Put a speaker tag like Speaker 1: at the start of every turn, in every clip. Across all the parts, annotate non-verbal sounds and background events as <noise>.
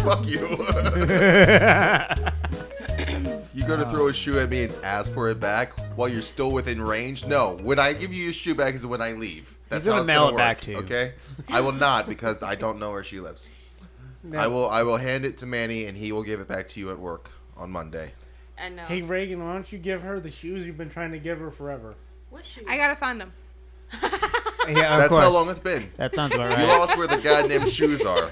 Speaker 1: Fuck you.
Speaker 2: <laughs>
Speaker 1: you gonna throw a shoe at me and ask for it back while you're still within range? No. When I give you your shoe back is when I leave. That's
Speaker 2: He's gonna
Speaker 1: how it's
Speaker 2: mail
Speaker 1: gonna
Speaker 2: it back
Speaker 1: work,
Speaker 2: to you.
Speaker 1: Okay. I will not because I don't know where she lives. I will. I will hand it to Manny and he will give it back to you at work on Monday.
Speaker 3: I know.
Speaker 4: Hey Reagan, why don't you give her the shoes you've been trying to give her forever?
Speaker 3: What shoe?
Speaker 5: I gotta find them.
Speaker 2: Yeah, of
Speaker 1: That's
Speaker 2: course.
Speaker 1: how long it's been.
Speaker 2: That sounds <laughs> about
Speaker 1: You
Speaker 2: right.
Speaker 1: lost where the goddamn shoes are.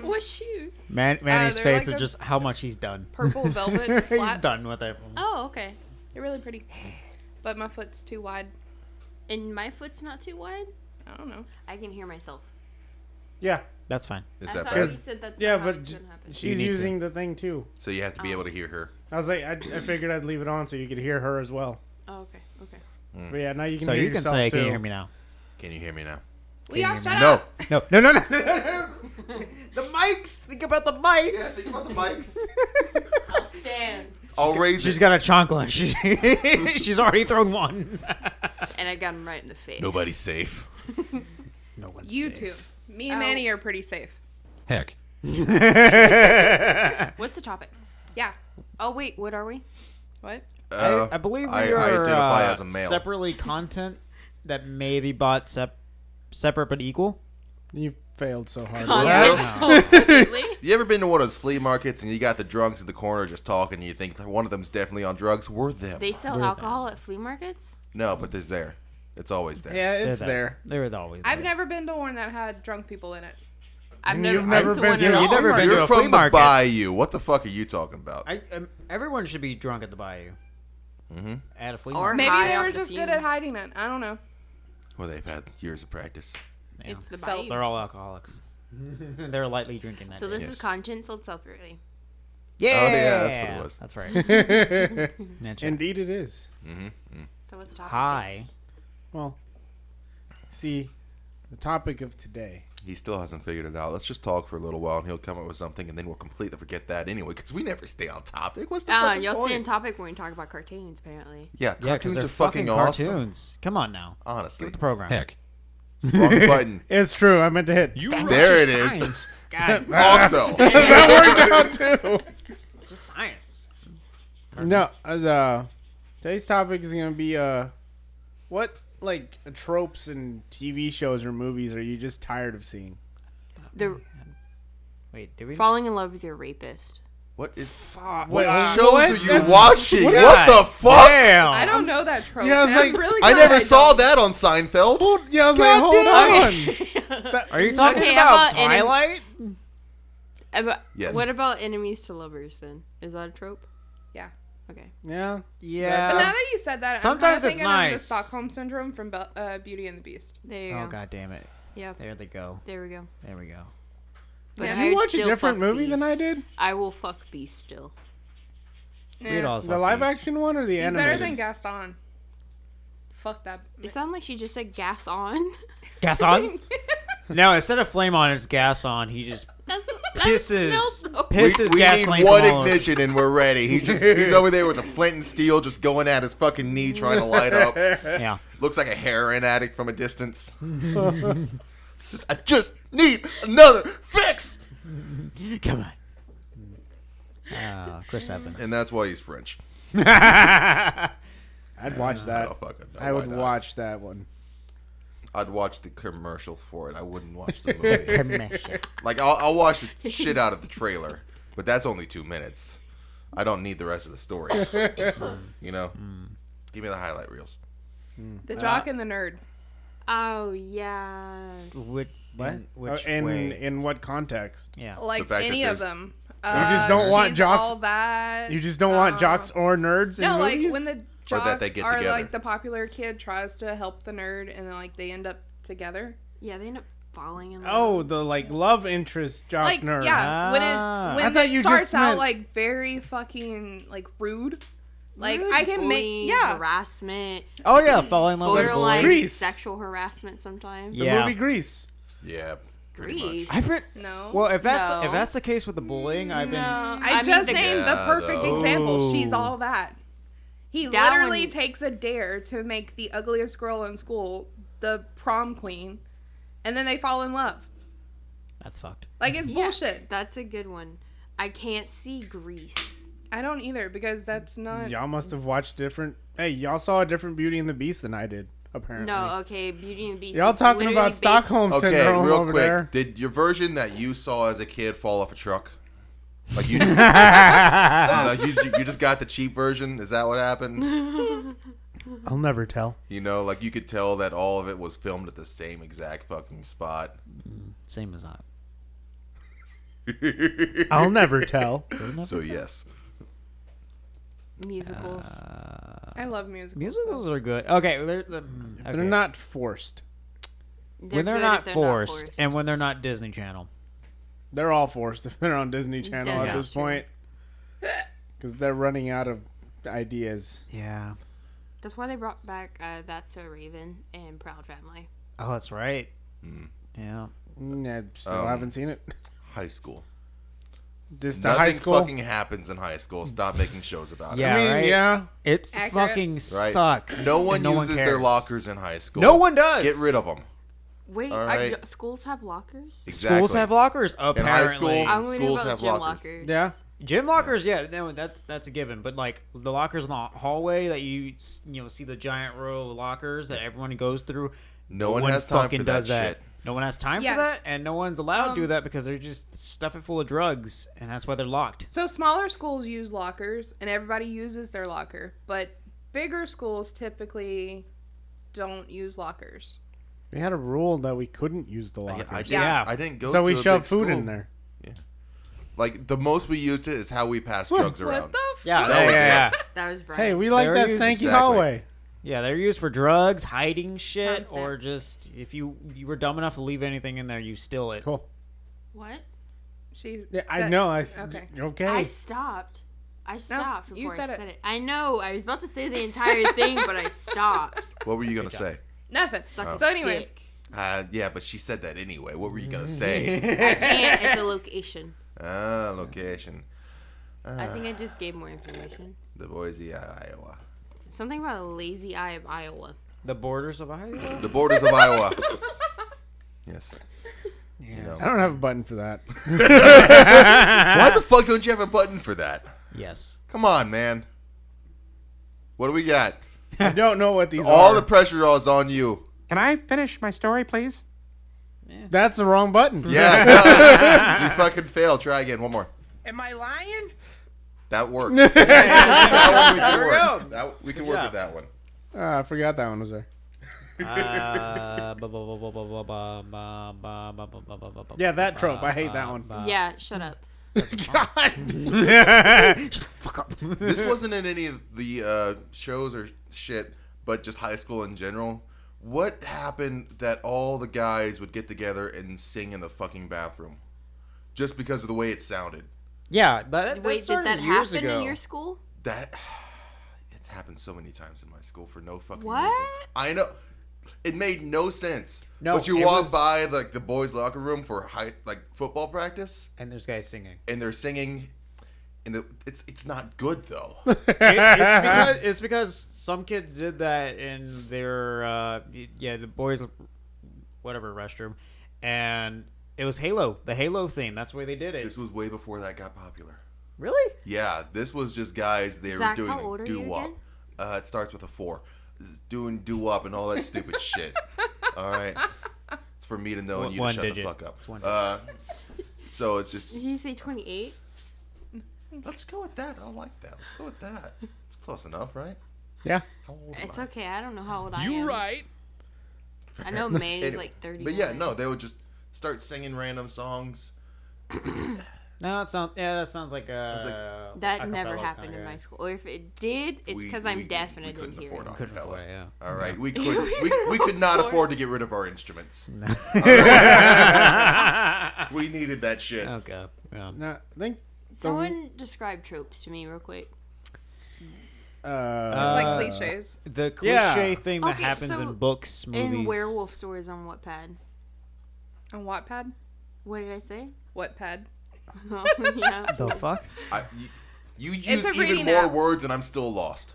Speaker 3: what shoes?
Speaker 2: Man, Manny's
Speaker 5: Ah, they're
Speaker 2: face of
Speaker 5: like a-
Speaker 2: just how much he's done. <laughs>
Speaker 5: Purple velvet flats.
Speaker 2: he's done with it.
Speaker 5: Oh, okay. They're really <sighs> pretty. But my foot's too wide.
Speaker 3: And my foot's not too wide.
Speaker 5: I don't know.
Speaker 3: I can hear myself.
Speaker 4: Yeah,
Speaker 2: That's fine. <laughs>
Speaker 1: Is
Speaker 3: I
Speaker 1: that
Speaker 3: thought
Speaker 1: bad?
Speaker 3: you said that's
Speaker 4: yeah,
Speaker 3: not how
Speaker 4: but
Speaker 3: it's
Speaker 4: j-
Speaker 3: gonna happen.
Speaker 2: You
Speaker 4: she's
Speaker 2: need to.
Speaker 4: using the thing too.
Speaker 1: So you have to be able to hear her.
Speaker 4: I was like, I, I figured I'd leave it on so you could hear her as well.
Speaker 3: Oh, okay, okay.
Speaker 4: But yeah, now you can
Speaker 2: so
Speaker 4: hear
Speaker 2: you can
Speaker 4: yourself
Speaker 2: say,
Speaker 4: too.
Speaker 2: "Can you hear me now?"
Speaker 1: Can you hear me now?
Speaker 5: We all shut
Speaker 2: <laughs>
Speaker 1: No.
Speaker 5: up.
Speaker 2: No, no, no, no, no, no. the mics. Think about the mics.
Speaker 1: about the mics.
Speaker 3: I'll stand.
Speaker 1: I'll raise
Speaker 2: She's
Speaker 1: it.
Speaker 2: got a chancla. <laughs> She, she's already thrown one.
Speaker 3: And I got him right in the face.
Speaker 1: Nobody's safe.
Speaker 2: No one's
Speaker 5: You two. Me and
Speaker 3: Oh.
Speaker 5: Manny are pretty safe.
Speaker 6: Heck.
Speaker 2: I,
Speaker 3: What's the topic?
Speaker 5: Yeah.
Speaker 3: Oh wait, what are we?
Speaker 5: What?
Speaker 1: Uh,
Speaker 2: I believe we
Speaker 1: I- I
Speaker 2: are
Speaker 1: identify
Speaker 2: uh,
Speaker 1: as a male.
Speaker 2: separately content that may be bought sep- separate but equal.
Speaker 4: You failed so hard.
Speaker 3: Separately?
Speaker 1: You ever been to one of those flea markets and you got the drunks in the corner just talking and you think one of them's definitely on drugs? We're them.
Speaker 3: <laughs> They sell alcohol at flea markets.
Speaker 1: no, but they're there. It's always there.
Speaker 4: Yeah, it's
Speaker 2: They're
Speaker 4: there.
Speaker 2: They're always.
Speaker 5: I've
Speaker 2: there.
Speaker 5: never been to one that had drunk people in it.
Speaker 3: I've
Speaker 4: And
Speaker 3: never,
Speaker 4: you've
Speaker 3: been
Speaker 4: never
Speaker 3: to
Speaker 4: been-
Speaker 3: one
Speaker 4: you've
Speaker 3: at all.
Speaker 2: never been- to
Speaker 1: You're
Speaker 2: a flea
Speaker 1: from the
Speaker 2: market.
Speaker 1: bayou. What the fuck are you talking about?
Speaker 2: I, um, everyone should be drunk at the bayou.
Speaker 1: Mhm.
Speaker 2: At a flea
Speaker 3: Or-
Speaker 2: market.
Speaker 5: Maybe
Speaker 3: high
Speaker 5: they
Speaker 3: off
Speaker 5: were
Speaker 3: the
Speaker 5: just good at
Speaker 3: fumes.
Speaker 5: hiding it. I don't know.
Speaker 1: Well, they've had years of practice.
Speaker 2: Yeah.
Speaker 3: It's the
Speaker 5: Felt
Speaker 3: bayou.
Speaker 2: They're all
Speaker 1: <laughs>
Speaker 2: alcoholics. They're lightly drinking that.
Speaker 3: So
Speaker 2: day.
Speaker 3: this
Speaker 1: Yes.
Speaker 3: is conscience sold separately.
Speaker 2: yeah,
Speaker 1: Oh, yeah, that's what it was.
Speaker 2: That's right.
Speaker 1: <laughs>
Speaker 2: That's right.
Speaker 4: Indeed, it is.
Speaker 3: So what's the topic?
Speaker 2: Hi.
Speaker 4: Well, see, the topic of today.
Speaker 1: He still hasn't figured it out. Let's just talk for a little while and he'll come up with something and then we'll completely forget that anyway because we never stay on topic. What's the
Speaker 2: Ah,
Speaker 3: Uh,
Speaker 1: fucking
Speaker 3: you'll
Speaker 1: point?
Speaker 3: stay on topic when we talk about cartoons, apparently.
Speaker 1: Yeah,
Speaker 2: Yeah, 'cause
Speaker 1: cartoons
Speaker 2: they're
Speaker 1: are fucking, awesome.
Speaker 2: cartoons. Come on now.
Speaker 1: Honestly.
Speaker 2: Get the program.
Speaker 6: Heck.
Speaker 1: Wrong button.
Speaker 4: It's true. I meant to hit. <laughs>
Speaker 6: You
Speaker 1: There it is. Also,
Speaker 2: Just science.
Speaker 4: No, as uh, today's topic is gonna be uh, what like tropes in TV shows or movies are you just tired of seeing?
Speaker 3: The
Speaker 2: Wait, did we?
Speaker 3: falling in love with your <laughs> rapist.
Speaker 1: what is
Speaker 4: What
Speaker 1: shows
Speaker 4: what?
Speaker 1: are you watching? What
Speaker 2: God
Speaker 1: the fuck?
Speaker 2: Damn.
Speaker 5: I don't know that trope.
Speaker 4: Yeah, I was
Speaker 5: and I'm
Speaker 4: like-
Speaker 5: really
Speaker 1: I
Speaker 5: glad
Speaker 1: never saw
Speaker 5: don't.
Speaker 1: that on Seinfeld.
Speaker 4: Yeah, I was
Speaker 1: God
Speaker 4: like, hold
Speaker 2: Are you talking
Speaker 3: Okay, how
Speaker 2: about
Speaker 3: about in-
Speaker 2: Twilight?
Speaker 3: Ab-
Speaker 1: Yes.
Speaker 3: What about enemies to lovers then? Is that a trope?
Speaker 5: Yeah.
Speaker 3: Okay.
Speaker 4: on. Yeah,
Speaker 2: Yeah.
Speaker 5: But now that you said that, I'm
Speaker 2: Sometimes
Speaker 5: kind of
Speaker 2: it's
Speaker 5: thinking of the
Speaker 2: nice.
Speaker 5: Stockholm syndrome from Be- uh, Beauty and the Beast.
Speaker 3: There you
Speaker 2: Oh
Speaker 3: go.
Speaker 2: god damn it!
Speaker 3: Yeah.
Speaker 2: There they go.
Speaker 3: There we go.
Speaker 2: There we go.
Speaker 3: But
Speaker 5: Yeah,
Speaker 3: I
Speaker 4: you
Speaker 3: would
Speaker 4: watch a
Speaker 3: still
Speaker 4: different
Speaker 3: fuck
Speaker 4: movie than I
Speaker 3: Beast.
Speaker 4: did.
Speaker 3: I will fuck Beast still.
Speaker 2: Read
Speaker 5: Yeah.
Speaker 2: all
Speaker 4: The live action one or the
Speaker 5: He's
Speaker 4: animated?
Speaker 5: better than Gaston. Fuck that.
Speaker 3: It sounded like she just said gas on. <laughs>
Speaker 2: Gas on? no, instead of flame on, it's gas on. He just
Speaker 3: That's, that
Speaker 2: pisses
Speaker 3: smells so
Speaker 1: we,
Speaker 2: pisses
Speaker 1: we
Speaker 2: gasoline
Speaker 1: need one
Speaker 2: from all over.
Speaker 1: ignition and we're ready. He's just he's over there with a flint and steel, just going at his fucking knee, trying to light up.
Speaker 2: Yeah.
Speaker 1: Looks like a heroin addict from a distance. <laughs> just, I just need another fix,
Speaker 2: Come on. Ah,
Speaker 1: <laughs>
Speaker 2: Chris Evans.
Speaker 1: and that's why he's French.
Speaker 4: I'd watch
Speaker 1: I
Speaker 4: that.
Speaker 1: don't fucking know
Speaker 4: I
Speaker 1: why
Speaker 4: would
Speaker 1: not.
Speaker 4: watch that one.
Speaker 1: I'd watch the commercial for it. I wouldn't watch the
Speaker 2: <laughs>
Speaker 1: movie.
Speaker 2: Commission.
Speaker 1: like I'll, I'll watch the shit out of the trailer, but that's only two minutes. I don't need the rest of the story. you know, give me the highlight reels.
Speaker 5: <laughs> The jock and the nerd.
Speaker 3: Oh yeah.
Speaker 2: Which,
Speaker 4: What?
Speaker 2: Oh,
Speaker 4: Oh,
Speaker 2: In, which
Speaker 4: in
Speaker 2: way?
Speaker 4: in what context?
Speaker 2: yeah.
Speaker 5: Like
Speaker 1: The fact
Speaker 5: any
Speaker 1: that
Speaker 5: of
Speaker 1: there's-
Speaker 5: them. Uh,
Speaker 4: just don't want
Speaker 5: she's
Speaker 4: jocks-
Speaker 5: All that.
Speaker 4: You just don't want
Speaker 5: Uh,
Speaker 4: jocks or nerds.
Speaker 5: No,
Speaker 4: in
Speaker 5: like
Speaker 4: movies?
Speaker 5: when the
Speaker 1: Or
Speaker 5: jock
Speaker 1: that they get
Speaker 5: or
Speaker 1: together.
Speaker 5: like the popular kid tries to help the nerd, and then like they end up together.
Speaker 3: Yeah, they end up falling in love.
Speaker 4: oh the like love interest jock
Speaker 5: Like
Speaker 4: nerd.
Speaker 5: yeah,
Speaker 2: Ah.
Speaker 5: when
Speaker 4: I
Speaker 5: it
Speaker 4: thought
Speaker 5: when
Speaker 4: you
Speaker 5: it starts
Speaker 4: just
Speaker 5: out
Speaker 4: meant-
Speaker 5: like very fucking like rude. Like I can make
Speaker 3: Bullying,
Speaker 5: yeah.
Speaker 3: harassment,
Speaker 2: Oh yeah, falling in love with
Speaker 3: borderline
Speaker 2: boys.
Speaker 4: Grease.
Speaker 3: sexual harassment sometimes.
Speaker 4: The
Speaker 2: Yeah.
Speaker 4: movie Grease.
Speaker 1: Yeah, pretty much.
Speaker 3: Grease.
Speaker 2: I've heard-
Speaker 5: No.
Speaker 2: well, if that's
Speaker 3: No.
Speaker 2: if that's the case with the bullying, I've been
Speaker 5: Uh, I, just
Speaker 3: Mm, mean, the-
Speaker 5: named
Speaker 1: Yeah,
Speaker 5: the perfect
Speaker 1: though.
Speaker 5: example. She's
Speaker 2: Ooh.
Speaker 5: all that. He
Speaker 3: That
Speaker 5: literally
Speaker 3: one-
Speaker 5: takes a dare to make the ugliest girl in school the prom queen, and then they fall in love.
Speaker 2: That's fucked.
Speaker 5: Like it's
Speaker 3: Yeah,
Speaker 5: bullshit.
Speaker 3: That's a good one. I can't see Greece.
Speaker 5: I don't either because that's not.
Speaker 4: Y'all must have watched different. Hey, y'all saw a different Beauty and the Beast than I did. Apparently,
Speaker 3: No, okay, Beauty and the Beast.
Speaker 4: y'all
Speaker 3: is
Speaker 4: talking
Speaker 3: literally
Speaker 4: about
Speaker 3: based-
Speaker 4: Stockholm
Speaker 1: Okay,
Speaker 4: syndrome
Speaker 1: real
Speaker 4: over
Speaker 1: quick.
Speaker 4: there.
Speaker 1: Did your version that you saw as a kid fall off a truck? Like you just <laughs> like you, you just got the cheap version? Is that what happened?
Speaker 4: I'll never tell.
Speaker 1: You know, like you could tell that all of it was filmed at the same exact fucking spot.
Speaker 2: Same as that.
Speaker 4: I'll
Speaker 2: <laughs>
Speaker 4: never tell.
Speaker 1: So yes.
Speaker 3: musicals.
Speaker 5: I love musicals.
Speaker 2: Musicals are good. Okay, they're, they're, mm,
Speaker 4: They're
Speaker 2: okay.
Speaker 4: not forced.
Speaker 2: when they're,
Speaker 3: good
Speaker 2: not,
Speaker 3: if they're
Speaker 2: forced, and when they're not Disney Channel.
Speaker 4: They're all forced if <laughs> they're on Disney Channel
Speaker 3: Yeah,
Speaker 4: at
Speaker 3: that's
Speaker 4: this point, because they're running out of ideas.
Speaker 2: Yeah.
Speaker 3: That's why they brought back uh, That's So Raven and Proud Family.
Speaker 2: Oh, that's right.
Speaker 1: Hmm.
Speaker 2: Yeah.
Speaker 4: Mm, I still
Speaker 1: Um,
Speaker 4: haven't seen it. <laughs>
Speaker 1: High school.
Speaker 4: Just the
Speaker 1: Nothing
Speaker 4: high school.
Speaker 1: fucking happens in high school. Stop making shows about
Speaker 2: Yeah,
Speaker 4: I mean,
Speaker 2: right?
Speaker 4: yeah.
Speaker 2: It
Speaker 5: Accurate.
Speaker 2: fucking
Speaker 1: it. Right?
Speaker 2: sucks.
Speaker 1: No one
Speaker 2: and no
Speaker 1: uses
Speaker 2: one
Speaker 1: their
Speaker 2: cares.
Speaker 1: lockers in high school.
Speaker 2: No one does.
Speaker 1: Get rid of them.
Speaker 3: Wait,
Speaker 1: All
Speaker 3: are
Speaker 1: right.
Speaker 3: y- schools have lockers?
Speaker 1: Exactly.
Speaker 2: Schools have lockers.
Speaker 1: In
Speaker 2: Apparently,
Speaker 1: high school,
Speaker 3: I only knew
Speaker 1: Mm, schools
Speaker 3: about
Speaker 1: have
Speaker 3: the gym
Speaker 1: lockers.
Speaker 3: lockers.
Speaker 4: Yeah.
Speaker 2: Gym lockers, yeah, no, that's that's a given. But like the lockers in the hallway that you s- you know see the giant row of lockers that everyone goes through.
Speaker 1: No one has time for that shit.
Speaker 2: No one has time
Speaker 5: Yes.
Speaker 2: for that, and no one's allowed to do
Speaker 5: Um,
Speaker 2: that because they're just stuff it full of drugs, and that's why they're locked.
Speaker 5: So smaller schools use lockers, and everybody uses their locker. But bigger schools typically don't use lockers.
Speaker 4: We had a rule that we couldn't use the locker.
Speaker 1: I, I, didn't,
Speaker 2: Yeah.
Speaker 1: I didn't go
Speaker 4: so
Speaker 1: to
Speaker 4: we
Speaker 1: a big
Speaker 4: shoved food
Speaker 1: school.
Speaker 4: in there.
Speaker 1: Like the most we used it is how we passed drugs
Speaker 5: What
Speaker 1: around.
Speaker 5: the? F-
Speaker 2: Yeah,
Speaker 1: That
Speaker 2: yeah,
Speaker 1: was
Speaker 2: yeah, yeah.
Speaker 3: That was Brian.
Speaker 4: Hey, we like
Speaker 2: There
Speaker 4: that
Speaker 2: is-
Speaker 4: stanky
Speaker 1: Exactly.
Speaker 4: hallway.
Speaker 2: Yeah, they're used for drugs, hiding shit,
Speaker 3: Timestamp.
Speaker 2: or just if you you were dumb enough to leave anything in there, you steal it.
Speaker 4: Cool.
Speaker 3: what?
Speaker 5: she.
Speaker 4: Yeah, I
Speaker 5: said-
Speaker 4: know. I s-
Speaker 5: Okay.
Speaker 4: okay.
Speaker 3: I stopped. I stopped
Speaker 5: you
Speaker 3: before
Speaker 5: said
Speaker 3: I
Speaker 5: it.
Speaker 3: said it. I know. I was about to say the <laughs> entire thing, but I stopped.
Speaker 1: What were you gonna say?
Speaker 5: Nothing.
Speaker 1: Oh.
Speaker 3: Suck
Speaker 5: So anyway,
Speaker 3: dick.
Speaker 1: Uh, yeah, but she said that anyway. What were you
Speaker 5: <laughs>
Speaker 1: gonna say?
Speaker 3: I can't. It's a location.
Speaker 1: ah, location,
Speaker 3: I
Speaker 1: <sighs>
Speaker 3: think I just gave more information.
Speaker 1: the Boise, I- Iowa,
Speaker 3: Something about a lazy eye of Iowa.
Speaker 2: The borders of Iowa.
Speaker 1: the borders of
Speaker 5: <laughs>
Speaker 1: Iowa. Yes.
Speaker 2: Yeah.
Speaker 4: I don't have a button
Speaker 1: <laughs>
Speaker 4: for that.
Speaker 1: Why the fuck don't you have a button for that?
Speaker 2: Yes.
Speaker 1: Come on, man. What do we got?
Speaker 4: I don't know what these
Speaker 1: All
Speaker 4: are.
Speaker 1: the pressure is on you.
Speaker 6: Can I finish my story, please?
Speaker 4: That's the wrong button.
Speaker 1: Yeah,
Speaker 5: <laughs>
Speaker 1: no, you fucking failed. Try again. One more.
Speaker 6: Am I lying?
Speaker 1: That
Speaker 5: <laughs>
Speaker 1: worked. that one we can work. That, we can work
Speaker 2: job.
Speaker 1: with that one.
Speaker 4: Ah, I forgot that one was there.
Speaker 2: Uh, <laughs> bu- bu- bu- bu- bu- bu- bu- bu- bu- bu- bu- bu- bu- bu- bu-
Speaker 4: Yeah, that
Speaker 2: bu-
Speaker 4: trope. I hate
Speaker 2: bu-
Speaker 4: that one.
Speaker 2: bu-
Speaker 3: yeah, shut up.
Speaker 4: God.
Speaker 2: <laughs>
Speaker 1: this wasn't in any of the uh, shows or shit, but just high school in general. What happened that all the guys would get together and sing in the fucking bathroom, just because of the way it sounded?
Speaker 2: Yeah, that, that
Speaker 3: Wait, did
Speaker 2: started
Speaker 3: that
Speaker 2: years
Speaker 3: happen
Speaker 2: ago.
Speaker 3: in your school?
Speaker 1: That <sighs> it's happened so many times in my school for no fucking
Speaker 3: What?
Speaker 1: reason. I know. It made no sense.
Speaker 2: No,
Speaker 1: but you
Speaker 2: it
Speaker 1: walk
Speaker 2: was-
Speaker 1: by like the boys' locker room for high, like football practice,
Speaker 2: and there's guys singing.
Speaker 1: and they're singing, and the, it's it's not good though.
Speaker 2: <laughs> <laughs> It- it's, because, it's because some kids did that in their uh, y- yeah the boys whatever restroom, and it was Halo, the Halo theme. That's why they did it.
Speaker 1: this was way before that got popular.
Speaker 2: Really?
Speaker 1: Yeah, this was just guys. They
Speaker 3: Zach,
Speaker 1: were
Speaker 3: how old
Speaker 1: doing
Speaker 3: are
Speaker 1: doo
Speaker 3: you
Speaker 1: wop.
Speaker 3: again?
Speaker 1: Uh, it starts with a four. Doing doo wop and all that
Speaker 3: <laughs>
Speaker 1: stupid shit. All right, it's for me to know and
Speaker 2: One-
Speaker 1: you to
Speaker 2: one
Speaker 1: shut the
Speaker 2: digit.
Speaker 1: fuck up.
Speaker 2: It's one
Speaker 1: Uh, so it's just
Speaker 3: Did he say 28?
Speaker 1: let's go with that. I like that. Let's go with that. It's close enough, right?
Speaker 4: <laughs> yeah.
Speaker 1: How old am
Speaker 3: It's
Speaker 1: I?
Speaker 3: okay. I don't know how old I am. I know Manny's
Speaker 1: Anyway,
Speaker 3: like 30.
Speaker 1: But yeah, no, they would just start singing random songs.
Speaker 2: No, that sounds yeah, that sounds like uh
Speaker 1: Sounds
Speaker 3: That
Speaker 2: acapella
Speaker 3: never happened
Speaker 2: kinda
Speaker 3: in my
Speaker 2: guy.
Speaker 3: school. Or if it did, it's
Speaker 1: We-
Speaker 3: because
Speaker 1: we-
Speaker 3: I'm deaf and
Speaker 1: we
Speaker 3: I didn't
Speaker 1: couldn't
Speaker 3: hear
Speaker 1: afford
Speaker 3: it.
Speaker 1: a
Speaker 2: Couldn't
Speaker 1: cappella.
Speaker 2: afford it, yeah.
Speaker 1: All right,
Speaker 3: <laughs>
Speaker 1: we could we, we could not afford to get rid of our
Speaker 2: <laughs>
Speaker 1: instruments. <laughs> We needed that shit.
Speaker 2: okay. Yeah.
Speaker 4: No, I think. the-
Speaker 3: Someone describe tropes to me real quick.
Speaker 4: uh,
Speaker 5: it's
Speaker 2: Uh,
Speaker 5: like cliches.
Speaker 2: The
Speaker 4: Yeah.
Speaker 2: cliche thing that
Speaker 3: Okay,
Speaker 2: happens
Speaker 3: so
Speaker 2: in books, movies.
Speaker 3: And werewolf stories on Wattpad.
Speaker 5: On Wattpad.
Speaker 3: What did
Speaker 1: <laughs>
Speaker 3: I say? <laughs>
Speaker 5: Wattpad.
Speaker 3: Oh, yeah.
Speaker 2: The fuck?
Speaker 1: I, you, you
Speaker 5: It's
Speaker 1: use
Speaker 5: a
Speaker 1: even
Speaker 5: reading
Speaker 1: more
Speaker 5: app.
Speaker 1: words, and I'm still lost.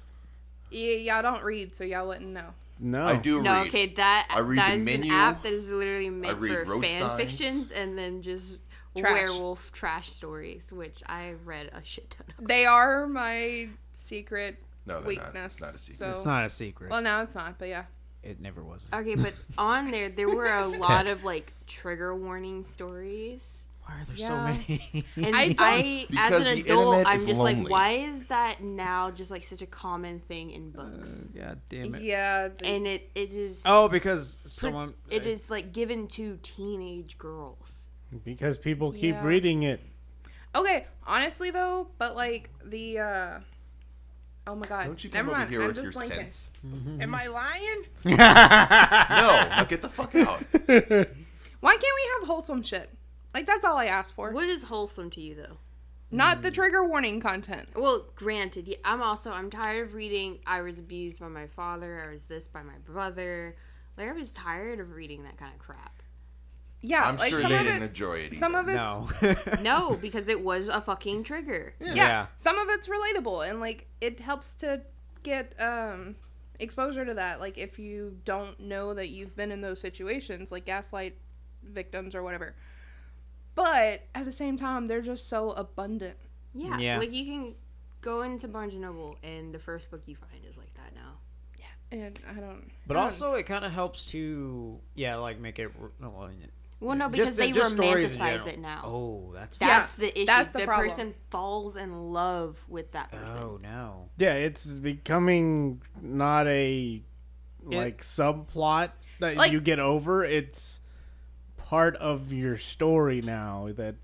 Speaker 5: Y- y'all don't read, so y'all wouldn't know.
Speaker 4: No.
Speaker 1: I do
Speaker 3: No,
Speaker 1: read.
Speaker 3: okay, that
Speaker 1: I read
Speaker 3: that
Speaker 1: the
Speaker 3: is
Speaker 1: menu.
Speaker 3: an app that is literally meant
Speaker 1: read
Speaker 3: for
Speaker 1: road
Speaker 3: fan
Speaker 1: signs.
Speaker 3: fictions and then just
Speaker 5: Trash.
Speaker 3: werewolf trash stories, which I read a shit ton of.
Speaker 5: They are my secret
Speaker 1: No, they're not.
Speaker 5: weakness.
Speaker 1: Not a secret.
Speaker 5: So,
Speaker 2: It's not a secret.
Speaker 5: Well, now it's not, but yeah.
Speaker 2: it never was.
Speaker 3: Okay, but on there there were
Speaker 1: <laughs>
Speaker 3: a lot of like trigger warning stories.
Speaker 2: Why are there
Speaker 5: Yeah.
Speaker 2: so
Speaker 3: <laughs>
Speaker 2: many? <laughs>
Speaker 3: And
Speaker 5: I
Speaker 3: I,
Speaker 1: Because
Speaker 5: don't-
Speaker 3: as
Speaker 1: the
Speaker 3: an adult,
Speaker 1: internet
Speaker 3: I'm
Speaker 1: is
Speaker 3: just like,
Speaker 1: lonely.
Speaker 3: why is that now just like such a common thing in books?
Speaker 2: God damn it.
Speaker 5: Yeah. the-
Speaker 3: and it, it is
Speaker 2: Oh, because someone.
Speaker 3: it is like given to teenage girls.
Speaker 4: because people keep
Speaker 5: Yeah.
Speaker 4: reading it.
Speaker 5: Okay, honestly though, but like the uh Oh my god.
Speaker 1: Don't you come
Speaker 5: Never
Speaker 1: over
Speaker 5: mind.
Speaker 1: here
Speaker 5: I'm
Speaker 1: with
Speaker 5: just
Speaker 1: your
Speaker 5: blanking.
Speaker 1: sense?
Speaker 6: Am I lying?
Speaker 1: No, now get the fuck
Speaker 5: <laughs>
Speaker 1: out.
Speaker 5: Why can't we have wholesome shit? Like that's all I asked for.
Speaker 3: What is wholesome to you though?
Speaker 5: Not the trigger warning content.
Speaker 3: Well, granted, yeah, I'm also I'm tired of reading. I was abused by my father. I was this by my brother. Like I was tired of reading that kind of crap.
Speaker 5: Yeah,
Speaker 1: I'm
Speaker 5: like
Speaker 1: sure they
Speaker 5: some of
Speaker 1: didn't
Speaker 5: it
Speaker 1: enjoy it.
Speaker 5: some
Speaker 1: either.
Speaker 5: of it's
Speaker 2: No. <laughs>
Speaker 3: <laughs> No, because it was a fucking trigger.
Speaker 5: yeah,
Speaker 2: Yeah.
Speaker 5: some of it's relatable and like it helps to get um exposure to that like if you don't know that you've been in those situations like gaslight victims or whatever. But at the same time, they're just so abundant.
Speaker 3: Yeah,
Speaker 2: Yeah.
Speaker 3: like you can go into Barnes and Noble, and the first book you find is like that now.
Speaker 5: And I don't
Speaker 2: But
Speaker 5: I don't-
Speaker 2: also, it kind of helps to, yeah, like make it. Well,
Speaker 3: Well, no, because they
Speaker 2: stories in
Speaker 3: romanticize
Speaker 2: general.
Speaker 3: it now.
Speaker 2: Oh, that's.
Speaker 5: Yeah,
Speaker 3: That's the issue.
Speaker 5: that's the
Speaker 3: the
Speaker 5: problem.
Speaker 3: person falls in love with that person.
Speaker 2: Oh no.
Speaker 4: Yeah, it's becoming not a like subplot that
Speaker 5: Like-
Speaker 4: you get over. It's part of your story now that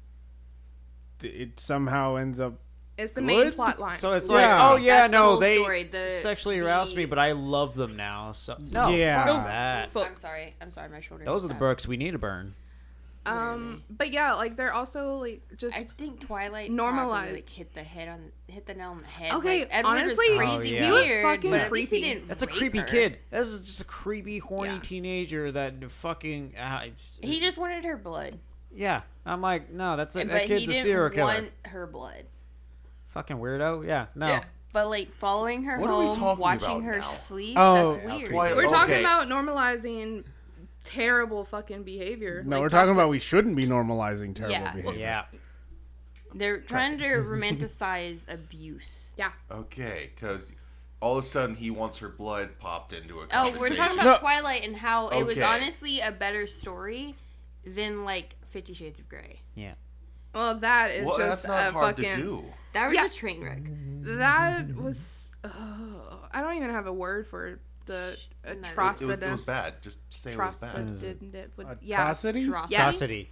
Speaker 4: it somehow ends up
Speaker 5: It's the main
Speaker 4: Good?
Speaker 5: plot line.
Speaker 2: So it's
Speaker 4: Yeah.
Speaker 2: like, oh
Speaker 4: That's
Speaker 2: yeah,
Speaker 3: the
Speaker 2: no,
Speaker 3: whole
Speaker 2: they
Speaker 3: story, the-
Speaker 2: sexually aroused me,
Speaker 3: the-
Speaker 2: but I love them now. So no,
Speaker 4: Yeah.
Speaker 2: fuck
Speaker 4: Oh.
Speaker 2: that.
Speaker 5: Fuck.
Speaker 3: I'm sorry. I'm sorry. My shoulder.
Speaker 2: Those are
Speaker 3: hit
Speaker 2: the
Speaker 3: that.
Speaker 2: books we need to burn.
Speaker 5: um, but yeah, like they're also like just
Speaker 3: I think Twilight
Speaker 5: Normalized.
Speaker 3: normally like hit the head on hit the nail on the head.
Speaker 5: Okay,
Speaker 3: like, Edward
Speaker 5: honestly,
Speaker 3: was crazy
Speaker 2: Oh, yeah. he
Speaker 5: was
Speaker 3: weird.
Speaker 5: fucking
Speaker 3: but at least he
Speaker 5: creepy.
Speaker 3: didn't
Speaker 2: That's a
Speaker 3: rape
Speaker 2: creepy
Speaker 3: her.
Speaker 2: kid. This is just a creepy, horny
Speaker 5: Yeah.
Speaker 2: teenager that fucking. Uh,
Speaker 3: He just wanted her blood,
Speaker 2: yeah, I'm like, no, that's a,
Speaker 3: but
Speaker 2: that
Speaker 3: he
Speaker 2: kid's a
Speaker 3: didn't
Speaker 2: serial killer.
Speaker 3: want her blood.
Speaker 2: Fucking weirdo. Yeah, no.
Speaker 3: But like following her
Speaker 1: What are we
Speaker 3: home,
Speaker 1: talking
Speaker 3: watching
Speaker 1: about
Speaker 3: her
Speaker 1: now?
Speaker 3: sleep,
Speaker 4: Oh,
Speaker 3: that's weird.
Speaker 1: Why-
Speaker 5: we're
Speaker 1: okay.
Speaker 5: talking about normalizing terrible fucking behavior.
Speaker 4: No,
Speaker 5: Like,
Speaker 4: we're talking about we shouldn't be normalizing terrible
Speaker 3: Yeah.
Speaker 4: behavior.
Speaker 2: Yeah.
Speaker 3: They're trying
Speaker 2: <laughs>
Speaker 3: to romanticize abuse.
Speaker 5: Yeah.
Speaker 1: Okay, because all of a sudden he wants her blood popped into a
Speaker 3: Oh,
Speaker 1: conversation.
Speaker 3: we're talking about
Speaker 4: No.
Speaker 3: Twilight and how it was
Speaker 1: Okay.
Speaker 3: honestly a better story than like Fifty Shades of Grey.
Speaker 2: Yeah.
Speaker 5: Well, that is
Speaker 1: Well,
Speaker 5: just
Speaker 1: that's not
Speaker 5: a
Speaker 1: hard
Speaker 5: fucking.
Speaker 1: to do.
Speaker 3: That was
Speaker 5: Yeah.
Speaker 3: a train wreck.
Speaker 2: Mm-hmm.
Speaker 4: <laughs>
Speaker 5: That was. Oh, I don't even have a word for the
Speaker 3: it
Speaker 1: It was, it was
Speaker 5: atrocitus.
Speaker 1: bad. Just say it was bad.
Speaker 5: Atrocitus. Yeah.
Speaker 4: Atrocity?
Speaker 5: Yeah.
Speaker 2: Atrocity.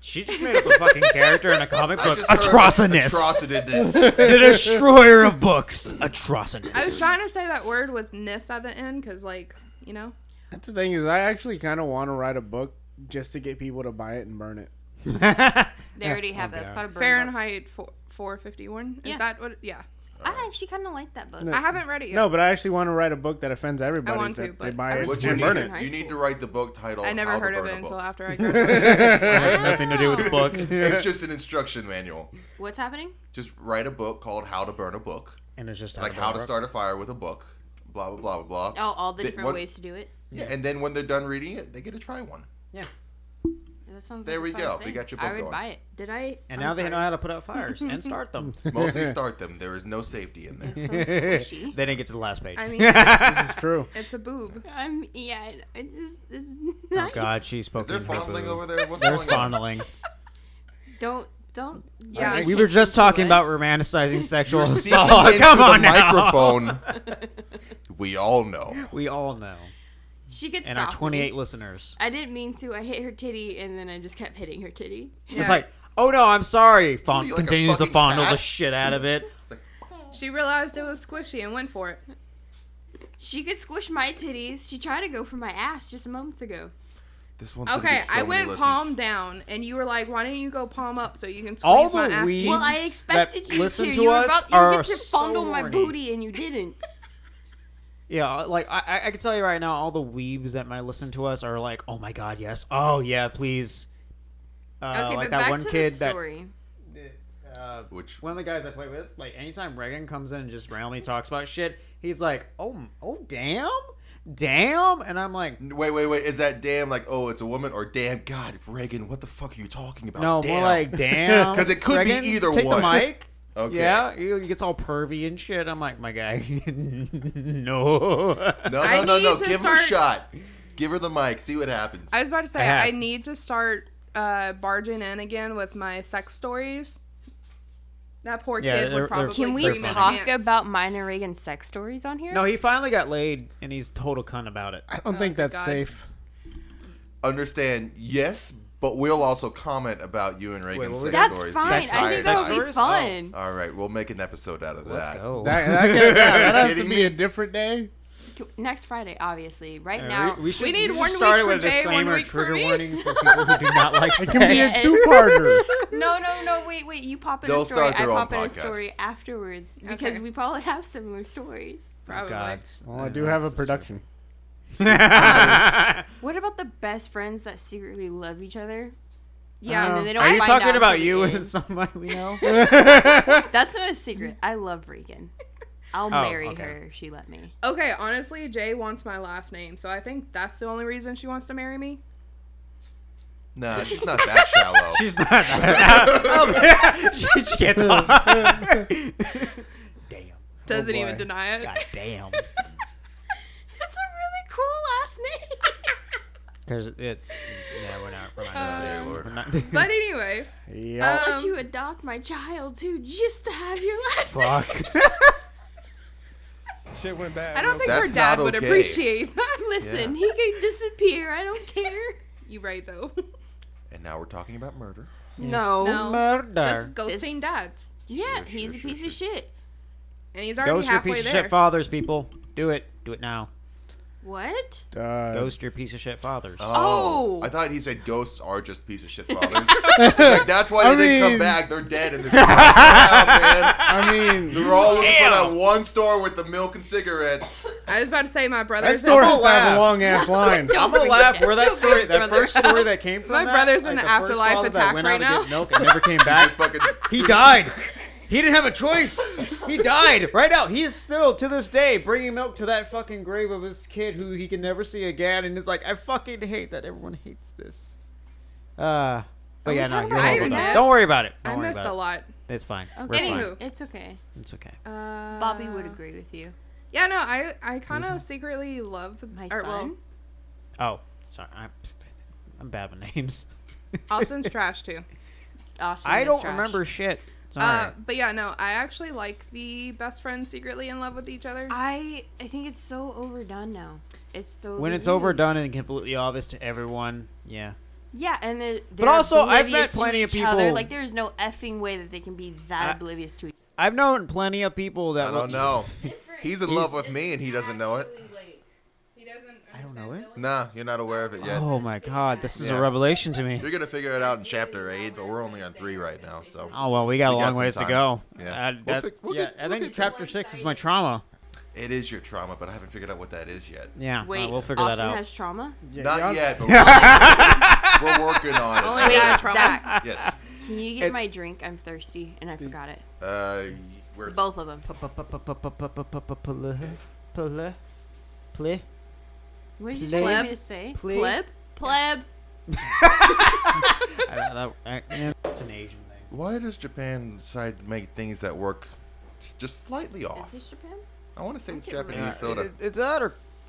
Speaker 2: She just made up a fucking character in a comic book. Atrocinus.
Speaker 1: Atrocinus.
Speaker 2: <laughs> the destroyer of books.
Speaker 5: I was
Speaker 2: Atrocinus.
Speaker 5: trying to say that word with "ness" at the end because, like, you know,
Speaker 4: That's the thing is, I actually kind of want to write a book just to get people to buy it and burn it.
Speaker 2: <laughs>
Speaker 3: They already have that. It's
Speaker 2: God.
Speaker 3: called a burn book.
Speaker 5: Fahrenheit four four fifty one. Is
Speaker 3: Yeah.
Speaker 5: that what? Yeah.
Speaker 3: I actually kind of like that book.
Speaker 5: I haven't read it yet.
Speaker 4: No, but I actually want to write a book that offends everybody.
Speaker 5: want
Speaker 4: that
Speaker 5: to,
Speaker 4: they
Speaker 5: but
Speaker 4: buy
Speaker 5: I
Speaker 4: it
Speaker 1: What
Speaker 4: and
Speaker 1: you
Speaker 3: When
Speaker 4: burn
Speaker 3: you're
Speaker 1: need,
Speaker 4: it.
Speaker 3: in high
Speaker 1: you need to
Speaker 3: school.
Speaker 1: write the book titled
Speaker 5: I never
Speaker 1: How
Speaker 5: heard
Speaker 1: to
Speaker 5: of
Speaker 1: Burn
Speaker 5: it
Speaker 1: a
Speaker 5: until
Speaker 1: Book.
Speaker 5: after I
Speaker 4: <laughs>
Speaker 5: graduated.
Speaker 2: has nothing to do with the book.
Speaker 1: It's just an instruction manual.
Speaker 3: What's happening?
Speaker 1: Just write a book called How to Burn a Book.
Speaker 2: And it's just
Speaker 1: Like how to start a fire with a book. Blah, blah, blah, blah, blah.
Speaker 3: Oh, all the
Speaker 1: They-
Speaker 3: different
Speaker 1: what-
Speaker 3: ways to do it.
Speaker 1: Yeah, and then when they're done reading it, they get to try one.
Speaker 3: That sounds
Speaker 1: There
Speaker 3: like
Speaker 1: we
Speaker 3: a fun
Speaker 1: go. We
Speaker 3: thing.
Speaker 1: got your
Speaker 3: I
Speaker 1: book
Speaker 3: would
Speaker 1: going.
Speaker 3: buy it. Did I?
Speaker 2: And
Speaker 3: I'm
Speaker 2: now they
Speaker 3: sorry.
Speaker 2: know how to put out fires
Speaker 5: <laughs>
Speaker 2: and start them. <laughs>
Speaker 1: Mostly start them. There is no safety in this.
Speaker 3: That's so squishy.
Speaker 2: they didn't get to the last page. <laughs>
Speaker 5: I mean, <laughs>
Speaker 4: this is true.
Speaker 5: it's a boob.
Speaker 3: I'm yeah. I- It's just it's <laughs>
Speaker 2: oh
Speaker 3: nice.
Speaker 2: God, she
Speaker 1: Is
Speaker 2: spoke.
Speaker 1: there
Speaker 2: in her
Speaker 1: fondling
Speaker 2: boob.
Speaker 1: over there? What's
Speaker 2: There's
Speaker 1: going on? <laughs>
Speaker 2: fondling.
Speaker 3: Don't don't.
Speaker 5: Yeah.
Speaker 3: don't
Speaker 2: we were just
Speaker 3: attention to
Speaker 2: talking about
Speaker 3: us.
Speaker 2: romanticizing
Speaker 1: <laughs>
Speaker 2: sexual <laughs>
Speaker 1: You're speaking
Speaker 2: assault.
Speaker 1: into
Speaker 2: Come
Speaker 1: the
Speaker 2: on now.
Speaker 5: <laughs>
Speaker 1: microphone. we all know.
Speaker 2: We all know,
Speaker 3: She could
Speaker 2: and
Speaker 3: stop.
Speaker 2: our
Speaker 3: me.
Speaker 2: 28 listeners.
Speaker 3: I didn't mean to. I hit her titty, and then I just kept hitting her titty.
Speaker 2: It's like, oh no, I'm sorry. Fond-
Speaker 1: you, like a
Speaker 2: continues to
Speaker 1: fucking
Speaker 2: fondle the
Speaker 1: cat?
Speaker 2: shit out of it.
Speaker 5: She realized it was squishy and went for it.
Speaker 3: She could squish my titties. She tried to go for my ass just moments ago.
Speaker 1: This one's gonna
Speaker 5: Okay,
Speaker 1: get so
Speaker 5: I
Speaker 1: many
Speaker 5: went
Speaker 1: listens.
Speaker 5: palm down, and you were like, "Why don't you go palm up so you can squeeze
Speaker 2: All
Speaker 5: my
Speaker 2: the
Speaker 5: ass?"
Speaker 2: weeds
Speaker 5: cheeks?"
Speaker 3: Well, I expected
Speaker 2: that
Speaker 3: you
Speaker 2: listen
Speaker 3: to.
Speaker 2: to
Speaker 3: you were
Speaker 2: us
Speaker 3: about
Speaker 2: are
Speaker 3: you get to fondle
Speaker 2: so
Speaker 3: my
Speaker 2: horny.
Speaker 3: booty, and you didn't.
Speaker 2: Yeah, like I- I, I can tell you right now, all the weebs that might listen to us are like, oh my god, yes, oh yeah, please. Uh,
Speaker 3: okay,
Speaker 2: like
Speaker 3: but
Speaker 2: that
Speaker 3: back
Speaker 2: one
Speaker 3: to
Speaker 2: kid
Speaker 3: the
Speaker 2: that
Speaker 3: story.
Speaker 2: uh,
Speaker 1: Which
Speaker 2: one of the guys I play with, like anytime Reagan comes in and just randomly talks about shit, he's like, "Oh, m- oh, damn, damn, and I'm like,
Speaker 1: Wait, wait, wait. Is that damn like, oh, it's a woman or damn God, Reagan, what the fuck are you talking about?
Speaker 2: no,
Speaker 1: Oh, damn.
Speaker 2: more like
Speaker 1: <laughs>
Speaker 2: damn,
Speaker 1: 'Cause it could be
Speaker 2: Reagan,
Speaker 1: either
Speaker 2: take
Speaker 1: one.
Speaker 2: the mic.
Speaker 1: <laughs> Okay.
Speaker 2: Yeah, he he gets all pervy and shit. I'm like, my guy, <laughs>
Speaker 1: No,
Speaker 2: no. <laughs>
Speaker 5: I
Speaker 1: no, no,
Speaker 5: need
Speaker 1: no.
Speaker 5: to
Speaker 1: Give her a
Speaker 5: start-
Speaker 1: shot. Give her the mic. See what happens.
Speaker 5: I was about to say
Speaker 2: I have.
Speaker 5: I, need to start uh, barging in again with my sex stories. That poor
Speaker 2: Yeah,
Speaker 5: kid
Speaker 2: they're-
Speaker 5: would probably.
Speaker 2: they're-
Speaker 5: cream
Speaker 3: Can we
Speaker 5: his
Speaker 3: talk
Speaker 5: pants.
Speaker 3: about minor Reagan sex stories on here?
Speaker 2: No, he finally got laid, and he's total cunt about it.
Speaker 4: I don't think
Speaker 5: Oh, good
Speaker 4: that's
Speaker 5: God.
Speaker 4: safe.
Speaker 1: Understand? Yes, but we'll also comment about you and Reagan's
Speaker 2: what
Speaker 1: sex
Speaker 2: was that?
Speaker 3: That's
Speaker 1: stories.
Speaker 3: fine.
Speaker 2: Sex
Speaker 3: I think
Speaker 2: stories.
Speaker 3: that would be
Speaker 2: Sex stories?
Speaker 3: fun.
Speaker 1: All right, we'll make an episode out of
Speaker 2: Let's
Speaker 1: that.
Speaker 2: go.
Speaker 4: That, that, could- yeah, that has to
Speaker 1: Kidding
Speaker 4: be
Speaker 1: me?
Speaker 4: a different day.
Speaker 3: Can- Next Friday, obviously. Right
Speaker 2: Oh. Yeah,
Speaker 3: now,
Speaker 2: we, we should,
Speaker 5: we need
Speaker 2: should
Speaker 5: one
Speaker 2: start
Speaker 5: week
Speaker 2: it
Speaker 5: for
Speaker 2: with a
Speaker 5: Jay, one
Speaker 2: disclaimer,
Speaker 5: week for
Speaker 2: trigger
Speaker 5: me.
Speaker 2: warning for people who do not
Speaker 4: <laughs>
Speaker 2: like
Speaker 4: It can be a
Speaker 2: sex.
Speaker 3: Yes. <laughs>
Speaker 4: two-parter.
Speaker 3: No, no, no. Wait, wait. You pop in
Speaker 1: They'll
Speaker 3: a story.
Speaker 1: start
Speaker 3: I
Speaker 1: their own
Speaker 3: pop in a
Speaker 1: podcast.
Speaker 3: story afterwards because
Speaker 5: Okay.
Speaker 3: we probably have similar stories.
Speaker 2: Oh,
Speaker 5: Probably.
Speaker 4: Well, Oh, I do have a production.
Speaker 5: <laughs>
Speaker 2: Um,
Speaker 3: What about the best friends that secretly love each other?
Speaker 5: Yeah.
Speaker 3: and then they don't
Speaker 2: Are you
Speaker 3: find out
Speaker 2: talking
Speaker 3: till
Speaker 2: about
Speaker 3: the
Speaker 2: you
Speaker 3: end?
Speaker 2: and somebody we know?
Speaker 4: <laughs>
Speaker 3: That's not a secret. I love <laughs> Regan. I'll marry
Speaker 2: Oh, okay.
Speaker 3: her. if She let me.
Speaker 5: Okay, honestly, Jay wants my last name, so I think that's the only reason she wants to marry me.
Speaker 2: Oh, <laughs>
Speaker 1: Nah, she's not that shallow.
Speaker 2: She's not.
Speaker 5: <laughs>
Speaker 2: Oh, she, she
Speaker 4: <laughs>
Speaker 2: can't talk. damn.
Speaker 5: Doesn't
Speaker 2: boy.
Speaker 5: even deny it. <laughs>
Speaker 2: God damn.
Speaker 3: <laughs> That's a really cool last <laughs> name.
Speaker 2: Because it. Yeah, we're not. We're not.
Speaker 1: Dear
Speaker 5: Um,
Speaker 1: Lord.
Speaker 5: <laughs> but anyway,
Speaker 4: Yeah.
Speaker 3: I'll
Speaker 5: Um,
Speaker 3: let you adopt my child too, just to have your last name.
Speaker 5: <laughs>
Speaker 2: Fuck.
Speaker 3: Uh,
Speaker 7: Shit went bad.
Speaker 5: I don't think
Speaker 1: That's
Speaker 5: her dad
Speaker 1: not
Speaker 5: would
Speaker 1: okay.
Speaker 5: appreciate <laughs> that.
Speaker 3: Listen, he can disappear. I don't care.
Speaker 2: <laughs>
Speaker 5: You right though.
Speaker 1: and now we're talking about murder.
Speaker 3: No.
Speaker 5: No. Just
Speaker 2: Murder.
Speaker 5: ghosting dads,
Speaker 3: Yeah,
Speaker 1: Sure,
Speaker 3: he's
Speaker 1: sure,
Speaker 3: a
Speaker 1: sure,
Speaker 3: piece of shit.
Speaker 5: and he's already
Speaker 2: Ghost your
Speaker 5: halfway
Speaker 2: piece of
Speaker 5: there.
Speaker 2: shit fathers, people. Do it. Do it now.
Speaker 3: What?
Speaker 4: Uh,
Speaker 2: Ghost your piece of shit fathers.
Speaker 3: Oh.
Speaker 1: I thought he said ghosts are just piece of
Speaker 2: <laughs>
Speaker 1: shit fathers. It's like, that's why they
Speaker 4: I
Speaker 1: didn't come
Speaker 4: mean-
Speaker 1: back. They're dead and they're like, "Yeah, man.
Speaker 4: I
Speaker 1: <laughs>
Speaker 4: mean,
Speaker 1: They're all looking for that one store with the milk and cigarettes.
Speaker 5: I was about to say my
Speaker 4: that
Speaker 5: brother's.
Speaker 4: store
Speaker 5: in-
Speaker 4: has to have
Speaker 2: laugh.
Speaker 4: a long ass line.
Speaker 2: I'm gonna laugh where
Speaker 5: <laughs>
Speaker 2: that story, that
Speaker 3: brother
Speaker 2: first story that came from.
Speaker 5: My
Speaker 2: that,
Speaker 5: brother's in
Speaker 2: like
Speaker 5: an
Speaker 2: the first
Speaker 5: afterlife
Speaker 2: father that
Speaker 5: attack
Speaker 2: went
Speaker 5: right
Speaker 2: out to get
Speaker 5: now.
Speaker 2: milk and never came back.
Speaker 1: Just fucking
Speaker 2: <laughs> He died. He didn't have a choice. <laughs> He died right out. He is still to this day bringing milk to that fucking grave of his kid who he can never see again. And it's like I fucking hate that everyone hates this. Uh, but yeah, no,
Speaker 3: talking
Speaker 2: you're horrible.
Speaker 3: about
Speaker 5: Iron Man?
Speaker 2: Don't, don't worry about it. Don't
Speaker 5: I
Speaker 2: worry
Speaker 5: missed
Speaker 2: about
Speaker 5: a lot.
Speaker 2: It. It's fine. We're
Speaker 3: Okay.
Speaker 2: fine.
Speaker 5: Anywho.
Speaker 3: It's okay.
Speaker 2: It's okay.
Speaker 5: Uh,
Speaker 3: Bobby would agree with you.
Speaker 5: Yeah, no, I I kind of secretly love
Speaker 3: My
Speaker 5: or, well,
Speaker 3: son?
Speaker 2: Oh, sorry. <laughs> I'm, I'm bad with names. <laughs>
Speaker 5: Austin's trash too.
Speaker 3: Austin
Speaker 2: I
Speaker 3: is
Speaker 2: don't
Speaker 3: trash.
Speaker 2: remember shit. Sorry.
Speaker 5: Uh, but yeah, no, I actually like the best friends secretly in love with each other.
Speaker 3: I I think it's so overdone now. It's so
Speaker 2: when it's
Speaker 3: overused.
Speaker 2: overdone and completely obvious to everyone, yeah.
Speaker 3: Yeah, and the,
Speaker 2: But also, I've met plenty
Speaker 3: to
Speaker 2: of
Speaker 3: each Other.
Speaker 2: people-
Speaker 3: Like, there is no effing way that they can be that
Speaker 2: I-
Speaker 3: oblivious to each.
Speaker 2: I've known plenty of people that
Speaker 1: I don't know.
Speaker 2: will-
Speaker 1: He's in love with me and he doesn't know it.
Speaker 5: He doesn't.
Speaker 2: I don't know it.
Speaker 1: Nah, you're not aware of it yet.
Speaker 2: Oh my god, this is
Speaker 1: Yeah.
Speaker 2: a revelation to me.
Speaker 1: You're gonna figure it out in chapter eight, but we're only on three right now, so
Speaker 2: Oh well, we got a
Speaker 1: We got
Speaker 2: long
Speaker 1: some
Speaker 2: ways to
Speaker 1: time.
Speaker 2: go.
Speaker 1: Yeah.
Speaker 2: Uh,
Speaker 1: We'll
Speaker 2: that-
Speaker 1: fi- we'll
Speaker 2: yeah,
Speaker 1: get-
Speaker 2: I
Speaker 1: we'll
Speaker 2: think
Speaker 1: get-
Speaker 2: chapter six is my trauma.
Speaker 1: it is your trauma. But I haven't figured out what that is yet.
Speaker 2: Yeah, well,
Speaker 3: Wait,
Speaker 2: Uh, we'll figure
Speaker 3: Austin
Speaker 2: that out. <laughs>
Speaker 3: has trauma.
Speaker 4: Yeah,
Speaker 1: Not
Speaker 4: y'all-
Speaker 1: yet, but we're, we're working on it.
Speaker 5: Only got
Speaker 2: <laughs>
Speaker 5: trauma.
Speaker 3: Zach,
Speaker 1: Yes.
Speaker 3: can you get my drink? I'm thirsty and
Speaker 2: Mm.
Speaker 3: I forgot it.
Speaker 1: Uh, where's
Speaker 3: Both of them.
Speaker 2: Pleh, pleh.
Speaker 3: What did you
Speaker 2: Pleb.
Speaker 3: want me to say?
Speaker 2: Pleb.
Speaker 3: Pleb. Pleb.
Speaker 2: I don't know, that- I- yeah, It's an Asian thing.
Speaker 1: Why does Japan decide to make things that work s- just slightly
Speaker 3: Is
Speaker 1: off?
Speaker 3: this Japan?
Speaker 2: Mm.
Speaker 1: I want to say it's
Speaker 3: it really-
Speaker 1: Japanese
Speaker 2: Yeah,
Speaker 1: soda.
Speaker 2: it- it's that or <laughs>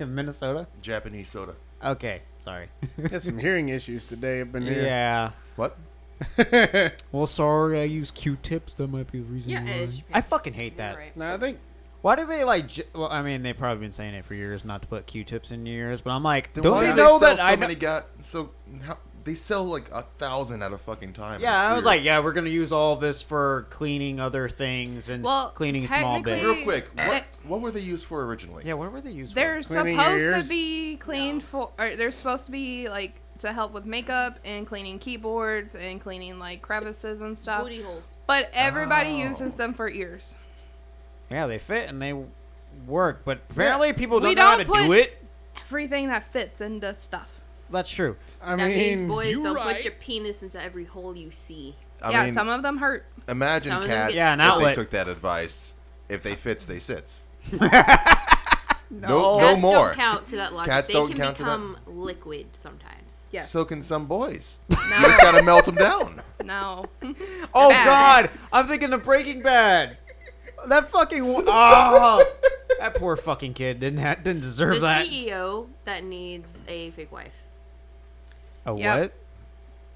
Speaker 2: Minnesota?
Speaker 1: Japanese soda.
Speaker 2: Okay, sorry.
Speaker 3: <laughs>
Speaker 4: Got some hearing issues today up in here.
Speaker 2: yeah.
Speaker 1: What?
Speaker 4: Yeah.
Speaker 2: Well, sorry, I use Q-tips. That might be the reason.
Speaker 3: Yeah,
Speaker 2: why.
Speaker 3: it's Japan.
Speaker 2: I fucking hate that.
Speaker 3: Right.
Speaker 4: no, I think
Speaker 2: Why do they like? J- well, I mean, they've probably been saying it for years not to put Q-tips in your ears, but I'm like,
Speaker 1: Then
Speaker 2: don't
Speaker 1: why
Speaker 2: they
Speaker 1: do
Speaker 2: know
Speaker 1: sell
Speaker 2: that
Speaker 1: so
Speaker 2: I? Know-
Speaker 1: many got so how, they sell like a thousand at a fucking time?
Speaker 2: yeah,
Speaker 1: It's
Speaker 2: I was
Speaker 1: weird.
Speaker 2: like, yeah, we're gonna use all this for cleaning other things and
Speaker 5: Well,
Speaker 2: cleaning small
Speaker 5: technically-
Speaker 2: bits.
Speaker 1: real quick, what,
Speaker 5: Eh.
Speaker 1: what were they used for originally?
Speaker 2: Yeah, what were they used
Speaker 5: They're
Speaker 4: Cleaning your
Speaker 5: supposed
Speaker 4: ears?
Speaker 5: to be cleaned for. Or they're supposed to be like to help with makeup and cleaning keyboards and cleaning like crevices and stuff.
Speaker 3: Booty holes.
Speaker 5: But everybody
Speaker 1: Oh.
Speaker 5: uses them for ears.
Speaker 2: for? Yeah, they fit and they work, but apparently people don't
Speaker 5: We
Speaker 2: know how to
Speaker 5: don't put-
Speaker 2: do it.
Speaker 5: Everything that fits into stuff.
Speaker 2: That's true.
Speaker 4: I
Speaker 3: that means
Speaker 4: mean,
Speaker 3: boys
Speaker 7: you
Speaker 3: don't put
Speaker 7: right.
Speaker 3: your penis into every hole you see.
Speaker 1: I
Speaker 5: yeah,
Speaker 1: mean,
Speaker 5: some of them hurt.
Speaker 1: imagine
Speaker 3: some of them
Speaker 1: cats
Speaker 3: get Yeah,
Speaker 2: an
Speaker 1: if they
Speaker 2: outlet. <laughs>
Speaker 1: took that advice. If they fits, they sits. No, no
Speaker 3: Cats
Speaker 1: more.
Speaker 3: don't count to that logic.
Speaker 1: Cats
Speaker 3: they
Speaker 1: don't
Speaker 3: can
Speaker 1: count to that-
Speaker 3: become liquid sometimes.
Speaker 5: Yes.
Speaker 1: So can some boys. You
Speaker 5: no.
Speaker 1: just gotta melt them
Speaker 2: <laughs>
Speaker 1: down.
Speaker 5: no.
Speaker 2: Oh
Speaker 5: Bad.
Speaker 2: God, I'm thinking of Breaking Bad. That fucking oh, that poor fucking kid didn't ha- didn't deserve
Speaker 3: The E
Speaker 2: that.
Speaker 3: CEO that needs a fake wife.
Speaker 2: A
Speaker 5: Yep.
Speaker 2: what?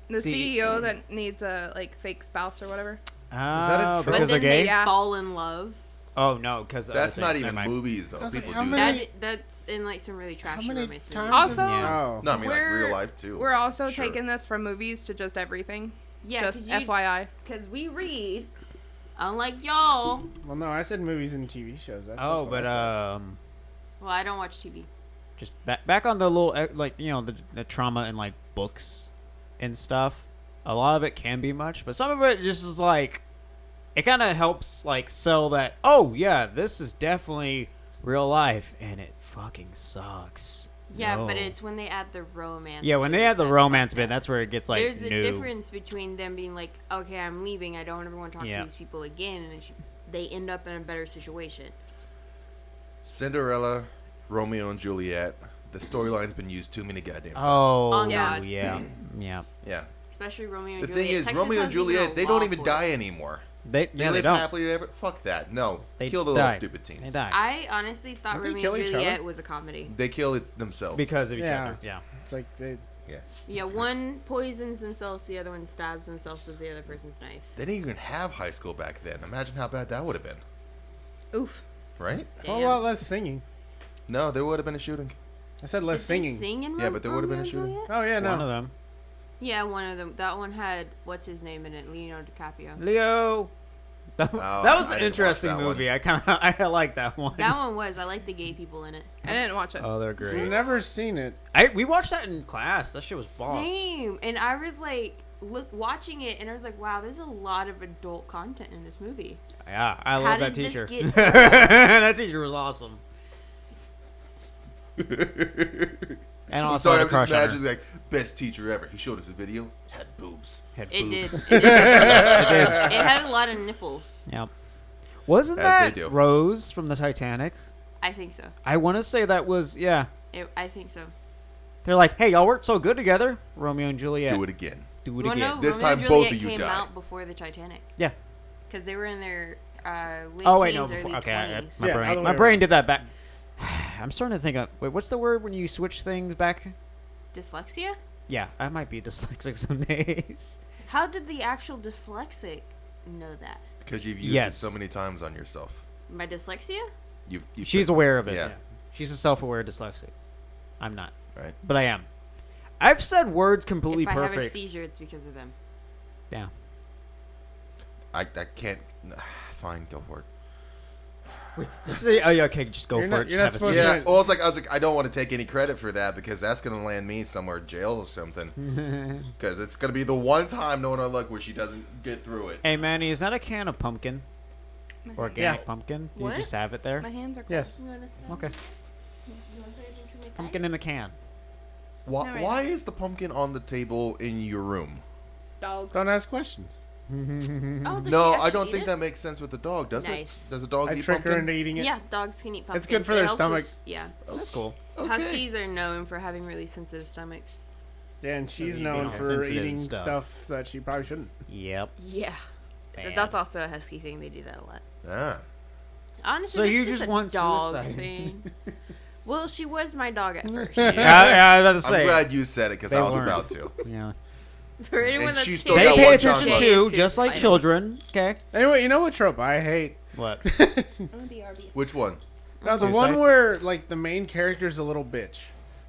Speaker 5: The
Speaker 2: See-
Speaker 5: CEO that needs a like fake spouse or whatever.
Speaker 2: Ah,
Speaker 4: trope?
Speaker 2: because
Speaker 3: but
Speaker 2: they're
Speaker 3: then
Speaker 2: gay?
Speaker 3: they
Speaker 5: Yeah.
Speaker 3: fall in love.
Speaker 2: Oh no, because
Speaker 1: That's not even
Speaker 2: mind.
Speaker 1: movies though.
Speaker 4: was like,
Speaker 1: People
Speaker 4: how
Speaker 1: do
Speaker 4: many-
Speaker 1: that.
Speaker 3: That that's in like some really trashy
Speaker 4: many
Speaker 3: romance
Speaker 4: times
Speaker 3: movies.
Speaker 5: Also,
Speaker 2: Yeah.
Speaker 4: Oh,
Speaker 1: No, I mean like
Speaker 5: We're-
Speaker 1: real life too.
Speaker 5: we're also
Speaker 1: Sure.
Speaker 5: taking this from movies to just everything.
Speaker 3: Yeah,
Speaker 5: just
Speaker 3: cause you-
Speaker 5: FYI.
Speaker 3: Cause we read, unlike y'all.
Speaker 4: well, no, I said movies and TV shows. That's just
Speaker 2: Oh,
Speaker 4: what
Speaker 2: but
Speaker 4: I said.
Speaker 2: um,
Speaker 3: Well, I don't watch TV.
Speaker 2: just back back on the little eh, like you know the, the trauma in like books and stuff. A lot of it can be much, but some of it just is like it kind of helps like sell that. Oh yeah, this is definitely real life, and it fucking sucks.
Speaker 3: Yeah,
Speaker 2: No.
Speaker 3: but it's when they add the romance.
Speaker 2: yeah when
Speaker 3: to
Speaker 2: they
Speaker 3: it,
Speaker 2: add the
Speaker 3: that's
Speaker 2: romance
Speaker 3: fucked
Speaker 2: bit,
Speaker 3: up.
Speaker 2: that's where it gets like
Speaker 3: There's
Speaker 2: new.
Speaker 3: a difference between them being like, okay, I'm leaving. I don't ever want to talk
Speaker 2: Yeah.
Speaker 3: to these people again, and she, they end up in a better situation.
Speaker 1: Cinderella, Romeo and Juliet. The storyline's been used too many goddamn times.
Speaker 2: Oh
Speaker 3: Oh,
Speaker 2: yeah,
Speaker 3: God.
Speaker 2: yeah, yeah.
Speaker 1: Yeah.
Speaker 3: Especially Romeo and
Speaker 1: The
Speaker 3: Juliet.
Speaker 1: thing is,
Speaker 3: Texas
Speaker 1: Romeo and
Speaker 3: has even
Speaker 1: Juliet,
Speaker 3: a
Speaker 1: they
Speaker 3: law
Speaker 1: don't even
Speaker 3: for it.
Speaker 1: die anymore.
Speaker 2: They
Speaker 1: They
Speaker 2: yeah they
Speaker 1: live
Speaker 2: don't.
Speaker 1: happily ever. Fuck that. No.
Speaker 2: They
Speaker 1: kill the
Speaker 2: die.
Speaker 1: little stupid teens.
Speaker 2: They die
Speaker 3: I honestly thought
Speaker 4: Don't they
Speaker 3: Romeo
Speaker 4: kill
Speaker 3: and
Speaker 4: each
Speaker 3: Juliet
Speaker 4: other?
Speaker 3: was a comedy.
Speaker 1: They kill it themselves.
Speaker 2: because of each
Speaker 4: Yeah.
Speaker 2: other. Yeah.
Speaker 4: it's like they,
Speaker 1: Yeah.
Speaker 3: Yeah, one poisons themselves, the other one stabs themselves with the other person's knife.
Speaker 1: They didn't even have high school back then. Imagine how bad that would have been.
Speaker 5: Oof.
Speaker 1: Right?
Speaker 3: Damn.
Speaker 4: a whole
Speaker 2: Oh,
Speaker 4: lot less singing.
Speaker 1: No, there would have been a shooting.
Speaker 4: I said
Speaker 3: Did
Speaker 4: less
Speaker 3: they
Speaker 4: singing.
Speaker 3: Sing in
Speaker 1: Yeah, but there would've been a
Speaker 3: Romeo and
Speaker 1: shooting.
Speaker 3: Juliet?
Speaker 4: Oh yeah,
Speaker 2: One of
Speaker 4: no.
Speaker 2: them.
Speaker 3: Yeah, one of them. That one had what's his name in it, Leonardo DiCaprio.
Speaker 2: Leo. That, <laughs> that
Speaker 1: Oh,
Speaker 2: was
Speaker 1: I
Speaker 2: an
Speaker 1: didn't
Speaker 2: interesting
Speaker 1: watch that one.
Speaker 2: movie. I kind of <laughs> I like that one.
Speaker 3: That one was. I like the gay people in it.
Speaker 5: I didn't watch it.
Speaker 2: <laughs>
Speaker 1: Uh,
Speaker 2: Oh, they're
Speaker 4: I've
Speaker 2: great.
Speaker 4: never seen it.
Speaker 2: I we watched that in class. That shit was boss.
Speaker 3: Same. And I was like, look, watching it, and I was like, wow, there's a lot of adult content in this movie.
Speaker 2: Yeah, I
Speaker 3: How
Speaker 2: love that
Speaker 3: did this
Speaker 2: teacher.
Speaker 1: <laughs>
Speaker 2: <laughs>
Speaker 3: get-
Speaker 2: that teacher was awesome. And
Speaker 1: I'm
Speaker 2: also
Speaker 1: sorry,
Speaker 2: had a
Speaker 1: I'm
Speaker 2: crush
Speaker 1: just
Speaker 2: on her.
Speaker 1: imagining like best teacher ever. He showed us a video. It had boobs.
Speaker 2: Had
Speaker 3: It did.
Speaker 2: boobs.
Speaker 1: <laughs>
Speaker 3: It, did. it had a lot of nipples.
Speaker 2: Yep. Wasn't
Speaker 1: As they do.
Speaker 2: that Rose from the Titanic?
Speaker 3: I think so.
Speaker 2: I want to say that was yeah.
Speaker 3: It, I think so.
Speaker 2: They're like, hey, y'all worked so good together, Romeo and Juliet.
Speaker 1: Do it again.
Speaker 2: Do it
Speaker 3: well,
Speaker 2: again.
Speaker 3: no,
Speaker 1: This
Speaker 3: Romeo
Speaker 1: time both
Speaker 3: and Juliet
Speaker 1: of you
Speaker 3: came
Speaker 1: die.
Speaker 3: out before the Titanic
Speaker 2: Yeah.
Speaker 3: because they were in their uh, late
Speaker 2: Oh wait,
Speaker 3: teens,
Speaker 2: no.
Speaker 3: early
Speaker 2: Before, okay, I- I-
Speaker 3: 20s.
Speaker 2: my
Speaker 4: Yeah, other
Speaker 2: brain,
Speaker 4: way
Speaker 2: my brain
Speaker 4: around.
Speaker 2: did that back. <sighs> I'm starting to think of wait, what's the word when you switch things back?
Speaker 3: Dyslexia?
Speaker 2: Yeah, I might be dyslexic <laughs> some days.
Speaker 3: How did the actual dyslexic know that?
Speaker 1: Because you've used
Speaker 2: Yes.
Speaker 1: it so many times on yourself.
Speaker 3: My dyslexia?
Speaker 1: You've, you've
Speaker 2: She's
Speaker 1: been-
Speaker 2: aware of it.
Speaker 1: Yeah.
Speaker 2: yeah. She's a self-aware dyslexic. I'm not,
Speaker 1: Right.
Speaker 2: but I am. I've said words completely
Speaker 3: if I
Speaker 2: perfect.
Speaker 3: have a seizure, it's because of them.
Speaker 2: yeah. <laughs>
Speaker 1: I, I can't. Fine, go for it.
Speaker 2: See, oh, yeah, okay, just go
Speaker 4: You're
Speaker 2: for
Speaker 4: not-
Speaker 2: it. just
Speaker 4: you're not
Speaker 2: have a
Speaker 4: supposed
Speaker 2: seizure.
Speaker 1: Yeah.
Speaker 4: that-
Speaker 1: Well, it's like I was like, I don't want to take any credit for that because that's gonna land me somewhere in jail or
Speaker 2: <laughs>
Speaker 1: something. Because it's gonna be the one time knowing our luck where she doesn't get through it.
Speaker 2: Hey, Manny, is that a can of pumpkin? Organic
Speaker 4: Yeah.
Speaker 2: pumpkin? Do
Speaker 3: What?
Speaker 2: you just have it there?
Speaker 5: My hands are cold.
Speaker 4: Yes.
Speaker 3: Oh,
Speaker 2: Okay. Pumpkin in a can.
Speaker 1: Why,
Speaker 5: Alright.
Speaker 1: why is the pumpkin on the table in your room?
Speaker 5: Dog.
Speaker 4: Don't ask questions.
Speaker 3: Oh, does
Speaker 1: <laughs> No,
Speaker 3: she
Speaker 1: I don't
Speaker 3: actually
Speaker 1: think
Speaker 3: eat
Speaker 1: that
Speaker 3: it?
Speaker 1: makes sense with the dog, does
Speaker 3: Nice.
Speaker 1: it? Does a dog
Speaker 4: I
Speaker 1: eat
Speaker 4: trick
Speaker 1: pumpkin?
Speaker 4: her into eating it.
Speaker 3: Yeah, dogs can eat pumpkin.
Speaker 4: good for their stomach.
Speaker 3: yeah.
Speaker 2: That's cool.
Speaker 1: Okay.
Speaker 3: Huskies are known for having really sensitive stomachs.
Speaker 4: Yeah, and she's
Speaker 2: you
Speaker 4: known
Speaker 2: know,
Speaker 4: for
Speaker 2: sensitive
Speaker 4: eating
Speaker 2: stuff.
Speaker 4: stuff. that she probably shouldn't.
Speaker 2: Yep.
Speaker 3: <laughs> Yeah.
Speaker 2: Bam.
Speaker 3: That's also a husky thing. They do that a lot.
Speaker 1: Ah.
Speaker 3: Honestly,
Speaker 2: So
Speaker 3: that's
Speaker 2: you
Speaker 3: just,
Speaker 2: just
Speaker 3: a
Speaker 2: want
Speaker 3: dog
Speaker 2: suicide.
Speaker 3: thing. well, she was my dog at first.
Speaker 2: Yeah, yeah, I was about to
Speaker 1: I'm
Speaker 2: say.
Speaker 1: glad you said it because I was
Speaker 2: weren't.
Speaker 1: about
Speaker 3: <laughs>
Speaker 1: to.
Speaker 2: Yeah.
Speaker 3: For anyone
Speaker 1: And
Speaker 3: that's
Speaker 1: she still
Speaker 3: taking
Speaker 2: They
Speaker 1: got
Speaker 2: pay
Speaker 1: one
Speaker 2: attention
Speaker 1: child
Speaker 2: too,
Speaker 3: left.
Speaker 2: just like
Speaker 3: Suicidal.
Speaker 2: children. Okay.
Speaker 4: Anyway, you know what trope I hate?
Speaker 2: What?
Speaker 4: that
Speaker 5: I'm gonna be RB.
Speaker 1: Which one?
Speaker 4: was the
Speaker 2: Suicide?
Speaker 4: one where like the main character's a little bitch.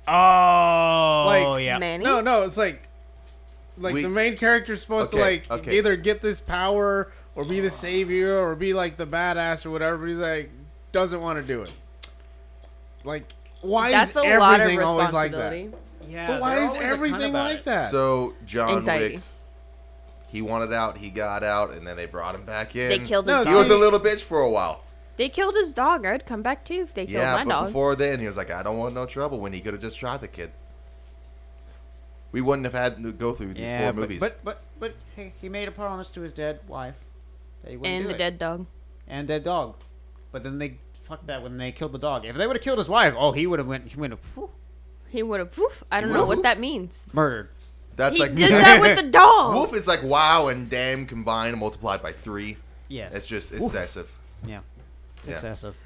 Speaker 2: Oh,
Speaker 4: Like,
Speaker 2: yeah.
Speaker 3: Manny?
Speaker 4: No, no, it's like like
Speaker 1: We-
Speaker 4: the main character's supposed
Speaker 1: Okay,
Speaker 4: to like
Speaker 1: okay.
Speaker 4: either get this power or be the savior or be like the badass or whatever. But he's like doesn't want to do it. Like why
Speaker 3: That's
Speaker 4: is
Speaker 3: a
Speaker 4: everything
Speaker 3: lot of
Speaker 4: always like that?
Speaker 3: responsibility.
Speaker 2: Yeah.
Speaker 4: But why
Speaker 2: they're
Speaker 4: is
Speaker 2: always a cunt
Speaker 4: everything
Speaker 2: about
Speaker 4: like
Speaker 2: it.
Speaker 4: that?
Speaker 1: So John
Speaker 3: Anxiety.
Speaker 1: Wick, he wanted out, he got out, and then they brought him back in.
Speaker 3: They killed
Speaker 4: No,
Speaker 3: his
Speaker 4: it's
Speaker 1: He
Speaker 3: dog.
Speaker 1: was a little bitch for a while.
Speaker 3: They killed his dog. I'd come back too if they killed
Speaker 1: yeah,
Speaker 3: my
Speaker 1: but
Speaker 3: dog.
Speaker 1: before then, he was like, "I don't want no trouble." When he could have just shot the kid, we wouldn't have had to go through these
Speaker 2: Yeah,
Speaker 1: four movies.
Speaker 2: But, but but hey, he made a promise to his dead wife that he wouldn't
Speaker 3: and
Speaker 2: do
Speaker 3: the
Speaker 2: it.
Speaker 3: dead dog.
Speaker 2: and dead dog. But then they fuck that when they killed the dog. If they would have killed his wife, oh, he would have went. He would have whew,
Speaker 3: He would have poof. I don't know what that means.
Speaker 2: murdered.
Speaker 1: That's
Speaker 3: he
Speaker 1: like <laughs>
Speaker 3: did that with the dog.
Speaker 1: Wolf is like wow and damn combined multiplied by three.
Speaker 2: Yes,
Speaker 1: That's just
Speaker 2: Whew.
Speaker 1: excessive.
Speaker 2: yeah, it's
Speaker 1: Yeah.
Speaker 2: excessive.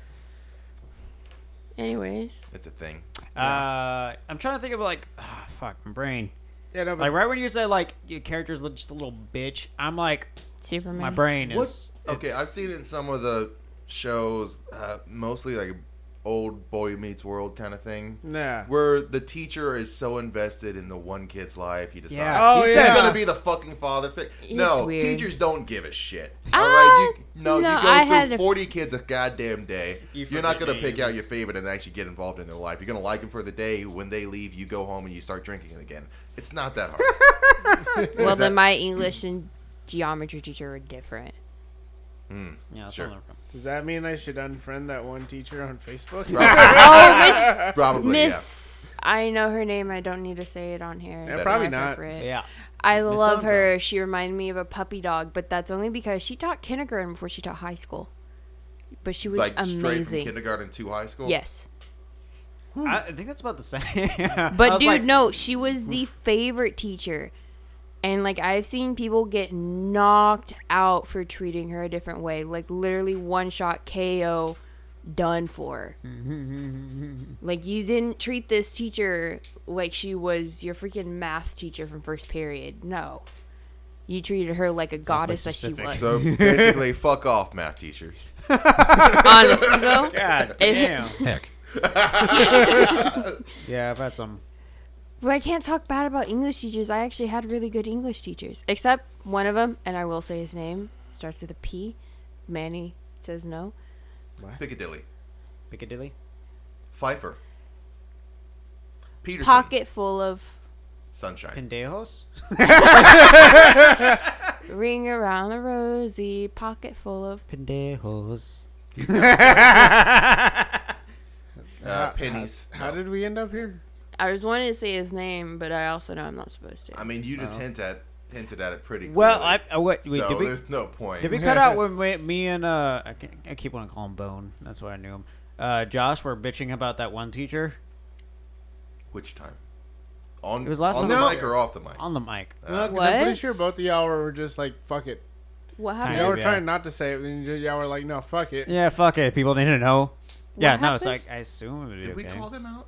Speaker 3: Anyways,
Speaker 1: It's a thing.
Speaker 2: Uh, I'm trying to think of like, ah, fuck my brain.
Speaker 4: Yeah, no,
Speaker 2: Like
Speaker 4: but
Speaker 2: right when you say like your character's li- just a little bitch, I'm like
Speaker 3: Superman.
Speaker 2: my brain is
Speaker 1: What? Okay,
Speaker 2: it's-
Speaker 1: I've seen it in some of the shows, uh, mostly like old boy meets world kind of thing,
Speaker 4: nah.
Speaker 1: where the teacher is so invested in the one kid's life, he decides
Speaker 2: Yeah.
Speaker 4: Oh,
Speaker 1: he's
Speaker 4: yeah.
Speaker 1: gonna be the fucking father. Fi- no,
Speaker 3: weird.
Speaker 1: teachers don't give a shit.
Speaker 3: Uh,
Speaker 1: All right, you, no,
Speaker 3: no,
Speaker 1: you go
Speaker 3: I had
Speaker 1: through
Speaker 3: a-
Speaker 1: forty kids a goddamn day.
Speaker 2: You
Speaker 1: You are not
Speaker 2: forget
Speaker 1: gonna pick out
Speaker 2: names.
Speaker 1: your favorite and actually get involved in their life. You're gonna like them for the day. When they leave, you go home and you start drinking again. It's not that hard.
Speaker 3: well,
Speaker 1: that-
Speaker 3: then my English and geometry teacher
Speaker 1: <laughs>
Speaker 3: were different.
Speaker 2: yeah, that's
Speaker 1: Sure.
Speaker 2: where I'm from.
Speaker 4: Does that mean I should unfriend that one teacher on Facebook?
Speaker 3: <laughs> Oh, Miss
Speaker 1: Probably,
Speaker 3: Miss. I know her name. I don't need to say it on here.
Speaker 4: Yeah,
Speaker 3: It's
Speaker 4: probably not.
Speaker 3: appropriate.
Speaker 2: yeah.
Speaker 3: I
Speaker 2: Miss
Speaker 3: love
Speaker 2: So-and-so.
Speaker 3: her. She reminded me of a puppy dog, but that's only because she taught kindergarten before she taught high school. But she was
Speaker 1: like straight from
Speaker 3: amazing.
Speaker 1: kindergarten to high school.
Speaker 3: Yes.
Speaker 2: I, I think that's about the same. <laughs> I
Speaker 3: But
Speaker 2: was
Speaker 3: dude,
Speaker 2: like, "Mm."
Speaker 3: no, she was the favorite teacher. And like I've seen people get knocked out for treating her a different way. Like literally one shot KO
Speaker 2: <laughs>
Speaker 3: done for. like you didn't treat this teacher like she was your freaking math teacher from first period. No. You treated her like a goddess that she
Speaker 2: specific. <laughs>
Speaker 3: was.
Speaker 1: So basically, fuck off, math teachers.
Speaker 3: <laughs> Honestly though.
Speaker 2: God
Speaker 3: <laughs> It-
Speaker 2: damn.
Speaker 7: Heck.
Speaker 2: <laughs> yeah, I've had some.
Speaker 3: But I can't talk bad about English teachers. I actually had really good English teachers, except one of them, and I will say his name starts with a P. Manny says no.
Speaker 1: Piccadilly,
Speaker 2: Piccadilly.
Speaker 1: Pfeiffer, Peterson,
Speaker 3: Pocket full of
Speaker 1: Sunshine.
Speaker 2: Pendejos?
Speaker 3: ring around the rosy. Pocket full of
Speaker 2: Pendejos.
Speaker 1: uh, pennies.
Speaker 4: How did we end up here?
Speaker 3: I was wanting to say his name, but I also know I'm not supposed to.
Speaker 1: I mean, you just hint at hinted at it pretty.
Speaker 2: <laughs> Well, I,
Speaker 1: clearly.
Speaker 2: I what? Wait,
Speaker 1: so
Speaker 2: did we,
Speaker 1: there's no point.
Speaker 2: did we cut
Speaker 1: <laughs>
Speaker 2: out when we, me and uh, I, can, I keep wanting to call him Bone. That's why I knew him. Uh, Josh, were bitching about that one teacher
Speaker 1: Which time? On
Speaker 2: It was last
Speaker 1: on
Speaker 2: time.
Speaker 1: the
Speaker 2: No.
Speaker 1: mic or off the mic?
Speaker 2: on the mic.
Speaker 1: Uh,
Speaker 4: No, 'cause
Speaker 3: What?
Speaker 4: I'm pretty sure both of y'all were just like, fuck it.
Speaker 3: what
Speaker 2: Kind
Speaker 4: Y'all
Speaker 2: of.
Speaker 3: happened?
Speaker 4: were
Speaker 2: yeah.
Speaker 4: trying not to say it, but then y'all were like, no, fuck it.
Speaker 2: Yeah, fuck it. People need to know. yeah, no. So I,
Speaker 3: happened?
Speaker 2: I assume it would be
Speaker 1: Did we
Speaker 2: okay.
Speaker 1: call them out?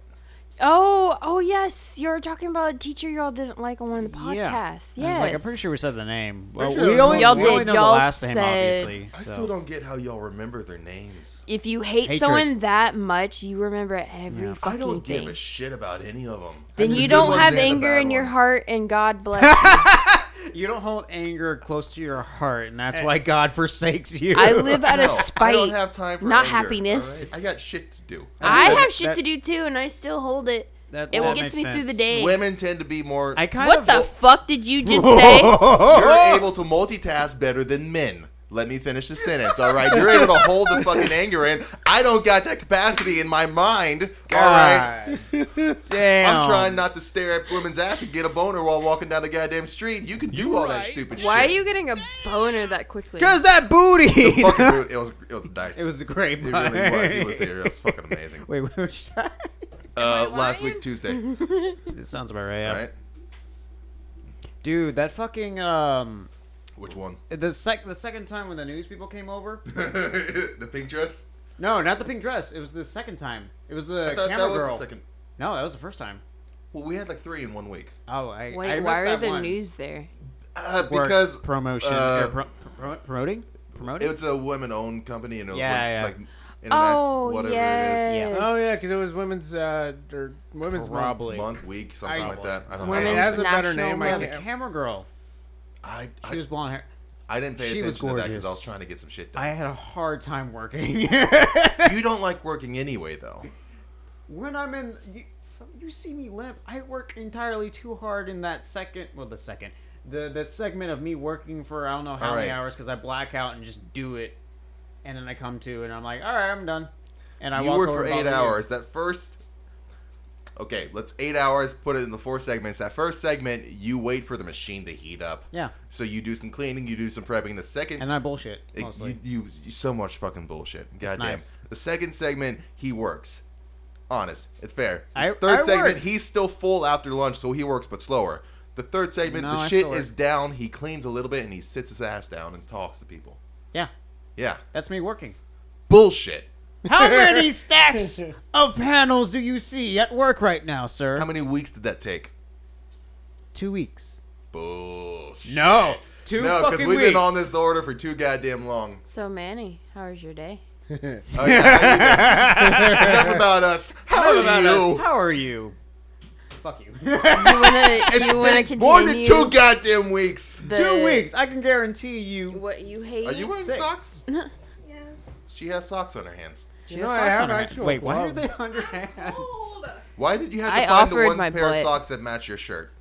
Speaker 3: Oh, oh yes, you were talking about a teacher y'all didn't like on one of the podcasts.
Speaker 2: I was
Speaker 3: Yeah,
Speaker 2: like, I'm pretty sure we said the name. Well,
Speaker 4: sure
Speaker 2: we
Speaker 4: we
Speaker 2: only,
Speaker 4: Y'all
Speaker 2: we
Speaker 4: did.
Speaker 2: only know
Speaker 3: Y'all
Speaker 2: the last name,
Speaker 3: said-
Speaker 2: obviously.
Speaker 1: I
Speaker 2: so.
Speaker 1: still don't get how y'all remember their names.
Speaker 3: If you hate
Speaker 2: Hatred.
Speaker 3: someone that much, you remember every
Speaker 2: Yeah.
Speaker 1: I
Speaker 3: fucking
Speaker 1: don't
Speaker 3: thing.
Speaker 1: give a shit about any of them.
Speaker 3: then you don't have anger in your heart, and God bless. you.
Speaker 2: You don't hold anger close to your heart, and that's why God forsakes you. <laughs>
Speaker 3: I live out
Speaker 1: No,
Speaker 3: of
Speaker 1: I don't
Speaker 3: spite.
Speaker 1: have time for
Speaker 3: not
Speaker 1: anger,
Speaker 3: happiness.
Speaker 1: all right? I got shit to do.
Speaker 3: I
Speaker 2: That-
Speaker 3: have shit
Speaker 2: that-
Speaker 3: to do too, and I still hold it.
Speaker 2: That-
Speaker 3: It
Speaker 2: that
Speaker 3: gets
Speaker 2: makes
Speaker 3: me through the
Speaker 2: sense.
Speaker 3: day.
Speaker 1: Women tend to be more.
Speaker 2: I kind
Speaker 3: What
Speaker 2: of
Speaker 3: the fuck did you just
Speaker 2: <laughs>
Speaker 3: say?
Speaker 1: You're able to multitask better than men. Let me finish the sentence, all right? You're able to hold the
Speaker 2: <laughs>
Speaker 1: fucking anger in. I don't got that capacity in my mind, all right? <laughs>
Speaker 2: God Damn.
Speaker 1: I'm trying not to stare at women's ass and get a boner while walking down the goddamn street. You can do all that stupid shit.
Speaker 2: <laughs>
Speaker 3: Why are you getting a boner that quickly?
Speaker 2: Cause that booty.
Speaker 1: Fucking rude. It was it was nice.
Speaker 2: <laughs> it was a great.
Speaker 1: It really
Speaker 2: <laughs>
Speaker 1: was. He was there. It was fucking amazing.
Speaker 2: Wait, which time?
Speaker 1: Uh, last week
Speaker 2: <laughs>
Speaker 1: Tuesday,
Speaker 2: It sounds about right. Yeah.
Speaker 1: right?
Speaker 2: Dude, that fucking um,
Speaker 1: Which
Speaker 2: <laughs>
Speaker 1: one?
Speaker 2: the sec the second time when the news people came over.
Speaker 1: the pink dress.
Speaker 2: No, not the pink dress. It was the second time. It was the
Speaker 1: I thought
Speaker 2: camera
Speaker 1: that was
Speaker 2: girl.
Speaker 1: the second.
Speaker 2: No, that was the first time.
Speaker 1: Well, we had like three in one week.
Speaker 2: Oh, I I
Speaker 3: Wait,
Speaker 2: missed
Speaker 3: why are
Speaker 2: that
Speaker 3: the
Speaker 2: one.
Speaker 3: news there?
Speaker 1: Uh,
Speaker 2: Work,
Speaker 1: because
Speaker 2: promotion
Speaker 1: uh,
Speaker 2: or pro- pro- promoting promoting.
Speaker 1: It's a women-owned company, and it was
Speaker 2: Yeah,
Speaker 1: like,
Speaker 2: yeah.
Speaker 1: like internet,
Speaker 3: Oh
Speaker 1: whatever
Speaker 3: yes.
Speaker 1: it
Speaker 2: Yeah.
Speaker 4: Oh, yeah, because it was women's, uh, or women's month.
Speaker 1: is,
Speaker 2: probably.
Speaker 1: month, week, something
Speaker 4: I-
Speaker 1: like that. I don't
Speaker 4: When it
Speaker 3: Women's
Speaker 1: know.
Speaker 4: has a better
Speaker 3: National
Speaker 4: name, I
Speaker 2: Yeah,
Speaker 3: Month.
Speaker 2: the
Speaker 4: can't.
Speaker 2: camera girl.
Speaker 1: I,
Speaker 2: She
Speaker 1: I,
Speaker 2: was blonde hair.
Speaker 1: I didn't pay
Speaker 2: she was
Speaker 1: attention to that because I was
Speaker 2: gorgeous.
Speaker 1: trying to get some shit
Speaker 2: I
Speaker 1: done.
Speaker 2: had a hard time working. <laughs>
Speaker 1: you don't like working anyway, though.
Speaker 2: when I'm in, you, you see me limp. I work entirely too hard in that second. Well, the second, the that segment of me working for I don't know how
Speaker 1: All
Speaker 2: many
Speaker 1: right.
Speaker 2: hours because I black out and just do it, and then I come to and I'm like, all right, I'm done, and I
Speaker 1: you
Speaker 2: walk
Speaker 1: work
Speaker 2: over
Speaker 1: for
Speaker 2: and
Speaker 1: eight
Speaker 2: bother you.
Speaker 1: hours. That first, Okay, let's eight hours, put it in the four segments. That first segment, you wait for the machine to heat up.
Speaker 2: Yeah.
Speaker 1: So you do some cleaning, you do some prepping. The second
Speaker 2: And I bullshit
Speaker 1: It-
Speaker 2: mostly.
Speaker 1: You, you, you so much fucking bullshit. Goddamn.
Speaker 2: nice.
Speaker 1: The second segment, he works. Honest, it's fair. The
Speaker 2: I-
Speaker 1: third
Speaker 2: I
Speaker 1: segment,
Speaker 2: work.
Speaker 1: he's still full after lunch, so he works but slower. The third segment,
Speaker 2: No,
Speaker 1: the
Speaker 2: I
Speaker 1: shit
Speaker 2: still
Speaker 1: is
Speaker 2: work.
Speaker 1: down. He cleans a little bit and he sits his ass down and talks to people.
Speaker 2: yeah,
Speaker 1: Yeah,
Speaker 2: that's me working.
Speaker 1: bullshit. <laughs>
Speaker 2: How many stacks of panels do you see at work right now, sir?
Speaker 1: How many weeks did that take?
Speaker 2: Two weeks.
Speaker 1: Bullshit.
Speaker 2: No, two
Speaker 1: no,
Speaker 2: fucking
Speaker 1: we've
Speaker 2: weeks.
Speaker 1: been on this order for too goddamn long.
Speaker 2: <laughs>
Speaker 3: So Manny, how was your day?
Speaker 1: Oh, yeah. Enough about us. How
Speaker 2: How
Speaker 1: are
Speaker 2: about
Speaker 1: you?
Speaker 2: us? How are you? Fuck you.
Speaker 3: <laughs>
Speaker 2: <laughs>
Speaker 3: You wanna you wanna continue
Speaker 1: More than two goddamn weeks.
Speaker 3: the-
Speaker 2: two weeks. I can guarantee you.
Speaker 3: What you hate?
Speaker 1: Are you wearing
Speaker 2: Six. <laughs>
Speaker 1: socks?
Speaker 5: Yes.
Speaker 1: She has socks on her hands.
Speaker 2: She
Speaker 4: You know,
Speaker 2: has
Speaker 4: I
Speaker 2: socks
Speaker 4: have
Speaker 2: on her hand.
Speaker 4: actual
Speaker 2: Wait, why are
Speaker 4: gloves.
Speaker 2: <laughs> they on your hands?
Speaker 5: Cold.
Speaker 1: Why did you have to
Speaker 3: I
Speaker 1: find the
Speaker 3: offered
Speaker 1: one
Speaker 3: my
Speaker 1: pair of
Speaker 3: butt.
Speaker 1: socks that match your shirt?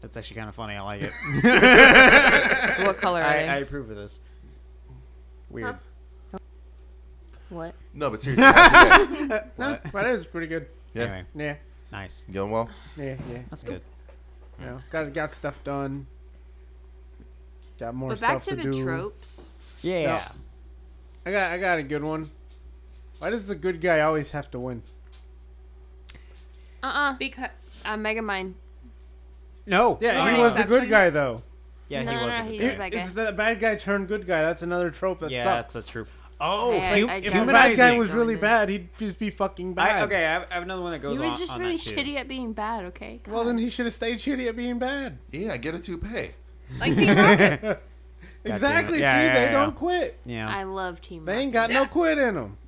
Speaker 2: That's actually kind of funny. I like <laughs> it.
Speaker 3: What color are
Speaker 2: I,
Speaker 3: they?
Speaker 2: I approve of this. Weird.
Speaker 3: what?
Speaker 1: No, but
Speaker 2: <laughs>
Speaker 1: seriously, how's your day?
Speaker 4: No, that is pretty good.
Speaker 1: yeah,
Speaker 2: Anyway,
Speaker 4: Yeah,
Speaker 2: nice.
Speaker 1: you doing well?
Speaker 4: yeah, yeah.
Speaker 2: That's good.
Speaker 4: You know, got got stuff done. Got more
Speaker 3: But
Speaker 4: stuff
Speaker 3: back to, the
Speaker 4: do.
Speaker 3: tropes.
Speaker 2: Yeah.
Speaker 4: I got I got a good one. Why does the good guy always have to win?
Speaker 3: Uh uh
Speaker 5: Because
Speaker 3: I'm Megamind.
Speaker 2: No.
Speaker 4: Yeah,
Speaker 5: Alright,
Speaker 4: he was the
Speaker 5: that's
Speaker 4: good
Speaker 5: what
Speaker 4: guy though.
Speaker 2: Yeah,
Speaker 3: no,
Speaker 2: he
Speaker 3: no,
Speaker 2: was.
Speaker 3: no,
Speaker 2: a good
Speaker 3: he's
Speaker 2: guy.
Speaker 3: the bad guy.
Speaker 4: It's the bad guy turned good guy. That's another trope that
Speaker 2: yeah,
Speaker 4: sucks.
Speaker 2: that's a true. Oh,
Speaker 3: Yeah,
Speaker 2: hu-
Speaker 3: I- I
Speaker 4: if the bad
Speaker 3: got it.
Speaker 4: guy
Speaker 2: humanizing.
Speaker 4: was really
Speaker 3: Humanizing.
Speaker 4: bad, he'd just be fucking
Speaker 2: I,
Speaker 4: bad.
Speaker 2: okay, I have, I have another one that goes
Speaker 3: He
Speaker 2: on.
Speaker 3: was just
Speaker 2: on
Speaker 3: really
Speaker 2: that too.
Speaker 3: shitty at being bad. Okay.
Speaker 4: Well,
Speaker 3: God.
Speaker 4: then he should have stayed shitty at being bad.
Speaker 1: Yeah, get a toupee.
Speaker 5: like
Speaker 1: <laughs>
Speaker 5: Team Rocket.
Speaker 4: exactly.
Speaker 2: Yeah,
Speaker 4: See,
Speaker 2: yeah,
Speaker 4: they
Speaker 2: yeah.
Speaker 4: don't quit.
Speaker 2: Yeah.
Speaker 3: I love Team.
Speaker 4: They ain't
Speaker 3: Rocket.
Speaker 4: got no quit in them.
Speaker 1: <laughs>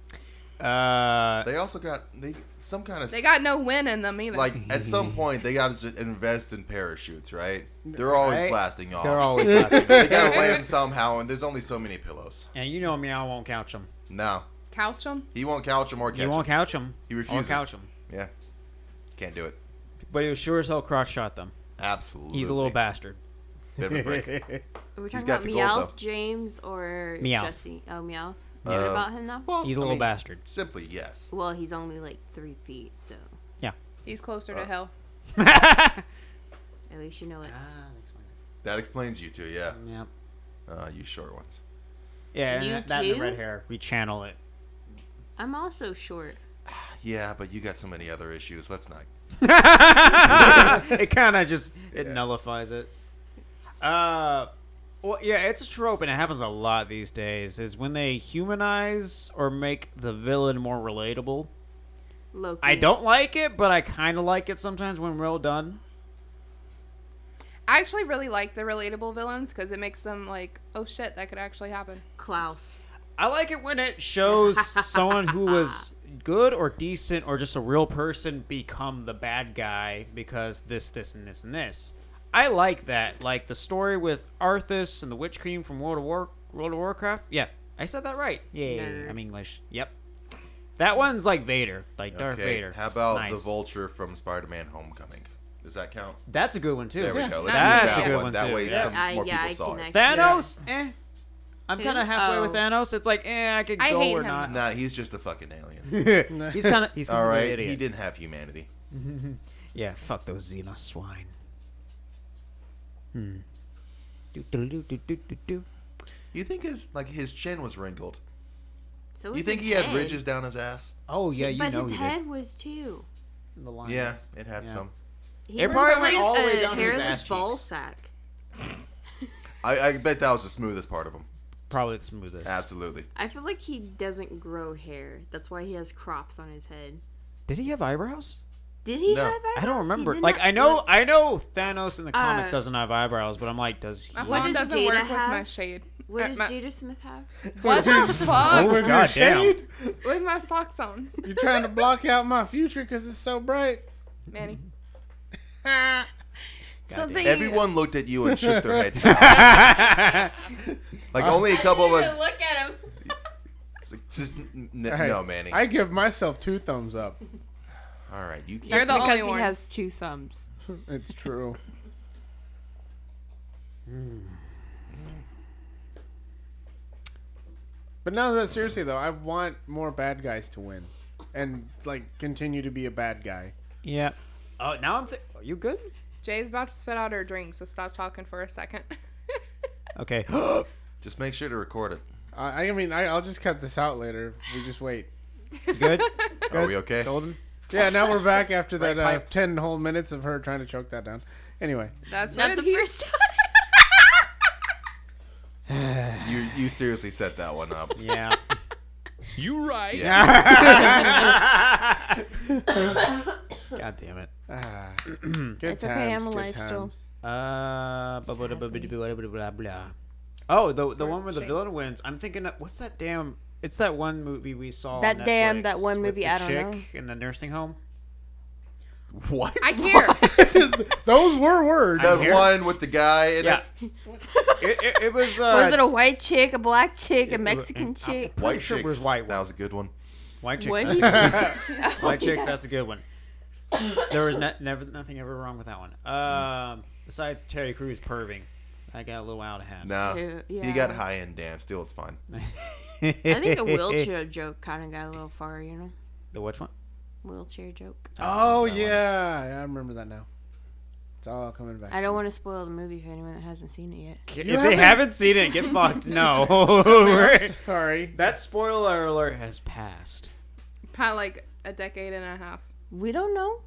Speaker 2: Uh,
Speaker 1: They also got they some kind of
Speaker 5: they got no win in them either.
Speaker 1: like at
Speaker 2: <laughs>
Speaker 1: some point they got to just invest in parachutes, right? They're always
Speaker 2: Right.
Speaker 1: blasting off.
Speaker 2: they're <laughs> always classic.
Speaker 1: they
Speaker 3: <laughs>
Speaker 1: got to land somehow, and there's only so many pillows.
Speaker 2: and you know me, I won't couch them.
Speaker 1: No,
Speaker 5: couch them.
Speaker 1: he won't couch them or catch
Speaker 2: You won't
Speaker 1: 'em.
Speaker 2: couch them.
Speaker 1: He
Speaker 2: Won't
Speaker 1: refuses.
Speaker 2: couch them.
Speaker 1: Yeah, can't do it.
Speaker 2: But he was sure as hell crotch shot them.
Speaker 1: Absolutely,
Speaker 2: He's a little bastard.
Speaker 1: Bit of a break.
Speaker 2: <laughs>
Speaker 3: Are we
Speaker 1: He's got
Speaker 3: talking about
Speaker 1: the gold,
Speaker 3: Meowth,
Speaker 1: though. Uh,
Speaker 3: James, or
Speaker 2: Meowth.
Speaker 3: Jesse? Oh, Meowth.
Speaker 1: Yeah.
Speaker 3: What about him though?
Speaker 1: Well,
Speaker 2: He's a
Speaker 1: I
Speaker 2: little
Speaker 1: mean,
Speaker 2: bastard.
Speaker 1: Simply yes.
Speaker 3: Well, he's only like three feet, so
Speaker 5: He's closer
Speaker 1: uh,
Speaker 5: to hell.
Speaker 3: at least you know it.
Speaker 1: That explains you two. Yeah,
Speaker 2: Yeah.
Speaker 1: uh, you short ones.
Speaker 2: <laughs> Yeah, and
Speaker 3: You
Speaker 2: that, that and the
Speaker 3: too?
Speaker 2: red hair. We channel
Speaker 3: <laughs>
Speaker 2: it. <laughs>
Speaker 3: I'm also short.
Speaker 1: Yeah, but you got so many other issues. Let's not.
Speaker 2: it kind of just it nullifies it. Uh, well, yeah, it's a trope, and it happens a lot these days. Is when they humanize or make the villain more relatable.
Speaker 3: Loki.
Speaker 2: I don't like it, but I kind of like it sometimes when well done.
Speaker 5: I actually really like the relatable villains because it makes them like, oh shit, that could actually happen.
Speaker 3: Klaus.
Speaker 2: I like it when it shows someone who was good or decent or just a real person become the bad guy because this, this, and this, and this. I like that. Like the story with Arthas and the Witch Queen from World of War World of Warcraft. Yeah, I said that right. Yay.
Speaker 3: Nerd.
Speaker 2: I'm English. Yep. That one's like Vader, like Darth
Speaker 1: okay.
Speaker 2: Vader.
Speaker 1: How about the
Speaker 2: Nice.
Speaker 1: vulture from Spider-Man: Homecoming? Does that count?
Speaker 2: That's a good one too.
Speaker 1: There we go. Let's
Speaker 5: That's
Speaker 1: use
Speaker 5: a
Speaker 1: that
Speaker 5: good
Speaker 2: one,
Speaker 1: That
Speaker 2: too.
Speaker 1: way,
Speaker 2: Yeah.
Speaker 1: some
Speaker 3: I-
Speaker 1: more
Speaker 3: Uh, yeah, I
Speaker 1: people saw
Speaker 3: can
Speaker 1: it.
Speaker 3: actually-
Speaker 2: Thanos, eh. I'm
Speaker 3: Who?
Speaker 2: kind of halfway with
Speaker 3: Oh.
Speaker 2: Thanos. It's like, eh, I could
Speaker 5: I
Speaker 2: go
Speaker 5: hate
Speaker 2: or
Speaker 5: him.
Speaker 2: not.
Speaker 1: Nah, he's just a fucking alien.
Speaker 2: <laughs> He's kind of he's kind
Speaker 1: All
Speaker 2: of
Speaker 1: right,
Speaker 2: an idiot.
Speaker 1: he didn't have humanity.
Speaker 2: Yeah, fuck those Xenos swine. Hmm.
Speaker 1: You think his like his chin was wrinkled?
Speaker 3: So
Speaker 1: You
Speaker 3: was
Speaker 1: think
Speaker 3: his
Speaker 1: he had
Speaker 3: head.
Speaker 1: ridges down his ass?
Speaker 2: Oh yeah, you
Speaker 3: but
Speaker 2: know
Speaker 3: his
Speaker 2: he
Speaker 3: head was too.
Speaker 2: did. The lines.
Speaker 1: Yeah, it had
Speaker 2: Yeah.
Speaker 1: some.
Speaker 3: He
Speaker 2: It
Speaker 3: was
Speaker 2: probably
Speaker 3: like
Speaker 2: went all the way
Speaker 3: a
Speaker 2: down to his ass
Speaker 3: hairless
Speaker 2: cheeks.
Speaker 3: ball sack.
Speaker 1: I, I bet that was the smoothest part of him.
Speaker 2: Probably the smoothest.
Speaker 1: Absolutely.
Speaker 3: I feel like he doesn't grow hair. That's why he has crops on his head.
Speaker 2: Did he have eyebrows?
Speaker 3: Did he
Speaker 1: No.
Speaker 3: have eyebrows?
Speaker 2: I don't
Speaker 3: He
Speaker 2: remember.
Speaker 3: did
Speaker 2: Like
Speaker 3: not
Speaker 2: I know,
Speaker 3: look-
Speaker 2: I know Thanos in the comics
Speaker 3: Uh,
Speaker 2: doesn't have eyebrows, but I'm like, does he?
Speaker 5: My
Speaker 3: What
Speaker 5: phone
Speaker 3: does
Speaker 5: doesn't
Speaker 3: Jada
Speaker 5: work with my
Speaker 3: have?
Speaker 5: shade.
Speaker 3: What
Speaker 5: Uh,
Speaker 3: does
Speaker 5: my-
Speaker 3: Jada Smith have?
Speaker 1: <laughs>
Speaker 5: What the
Speaker 2: Oh,
Speaker 5: fuck?
Speaker 4: With your
Speaker 2: God damn.
Speaker 4: shade?
Speaker 5: With my socks on,
Speaker 4: You're trying to block out my future because it's so bright.
Speaker 5: Manny.
Speaker 3: Something.
Speaker 1: Everyone looked at you and shook
Speaker 2: <laughs>
Speaker 1: their head. <laughs> like only a couple of us.
Speaker 3: <laughs> Look at him.
Speaker 1: it's like, Just n- n-
Speaker 4: All right.
Speaker 1: no, Manny.
Speaker 4: I give myself two thumbs up.
Speaker 1: All right, you can't.
Speaker 5: You're the only
Speaker 3: because he
Speaker 5: one.
Speaker 3: has two thumbs.
Speaker 4: It's true. Hmm. But no, no, seriously though, I want more bad guys to win, and like continue to be a bad guy.
Speaker 2: Yeah. Oh, now I'm. Th- Are you good?
Speaker 5: Jay's about to spit out her drink, so stop talking for a second. <laughs>
Speaker 2: Okay.
Speaker 1: Just make sure to record it.
Speaker 4: <laughs> I, I mean, I, I'll just cut this out later. We just wait.
Speaker 2: You good?
Speaker 1: Are we okay?
Speaker 2: Golden.
Speaker 4: Yeah, now we're back after
Speaker 2: Right,
Speaker 4: that uh,
Speaker 2: pipe.
Speaker 4: ten whole minutes of her trying to choke that down. Anyway,
Speaker 5: That's
Speaker 3: Not
Speaker 5: what
Speaker 3: the
Speaker 5: he-
Speaker 3: first time.
Speaker 1: You you seriously set that one
Speaker 4: <laughs>
Speaker 1: up.
Speaker 2: Yeah.
Speaker 7: <laughs> You right.
Speaker 1: Yeah.
Speaker 2: <laughs> God damn it. <clears throat>
Speaker 4: ah, good
Speaker 3: It's okay,
Speaker 4: times,
Speaker 3: I'm
Speaker 4: good
Speaker 3: alive still.
Speaker 4: times.
Speaker 2: Uh, blah, blah, blah, blah,
Speaker 3: Sadly.
Speaker 2: blah, blah, blah, blah. Oh, the the one where the
Speaker 5: shame.
Speaker 2: villain wins. I'm thinking, of, what's that damn? It's that one movie we saw. on
Speaker 3: That damn- that
Speaker 2: Netflix
Speaker 3: one
Speaker 2: with
Speaker 3: movie,
Speaker 2: the
Speaker 3: I don't
Speaker 2: chick In the nursing
Speaker 3: <laughs>
Speaker 2: home.
Speaker 1: What?
Speaker 5: I care.
Speaker 4: Those were words. <laughs>
Speaker 2: I'm
Speaker 1: That
Speaker 2: here.
Speaker 1: one with the guy in
Speaker 2: Yeah.
Speaker 1: it.
Speaker 2: it, it, it was. Uh,
Speaker 3: Was it a white chick, a black chick, a
Speaker 2: was- <laughs>
Speaker 3: Mexican
Speaker 2: and-
Speaker 3: chick?
Speaker 1: White
Speaker 2: sure it
Speaker 1: chicks.
Speaker 2: was white
Speaker 1: That
Speaker 2: one.
Speaker 1: was a good one.
Speaker 2: White chicks.
Speaker 3: What?
Speaker 2: that's-
Speaker 3: did you-
Speaker 2: White chicks. That's a good one. There was ne- never nothing ever wrong with that one. Um, besides Terry Crews perving, that got a little out of hand.
Speaker 1: Nah.
Speaker 3: Ew,
Speaker 1: He
Speaker 3: yeah.
Speaker 1: got high end damn. Still was fine.
Speaker 3: I think the wheelchair joke kind of got a little far, you know?
Speaker 2: The which one?
Speaker 3: Wheelchair joke.
Speaker 4: Oh yeah, I remember that now. It's all coming <laughs> back.
Speaker 3: I don't want to spoil the movie for anyone that hasn't seen it yet.
Speaker 2: If they
Speaker 4: haven't-
Speaker 2: haven't seen it, get fucked. <laughs> No.
Speaker 4: Sorry.
Speaker 2: that spoiler alert has passed.
Speaker 5: Probably like a decade and a half.
Speaker 3: We don't know.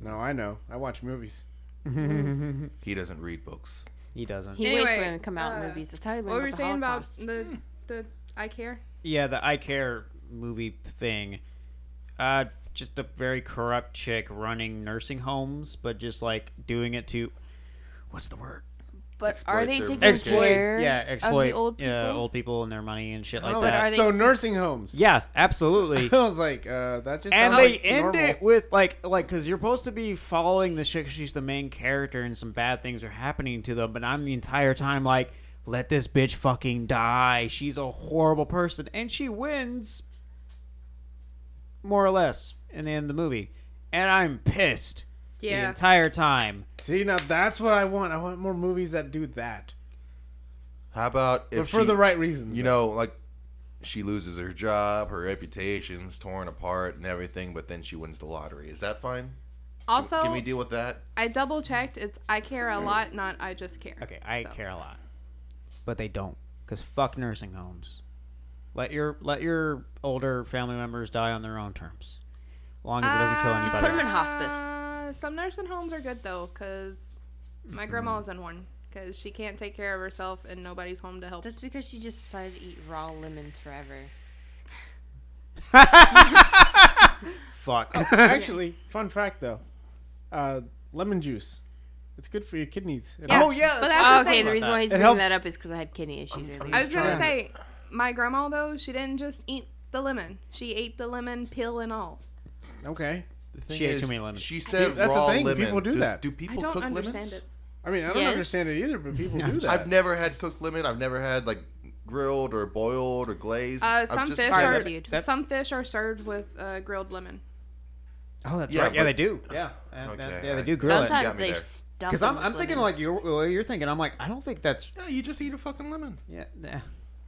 Speaker 4: No, I know. I watch movies.
Speaker 1: He doesn't read books.
Speaker 2: He doesn't.
Speaker 3: He waits for
Speaker 5: Anyway,
Speaker 3: them to come out
Speaker 5: uh,
Speaker 3: in movies. That's how he learned
Speaker 5: What were you
Speaker 3: about
Speaker 5: saying
Speaker 3: the
Speaker 5: about
Speaker 3: Holocaust. Hmm.
Speaker 5: the the I care?
Speaker 2: Yeah, the I Care movie thing. Uh, just a very corrupt chick running nursing homes, but just like doing it to. What's the word?
Speaker 3: But are
Speaker 1: Exploit their
Speaker 3: they taking
Speaker 1: market. Exploit,
Speaker 3: care
Speaker 2: Yeah, exploit.
Speaker 3: of the old people?
Speaker 2: Yeah, old people and their money and shit like
Speaker 4: oh,
Speaker 2: that.
Speaker 3: are they-
Speaker 4: so nursing homes.
Speaker 2: Yeah, absolutely.
Speaker 4: <laughs> I was like, uh, that just
Speaker 2: and
Speaker 4: sounds
Speaker 2: they
Speaker 4: like
Speaker 2: end
Speaker 4: normal.
Speaker 2: it with like like because you're supposed to be following the chick she's the main character and some bad things are happening to them but i'm the entire time like let this bitch fucking die she's a horrible person and she wins more or less in the end of the movie and i'm pissed the
Speaker 5: Yeah.
Speaker 2: entire time
Speaker 4: See, now that's what I want. I want more movies that do that,
Speaker 1: How about if
Speaker 4: but for
Speaker 1: she-
Speaker 4: the right reasons.
Speaker 1: you
Speaker 4: though.
Speaker 1: know, like she loses her job, her reputation's torn apart and everything, but then she wins the lottery. Is that fine?
Speaker 5: Also,
Speaker 1: Can we deal with that?
Speaker 5: I double checked. It's I care a lot, not I just care.
Speaker 2: okay i
Speaker 5: So.
Speaker 2: care a lot but they don't because fuck nursing homes let your let your older family members die on their own terms long as it doesn't kill
Speaker 5: Uh,
Speaker 2: anybody
Speaker 3: Just put 'em in
Speaker 2: else.
Speaker 3: hospice.
Speaker 5: Uh, some nursing homes are good though, cause my
Speaker 2: Mm-hmm.
Speaker 5: grandma is in one, cause she can't take care of herself and nobody's home to help.
Speaker 3: That's because she just decided to eat raw lemons forever.
Speaker 2: fuck
Speaker 4: <laughs> Oh.
Speaker 2: <laughs>
Speaker 4: actually, fun fact though, uh, lemon juice, it's good for your kidneys. It helps-
Speaker 2: yeah,
Speaker 5: but
Speaker 3: Oh,
Speaker 5: that's
Speaker 3: okay, the
Speaker 5: the
Speaker 3: reason
Speaker 5: thing.
Speaker 3: why he's
Speaker 4: It
Speaker 3: bringing that
Speaker 4: helps.
Speaker 3: up is because I had kidney issues earlier.
Speaker 5: I was gonna
Speaker 4: trying.
Speaker 5: say, my grandma though she didn't just eat the lemon. She ate the lemon peel and all.
Speaker 4: Okay.
Speaker 1: The thing
Speaker 2: She ate
Speaker 1: is,
Speaker 2: too many lemons.
Speaker 1: She said
Speaker 4: That's the
Speaker 1: raw
Speaker 4: thing,
Speaker 1: lemon.
Speaker 4: people do
Speaker 1: Does-
Speaker 4: that.
Speaker 1: Do
Speaker 5: I
Speaker 1: people
Speaker 5: don't
Speaker 1: cook
Speaker 5: understand
Speaker 1: lemons?
Speaker 5: it.
Speaker 4: I mean, I don't
Speaker 3: Yes.
Speaker 4: understand it either,
Speaker 2: <laughs>
Speaker 4: but people do that. Oh,
Speaker 1: I've never had cooked lemon. I've never had like grilled or boiled or glazed.
Speaker 5: Uh,
Speaker 1: I've
Speaker 5: some
Speaker 1: just
Speaker 5: fish
Speaker 1: had-
Speaker 5: are
Speaker 3: Barbecued.
Speaker 2: That-
Speaker 5: some fish are served with uh, grilled lemon.
Speaker 2: Oh, that's
Speaker 1: Yeah,
Speaker 2: right. Yeah,
Speaker 1: but-
Speaker 2: they do. Yeah, and, and-
Speaker 1: Okay,
Speaker 2: yeah, they
Speaker 1: I-
Speaker 2: do grill it.
Speaker 1: You
Speaker 3: Sometimes
Speaker 1: got me
Speaker 3: they
Speaker 1: there.
Speaker 3: stuff
Speaker 2: Because I'm, I'm thinking like you're well, you're thinking. I'm like, I don't think that's
Speaker 1: Yeah, you just eat a fucking lemon.
Speaker 2: yeah. Nah.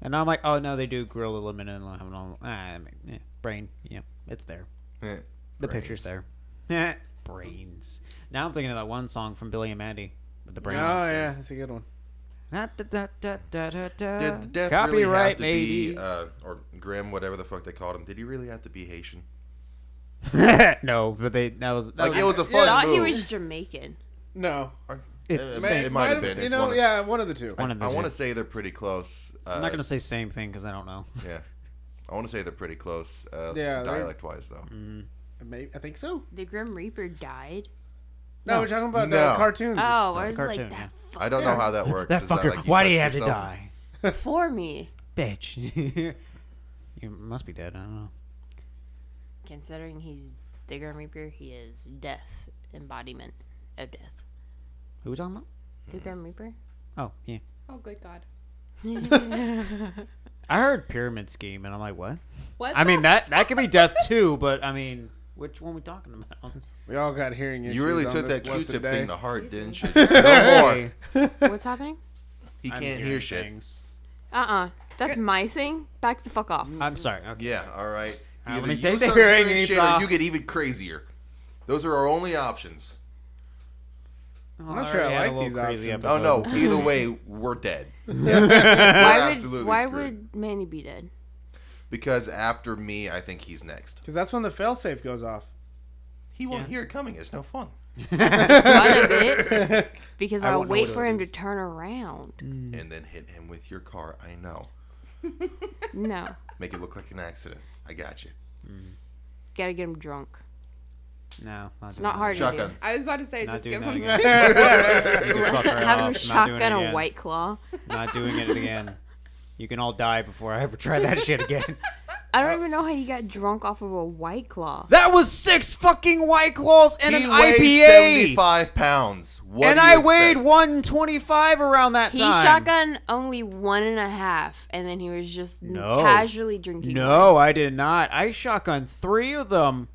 Speaker 2: And I'm like, oh no, they do grill the lemon and have it all. Ah, I mean, yeah, brain. Yeah, it's there.
Speaker 1: Eh.
Speaker 2: The picture's there. <laughs> brains. Now I'm thinking of that one song from Billy and Mandy with the
Speaker 4: Oh
Speaker 2: brains.
Speaker 4: yeah, that's a good one.
Speaker 2: Da, da, da, da, da, da, da.
Speaker 1: Did the death
Speaker 2: Copyright,
Speaker 1: really have to
Speaker 2: maybe.
Speaker 1: be uh, or Grim, whatever the fuck they called him? Did he really have to be Haitian?
Speaker 2: <laughs> no, but they that was that
Speaker 1: Like
Speaker 2: was,
Speaker 1: it was a
Speaker 3: I
Speaker 1: fun
Speaker 3: thought
Speaker 1: move.
Speaker 3: he was Jamaican.
Speaker 4: No,
Speaker 1: Or-
Speaker 2: It's
Speaker 1: it,
Speaker 2: same.
Speaker 1: it might have
Speaker 4: Might-
Speaker 1: been.
Speaker 4: You
Speaker 1: It's
Speaker 4: know,
Speaker 1: one of-
Speaker 4: yeah, one of the two.
Speaker 2: one of
Speaker 1: I
Speaker 2: the
Speaker 1: want to
Speaker 2: two.
Speaker 1: say they're pretty close. Uh,
Speaker 2: I'm not gonna say same thing because I
Speaker 1: <laughs>
Speaker 2: don't know.
Speaker 1: Yeah, I want to say they're pretty close. Uh,
Speaker 4: Yeah, they're-
Speaker 1: dialect wise though.
Speaker 2: Mm.
Speaker 4: Maybe, I think so.
Speaker 3: The Grim Reaper died.
Speaker 4: No, we're talking about
Speaker 1: No.
Speaker 4: uh, cartoons.
Speaker 3: Oh, I was
Speaker 2: cartoon,
Speaker 3: like that
Speaker 1: I don't know how that works.
Speaker 2: That
Speaker 1: Is
Speaker 2: fucker.
Speaker 1: like
Speaker 2: why do
Speaker 1: touch
Speaker 2: you have to
Speaker 1: yourself?
Speaker 2: die?
Speaker 3: for me.
Speaker 2: bitch. <laughs> you must be dead. I don't know.
Speaker 3: Considering he's the Grim Reaper, he is death embodiment of death.
Speaker 2: Who we talking about?
Speaker 3: The Grim Reaper.
Speaker 2: Oh, yeah.
Speaker 5: Oh good god.
Speaker 2: I heard pyramid scheme, and I'm like, what?
Speaker 5: What?
Speaker 2: I
Speaker 5: the-
Speaker 2: mean, that that could
Speaker 1: <laughs>
Speaker 2: be death too, but I mean, which one we talking about?
Speaker 4: We all got hearing issues.
Speaker 1: You really
Speaker 4: on
Speaker 1: took
Speaker 4: this
Speaker 1: that
Speaker 4: blessed
Speaker 1: Q-tip
Speaker 4: day.
Speaker 1: thing to heart, didn't you? Just, no more.
Speaker 3: <laughs> What's happening?
Speaker 1: He
Speaker 2: I'm
Speaker 1: can't hear
Speaker 2: hearing
Speaker 1: shit.
Speaker 2: things.
Speaker 3: Uh uh That's my thing. Back the fuck off.
Speaker 2: I'm sorry. Okay.
Speaker 1: Yeah, all right.
Speaker 2: Uh, let
Speaker 1: Either
Speaker 2: me
Speaker 1: you
Speaker 2: take the
Speaker 1: start
Speaker 2: hearing aids
Speaker 1: shit, or
Speaker 2: off.
Speaker 1: you get even crazier. Those are our only options.
Speaker 2: I'm
Speaker 4: not sure I like these options.
Speaker 1: Oh no! Either way, we're dead.
Speaker 3: Why
Speaker 1: absolutely
Speaker 3: would why
Speaker 1: screwed.
Speaker 3: would Manny be dead?
Speaker 1: Because after me, I think he's next.
Speaker 4: Because that's when the failsafe goes off.
Speaker 1: He won't hear it coming. It's no fun.
Speaker 3: None of it. Because I'll
Speaker 4: won't know
Speaker 3: wait
Speaker 4: what
Speaker 3: for
Speaker 4: it
Speaker 3: him to
Speaker 4: is.
Speaker 3: turn around.
Speaker 2: Hmm.
Speaker 1: And then hit him with your car. I know.
Speaker 3: No.
Speaker 1: Make it look like an accident. I got you.
Speaker 3: Gotta get him drunk.
Speaker 2: No,
Speaker 3: It's not hard to
Speaker 1: Shotgun.
Speaker 5: I was about to say,
Speaker 2: Not
Speaker 5: just
Speaker 2: doing
Speaker 5: give
Speaker 2: that
Speaker 5: him.
Speaker 2: again. <laughs>
Speaker 3: do. Have him shotgun a white claw.
Speaker 2: Not doing it again. You can all die before I ever try that shit again.
Speaker 3: I don't even know how you got drunk off of a white claw.
Speaker 2: <laughs> That was six fucking white claws and
Speaker 1: he
Speaker 2: an
Speaker 1: weighs
Speaker 2: IPA,
Speaker 1: seventy-five pounds. What
Speaker 2: and
Speaker 1: do you
Speaker 2: I weighed
Speaker 1: expect?
Speaker 2: one twenty-five around that
Speaker 3: He
Speaker 2: time.
Speaker 3: shotgun only one and a half, and then he was just
Speaker 2: No.
Speaker 3: casually drinking. one.
Speaker 2: No, I did not. I shotgun three of them,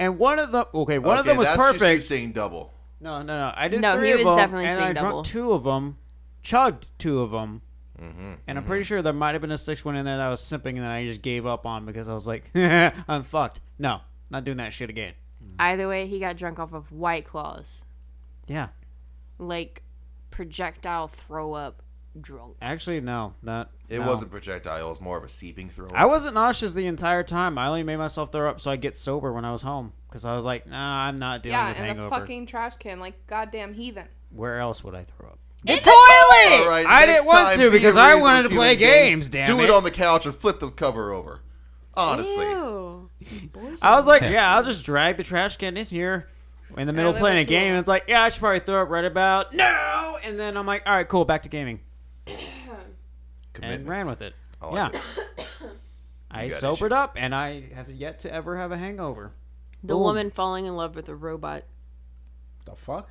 Speaker 2: and one of them. Okay, one of
Speaker 1: Okay,
Speaker 2: them was
Speaker 1: that's just you
Speaker 2: perfect.
Speaker 1: saying double.
Speaker 2: No, no, no. I did
Speaker 3: No,
Speaker 2: three
Speaker 3: he
Speaker 2: of
Speaker 3: was
Speaker 2: them,
Speaker 3: definitely
Speaker 2: and
Speaker 3: saying
Speaker 2: I
Speaker 3: double.
Speaker 2: drunk two of them, chugged two of them,
Speaker 1: Mm-hmm,
Speaker 2: and I'm pretty sure there might have been a sixth one in there that I was simping that I just gave up on because I was like, <laughs> I'm fucked. No, not doing that shit again.
Speaker 3: Either way, he got drunk off of white claws,
Speaker 2: Yeah,
Speaker 3: like projectile throw up drunk.
Speaker 2: actually, no, not.
Speaker 1: It
Speaker 2: no.
Speaker 1: wasn't projectile. It was more of a seeping throw.
Speaker 2: I wasn't nauseous the entire time. I only made myself throw up so I get sober when I was home because I was like, Nah, I'm not dealing
Speaker 5: <laughs> Yeah,
Speaker 2: with
Speaker 5: in a
Speaker 2: hangover.
Speaker 5: fucking trash can, like goddamn heathen.
Speaker 2: Where else would I throw up?
Speaker 1: All right, next
Speaker 2: I didn't want
Speaker 1: time,
Speaker 2: to
Speaker 1: be a
Speaker 2: because I
Speaker 1: reasonable
Speaker 2: wanted to
Speaker 1: human
Speaker 2: play
Speaker 1: being.
Speaker 2: games, damn
Speaker 1: Do it.
Speaker 2: it.
Speaker 1: on the couch and flip the cover over. Honestly,
Speaker 3: Ew.
Speaker 2: I was like, yeah, I'll just drag the trash can in here in the middle of
Speaker 5: they
Speaker 2: playing a
Speaker 5: went to
Speaker 2: game.
Speaker 5: a-
Speaker 2: And it's like, yeah, I should probably throw up right about now. And then I'm like, all right, cool, back to gaming. And ran
Speaker 1: Commitments. Oh,
Speaker 2: with it.
Speaker 1: I like
Speaker 2: yeah.
Speaker 1: it. <coughs>
Speaker 2: I
Speaker 1: You got
Speaker 2: sobered
Speaker 1: issues.
Speaker 2: up and I have yet to ever have a hangover.
Speaker 3: The woman falling in love with a robot.
Speaker 4: The fuck?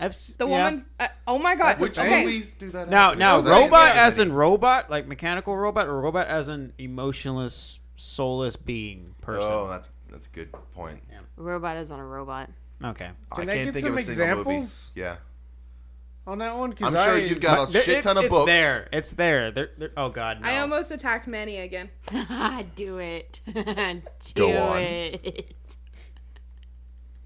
Speaker 2: I've s-
Speaker 5: The
Speaker 2: yeah.
Speaker 5: woman. Uh, oh my god.
Speaker 1: Would you
Speaker 5: okay.
Speaker 1: please do that?
Speaker 2: Now,
Speaker 1: after
Speaker 2: now,
Speaker 1: this? 'Cause I ain't
Speaker 2: robot
Speaker 1: got
Speaker 2: as
Speaker 1: any.
Speaker 2: in robot, like mechanical robot, or robot as an emotionless, soulless being person.
Speaker 1: Oh, that's that's a good point.
Speaker 3: Robot is on a <laughs> robot.
Speaker 2: Okay.
Speaker 4: Can I
Speaker 1: can't
Speaker 4: get
Speaker 1: think of
Speaker 4: some
Speaker 1: a single
Speaker 4: examples?
Speaker 1: Movie. Yeah,
Speaker 4: On that one?
Speaker 1: I'm
Speaker 4: I,
Speaker 1: sure you've got a
Speaker 2: There-
Speaker 1: shit
Speaker 2: it's-
Speaker 1: ton of
Speaker 2: it's
Speaker 1: books.
Speaker 2: there. It's there. There- there- oh, God. No.
Speaker 5: I almost attacked Manny again.
Speaker 3: Do it. <laughs> Do
Speaker 1: Go on.
Speaker 3: it.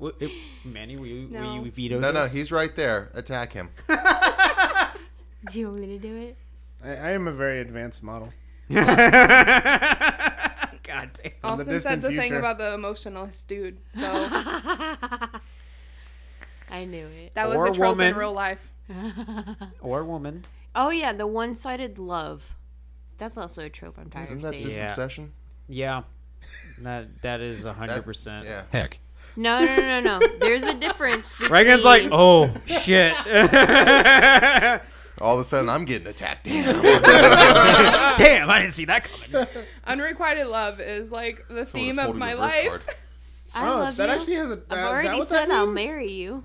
Speaker 2: W- it- Manny, will you,
Speaker 5: No.
Speaker 2: will you veto
Speaker 1: No, no,
Speaker 2: this?
Speaker 1: he's right there. Attack him.
Speaker 3: <laughs> Do you want me to do it?
Speaker 4: I am a very advanced model.
Speaker 2: God damn.
Speaker 5: Austin said
Speaker 4: distant
Speaker 5: the thing
Speaker 4: future.
Speaker 5: about the emotionless dude. So <laughs>
Speaker 3: I knew it.
Speaker 5: that was
Speaker 2: Or
Speaker 5: a trope
Speaker 2: woman.
Speaker 5: in real life.
Speaker 2: Or woman.
Speaker 3: Oh yeah, the one-sided love. That's also a trope I'm tired
Speaker 1: Isn't
Speaker 3: of
Speaker 1: that
Speaker 3: seeing.
Speaker 1: just
Speaker 2: Yeah.
Speaker 1: obsession?
Speaker 2: Yeah. That that is a
Speaker 1: That-
Speaker 2: hundred percent.
Speaker 1: Yeah.
Speaker 7: Heck.
Speaker 3: No, no, no, no, no. There's a difference. Between...
Speaker 2: Reagan's like,
Speaker 5: <laughs>
Speaker 2: oh shit.
Speaker 1: All of a sudden, I'm getting attacked.
Speaker 2: Damn, I didn't see that
Speaker 5: <laughs>
Speaker 2: coming.
Speaker 5: Unrequited love is like the theme of my life. <laughs>
Speaker 3: I
Speaker 4: oh,
Speaker 3: love
Speaker 4: that
Speaker 3: you.
Speaker 4: actually has a.
Speaker 3: I've
Speaker 4: that- is that
Speaker 3: already
Speaker 4: what that
Speaker 3: said I'll
Speaker 4: means?
Speaker 3: marry you.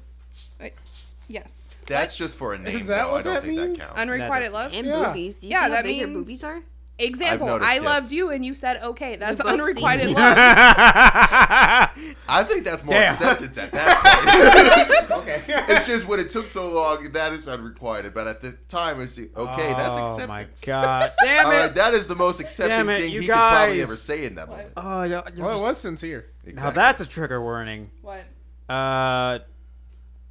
Speaker 5: Yes.
Speaker 1: That's just for a name.
Speaker 4: that
Speaker 1: though.
Speaker 4: what
Speaker 1: I don't
Speaker 4: that
Speaker 1: think
Speaker 4: means?
Speaker 1: that counts.
Speaker 5: Unrequited
Speaker 2: doesn't-
Speaker 5: love.
Speaker 3: And
Speaker 4: Yeah.
Speaker 3: boobies. You
Speaker 5: Yeah,
Speaker 3: see how
Speaker 5: that
Speaker 3: big your
Speaker 5: means-
Speaker 3: boobies are?
Speaker 5: Example,
Speaker 1: I've noticed,
Speaker 5: I
Speaker 1: yes.
Speaker 5: loved you and you said okay. That's
Speaker 3: We've both seen
Speaker 5: unrequited
Speaker 3: it.
Speaker 5: <laughs> love.
Speaker 1: I think that's more
Speaker 2: Damn.
Speaker 1: acceptance at that point.
Speaker 2: <laughs>
Speaker 1: okay. It's just when it took so long, that is unrequited. But at the time, it's okay. that's
Speaker 2: oh
Speaker 1: acceptance.
Speaker 2: my god. Damn
Speaker 1: All
Speaker 2: it.
Speaker 1: right, that is the most
Speaker 2: Damn
Speaker 1: accepting
Speaker 2: it,
Speaker 1: thing
Speaker 2: you
Speaker 1: he could probably
Speaker 2: guys.
Speaker 1: ever say in that moment.
Speaker 2: oh, yeah, you're
Speaker 4: Well, it
Speaker 2: just-
Speaker 4: was sincere.
Speaker 2: now
Speaker 1: Exactly.
Speaker 2: that's a trigger warning.
Speaker 5: What?
Speaker 2: Uh,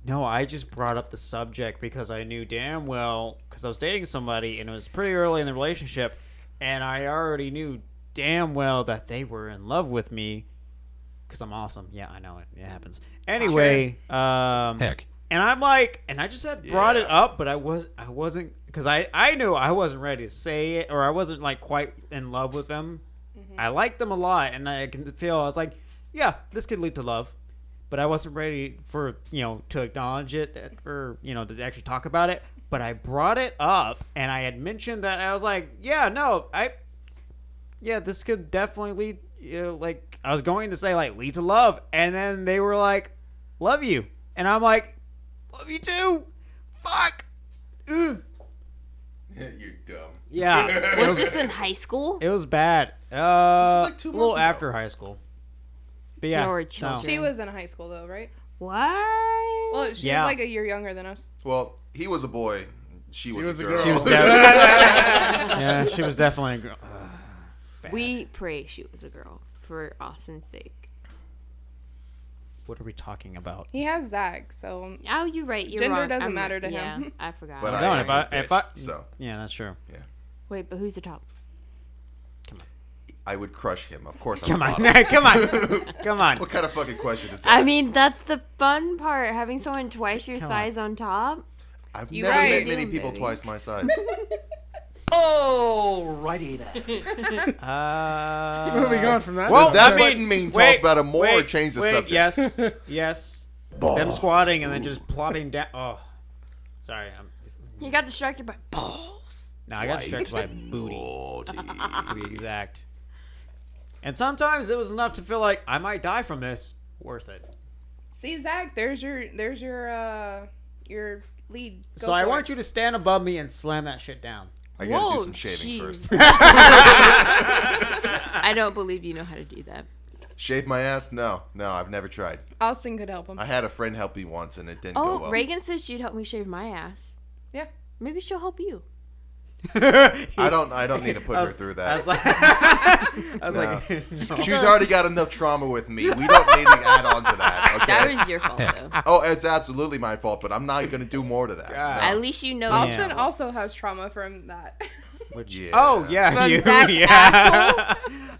Speaker 2: no, I just brought up the subject because I knew damn well because I was dating somebody and it was pretty early in the relationship, and I already knew damn well that they were in love with me because I'm awesome. Yeah, I know it. It happens. Anyway, um,
Speaker 7: Heck.
Speaker 2: and I'm like, and I just had brought it
Speaker 1: Yeah.
Speaker 2: up, but I was I wasn't because I I knew I wasn't ready to say it or I wasn't like quite in love with them. I liked them a lot, and I can feel I was like, yeah, this could lead to love, but I wasn't ready for you know to acknowledge it or you know to actually talk about it. But I brought it up, and I had mentioned that I was like, yeah, no, I yeah, this could definitely lead, you know, like, I was going to say, like, lead to love. And then they were like, love you. And I'm like, love you too. Fuck. Ugh.
Speaker 1: You're dumb.
Speaker 2: Yeah.
Speaker 1: <laughs>
Speaker 3: Was this in high school?
Speaker 2: it was bad. Uh,
Speaker 1: like two
Speaker 2: a little
Speaker 1: months ago.
Speaker 2: after high school. But yeah.
Speaker 3: They were
Speaker 2: no.
Speaker 3: children.
Speaker 5: She was in high school though, right?
Speaker 3: What?
Speaker 5: Well, she
Speaker 2: Yeah.
Speaker 5: was like a year younger than us.
Speaker 1: Well, he was a boy. She was,
Speaker 4: was
Speaker 1: a
Speaker 4: a
Speaker 1: girl. <laughs>
Speaker 4: girl. She was
Speaker 2: yeah, she was definitely a girl. Ugh.
Speaker 3: We pray she was a girl for Austin's sake.
Speaker 2: What are we talking about?
Speaker 5: He has Zach, so um,
Speaker 3: Oh, you're right. You're
Speaker 5: Gender
Speaker 3: wrong.
Speaker 5: doesn't
Speaker 3: I'm-
Speaker 5: matter to
Speaker 3: yeah,
Speaker 5: him.
Speaker 3: I forgot.
Speaker 1: But
Speaker 2: Oh,
Speaker 1: I
Speaker 2: no,
Speaker 1: am
Speaker 2: if I-
Speaker 1: his
Speaker 2: if I-
Speaker 1: bitch, so
Speaker 2: Yeah, that's true.
Speaker 3: Wait, but who's the top?
Speaker 1: I would crush him. Of course. I'm
Speaker 2: Come
Speaker 1: a <laughs>
Speaker 2: on, <laughs>
Speaker 1: model.
Speaker 2: come on, come on.
Speaker 1: What kind of fucking question is that?
Speaker 3: I mean, that's the fun part. Having someone twice your size on top.
Speaker 1: I've
Speaker 5: You
Speaker 1: never
Speaker 5: right.
Speaker 1: met many
Speaker 3: Damn,
Speaker 1: people
Speaker 3: baby.
Speaker 1: twice my size.
Speaker 8: Alrighty then.
Speaker 2: Uh,
Speaker 4: Where are we going from that?
Speaker 1: Does that
Speaker 2: I
Speaker 1: mean, mean talk about it more or change the
Speaker 2: wait,
Speaker 1: subject?
Speaker 2: Yes,
Speaker 1: <laughs>
Speaker 2: yes. Them squatting and then just plopping down. Oh, sorry. I'm,
Speaker 3: You got distracted by balls.
Speaker 2: no, I got distracted by booty. to be exact. And sometimes it was enough to feel like I might die from this. Worth it.
Speaker 5: see Zach. There's your there's your uh your lead. Go
Speaker 2: so I
Speaker 5: for
Speaker 2: want
Speaker 5: it.
Speaker 2: you to stand above me and slam that shit
Speaker 1: <laughs>
Speaker 2: down. <laughs>
Speaker 1: I gotta
Speaker 3: Whoa,
Speaker 1: do some shaving
Speaker 3: jeez.
Speaker 1: first. <laughs>
Speaker 3: I don't believe you know how to do that.
Speaker 1: Shave my ass? No, no, I've never tried.
Speaker 5: Austin could help him.
Speaker 1: I had a friend help me once, and it didn't
Speaker 3: Oh,
Speaker 1: go well.
Speaker 3: Reagan says she'd help me shave my ass.
Speaker 5: yeah.
Speaker 3: Maybe she'll help you.
Speaker 1: I don't. I don't need to put
Speaker 2: I
Speaker 1: her
Speaker 2: was-
Speaker 1: through that.
Speaker 2: I was like, I was
Speaker 1: No.
Speaker 2: like, <laughs>
Speaker 1: She's already got enough trauma with me. We don't need to add on to
Speaker 3: <laughs>
Speaker 1: that.
Speaker 3: That
Speaker 1: Okay.
Speaker 3: was your fault, though.
Speaker 1: <laughs> oh, it's absolutely my fault, but I'm not gonna do more to that.
Speaker 2: God.
Speaker 1: No.
Speaker 3: At least you know.
Speaker 2: Austin-
Speaker 3: it's
Speaker 5: Austin
Speaker 3: your fault.
Speaker 5: also has trauma from that. <laughs>
Speaker 2: Which,
Speaker 1: Yeah.
Speaker 2: Oh yeah,
Speaker 3: From
Speaker 2: you,
Speaker 3: Zach's
Speaker 2: yeah.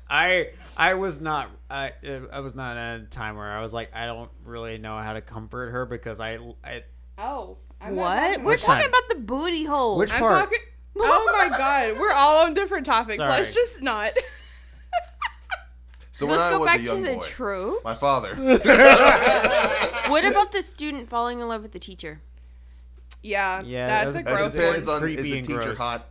Speaker 2: <laughs> I I was not I I was not at a time where I was like I don't really know how to comfort her because I, I
Speaker 5: oh. I'm not
Speaker 3: What?
Speaker 5: talking
Speaker 3: We're
Speaker 2: Which
Speaker 3: talking
Speaker 2: time?
Speaker 3: about the booty hole.
Speaker 2: Which-
Speaker 5: I'm
Speaker 2: part?
Speaker 5: talking. Oh my god, we're all on different topics.
Speaker 2: Sorry.
Speaker 5: Let's just not. <laughs>
Speaker 1: So when
Speaker 3: Let's
Speaker 1: I
Speaker 3: go
Speaker 1: was
Speaker 3: back
Speaker 1: a
Speaker 3: to
Speaker 1: young
Speaker 3: the
Speaker 1: boy,
Speaker 3: trope.
Speaker 1: my
Speaker 3: <laughs>
Speaker 1: father.
Speaker 3: What about the student falling in love with the teacher?
Speaker 5: Yeah,
Speaker 2: Yeah, that
Speaker 5: that's
Speaker 2: was
Speaker 5: a
Speaker 2: a
Speaker 1: It
Speaker 5: gross
Speaker 2: good
Speaker 1: depends
Speaker 5: one.
Speaker 2: one.
Speaker 1: on is
Speaker 2: Creepy
Speaker 1: the
Speaker 2: and
Speaker 1: teacher
Speaker 2: gross.
Speaker 1: hot,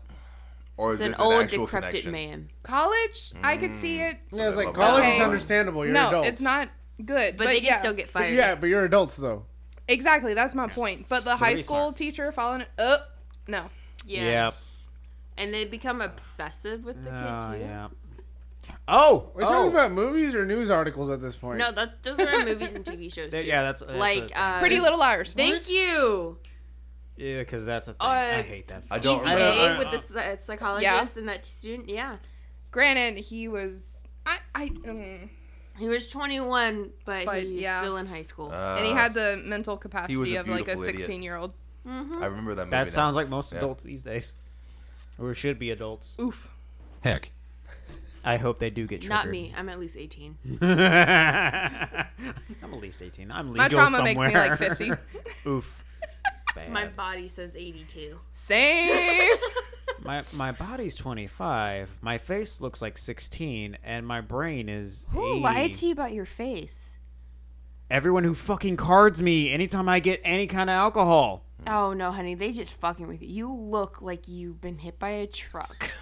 Speaker 1: or is
Speaker 3: It's an
Speaker 1: this an,
Speaker 3: old
Speaker 1: actual
Speaker 3: decrepit
Speaker 1: connection?
Speaker 3: man.
Speaker 5: College, I could see
Speaker 2: Mm.
Speaker 5: it.
Speaker 4: Yeah, it's like
Speaker 1: Okay.
Speaker 4: college is understandable. You're
Speaker 5: no,
Speaker 4: adults.
Speaker 5: it's not good.
Speaker 3: But,
Speaker 5: But,
Speaker 3: they
Speaker 5: yeah,
Speaker 3: can still get
Speaker 4: But
Speaker 3: fired.
Speaker 4: yeah, but you're adults though.
Speaker 5: exactly. That's my point. But the high
Speaker 2: be
Speaker 5: school
Speaker 2: smart.
Speaker 5: teacher following up. No,
Speaker 3: Yes. And they become obsessive with the
Speaker 2: oh
Speaker 3: kid too.
Speaker 2: yeah oh
Speaker 4: We're
Speaker 2: oh.
Speaker 4: talking about movies or news articles at this point.
Speaker 3: No, that's those are in movies and TV shows.
Speaker 2: That-
Speaker 3: too.
Speaker 2: yeah that's, that's
Speaker 3: like
Speaker 2: a,
Speaker 3: uh,
Speaker 5: Pretty Little Liars.
Speaker 3: Thank you.
Speaker 2: yeah because that's a thing
Speaker 3: uh,
Speaker 2: I hate that
Speaker 1: I
Speaker 2: I,
Speaker 1: don't.
Speaker 3: Easy
Speaker 1: remember.
Speaker 3: A
Speaker 2: I-
Speaker 3: with the psy- uh, psychologist and that student. Yeah,
Speaker 5: Granted, he was. I. I. mm,
Speaker 3: he was 21, but,
Speaker 5: But,
Speaker 3: he's
Speaker 5: yeah.
Speaker 3: still in high school.
Speaker 5: and he
Speaker 1: Uh,
Speaker 5: had the mental capacity
Speaker 1: a
Speaker 5: of like a
Speaker 1: beautiful idiot.
Speaker 5: 16 year old.
Speaker 1: I remember that. Movie now.
Speaker 2: that sounds like most
Speaker 1: Yeah.
Speaker 2: adults these days or should be adults
Speaker 5: Oof.
Speaker 7: Heck.
Speaker 2: I hope they do get triggered
Speaker 3: Not me. I'm at least 18.
Speaker 2: I'm at least 18 I'm legal
Speaker 5: My trauma
Speaker 2: somewhere
Speaker 5: makes me like 50.
Speaker 2: <laughs> oof Bad.
Speaker 3: <laughs> My body says 82. <laughs>
Speaker 5: Same.
Speaker 2: My my body's 25, my face looks like 16, and my brain is.
Speaker 3: Who
Speaker 2: 80.
Speaker 3: lied to you about your face?
Speaker 2: Everyone who fucking cards me anytime I get any kind of alcohol.
Speaker 3: Oh no, honey, they just fucking with you. You look like you've been hit by a truck. <laughs>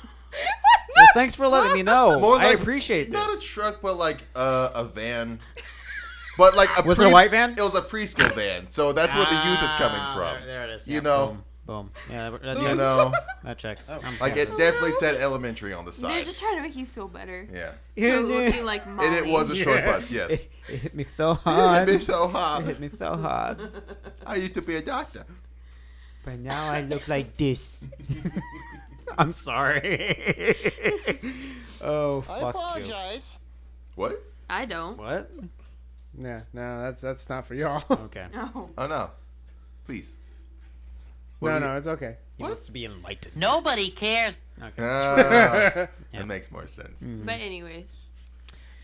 Speaker 2: Well, thanks for letting me know.
Speaker 1: More
Speaker 2: I
Speaker 1: like-
Speaker 2: appreciate this.
Speaker 1: Not a truck, but like uh, a van. But like a
Speaker 2: <laughs> Was it a white van?
Speaker 1: It was a preschool van, so that's where the youth is coming
Speaker 2: Ah,
Speaker 1: from.
Speaker 2: There, there it is.
Speaker 1: You
Speaker 2: Yeah,
Speaker 1: know.
Speaker 2: Boom. boom. Yeah, that, that
Speaker 1: You
Speaker 2: checks. <laughs>
Speaker 1: know, Oh,
Speaker 2: That
Speaker 1: <laughs>
Speaker 2: checks. I'm
Speaker 1: like it
Speaker 2: happy.
Speaker 1: definitely said elementary on the
Speaker 3: They're
Speaker 1: side.
Speaker 3: just trying to make you
Speaker 2: <laughs>
Speaker 3: feel better.
Speaker 1: yeah,
Speaker 3: For looking like Molly.
Speaker 1: and it was a short
Speaker 2: Yeah.
Speaker 1: bus.
Speaker 2: <laughs>
Speaker 1: Yes,
Speaker 2: It, it hit me so
Speaker 1: I've
Speaker 2: hard.
Speaker 1: been
Speaker 2: it
Speaker 1: so hard.
Speaker 2: hit me so hard.
Speaker 1: I used to be a doctor.
Speaker 2: But now I look
Speaker 1: <laughs>
Speaker 2: like this. I'm
Speaker 3: <laughs>
Speaker 2: sorry. <laughs> oh, fuck you.
Speaker 1: What?
Speaker 3: I don't. <laughs>
Speaker 2: What?
Speaker 4: Yeah, no, that's that's not for y'all.
Speaker 2: Okay.
Speaker 3: No.
Speaker 1: Oh no! Please.
Speaker 4: <laughs> no, no, it's okay.
Speaker 2: He wants to be enlightened.
Speaker 8: Nobody cares.
Speaker 1: <laughs>
Speaker 2: <laughs>
Speaker 1: Ah, That makes more sense.
Speaker 2: Mm.
Speaker 1: Eh,
Speaker 3: But anyways,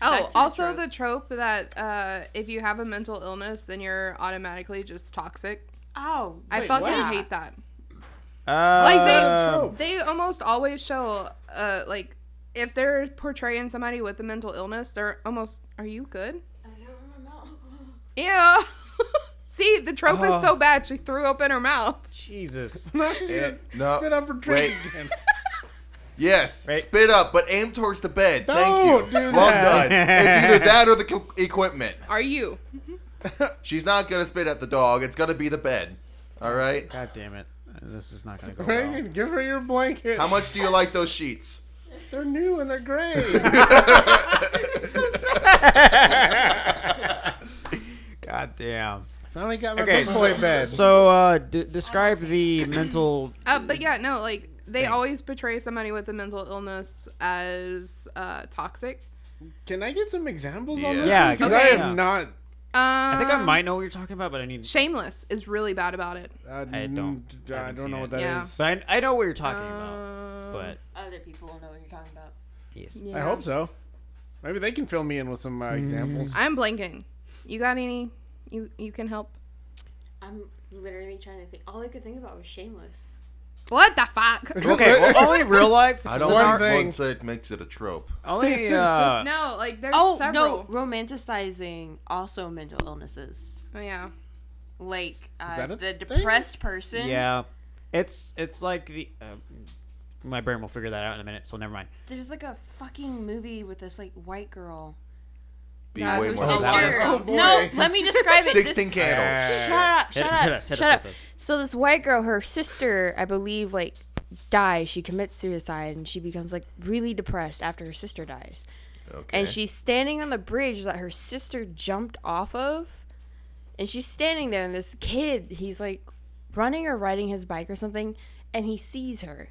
Speaker 3: Back to
Speaker 5: Oh,
Speaker 3: the
Speaker 5: also the
Speaker 3: tropes.
Speaker 5: trope that uh, if you have a mental illness, then you're automatically just toxic.
Speaker 3: oh,
Speaker 5: I fucking
Speaker 3: what?
Speaker 5: hate that.
Speaker 2: Uh,
Speaker 5: Like
Speaker 2: I
Speaker 5: they, they almost always show uh, like if they're portraying somebody with a mental illness, they're almost are you good? Yeah. <laughs> See, the trope
Speaker 2: Oh.
Speaker 5: is
Speaker 1: Uh.
Speaker 5: so bad she threw open her mouth.
Speaker 2: Jesus. <laughs>
Speaker 4: No, she's
Speaker 1: Eh,
Speaker 4: gonna spit
Speaker 1: no.
Speaker 4: up for drink
Speaker 1: Wait.
Speaker 4: again.
Speaker 1: Yes.
Speaker 2: Wait.
Speaker 1: Spit up, but aim towards the bed. Thank
Speaker 4: Don't
Speaker 1: you.
Speaker 4: do
Speaker 1: well
Speaker 4: that.
Speaker 1: done. It's
Speaker 2: <laughs>
Speaker 1: either that or the co- equipment.
Speaker 5: Are you?
Speaker 1: She's not gonna spit at the dog. It's gonna be the bed. All right.
Speaker 2: God damn it. This is not going to go well.
Speaker 4: Reagan, give her your blanket.
Speaker 1: How much do you like those sheets?
Speaker 4: They're new and they're gray.
Speaker 2: <laughs> God damn.
Speaker 4: Finally got my
Speaker 2: Okay,
Speaker 4: big boy bed.
Speaker 2: So, uh, d- describe the mental.
Speaker 5: Uh, but yeah, no, like they always portray somebody with a mental illness as uh, toxic.
Speaker 4: Can I get some examples on
Speaker 1: Yeah.
Speaker 4: this?
Speaker 2: Yeah,
Speaker 4: because
Speaker 5: okay.
Speaker 4: I have
Speaker 2: Yeah.
Speaker 4: not
Speaker 5: Um,
Speaker 2: I think I might know what you're talking about, but I need.
Speaker 5: Shameless is really bad about it.
Speaker 4: I,
Speaker 2: don't- I
Speaker 4: I
Speaker 2: haven't
Speaker 4: don't
Speaker 2: seen
Speaker 4: know
Speaker 2: it.
Speaker 4: what that is.
Speaker 5: Yeah.
Speaker 2: But I, I know what you're talking
Speaker 5: Um,
Speaker 2: about. <laughs> But
Speaker 3: Other people know what you're talking about.
Speaker 2: yes,
Speaker 5: Yeah.
Speaker 4: I hope so. Maybe they can fill me in with some uh, examples.
Speaker 5: I'm blanking. You got any? You you can help.
Speaker 3: I'm literally trying to think. All I could think about was Shameless.
Speaker 5: What the
Speaker 2: <laughs>
Speaker 5: fuck?
Speaker 2: okay. Well,
Speaker 4: <laughs>
Speaker 2: only real life.
Speaker 1: I don't
Speaker 4: One
Speaker 1: think
Speaker 4: thing.
Speaker 1: one sec makes it a trope.
Speaker 2: Only <laughs> uh,
Speaker 5: no, like there's
Speaker 3: oh
Speaker 5: several.
Speaker 3: no, romanticizing also mental illnesses.
Speaker 5: Oh, yeah.
Speaker 3: Like uh,
Speaker 4: that a
Speaker 3: the
Speaker 4: thing?
Speaker 3: depressed person.
Speaker 2: yeah, it's it's like the. Uh, my brain will figure that out in a minute, so never mind.
Speaker 3: There's like a fucking movie with this like white girl.
Speaker 1: Be
Speaker 5: Yeah,
Speaker 1: way
Speaker 5: this
Speaker 1: more
Speaker 5: is
Speaker 1: loud.
Speaker 5: sure. Oh,
Speaker 4: boy.
Speaker 3: No,
Speaker 2: <laughs>
Speaker 3: let me describe it.
Speaker 1: Sixteen
Speaker 3: This-
Speaker 1: candles.
Speaker 3: Shut up!
Speaker 2: Hit- hit
Speaker 3: Shut up!
Speaker 2: us, hit
Speaker 3: shut
Speaker 2: us
Speaker 3: up!
Speaker 2: with this.
Speaker 3: So this white girl, her sister, I believe, like dies. She commits suicide, and she becomes like really depressed after her sister dies.
Speaker 1: Okay.
Speaker 3: And she's standing on the bridge that her sister jumped off of, and she's standing there, and this kid, he's like running or riding his bike or something, and he sees her,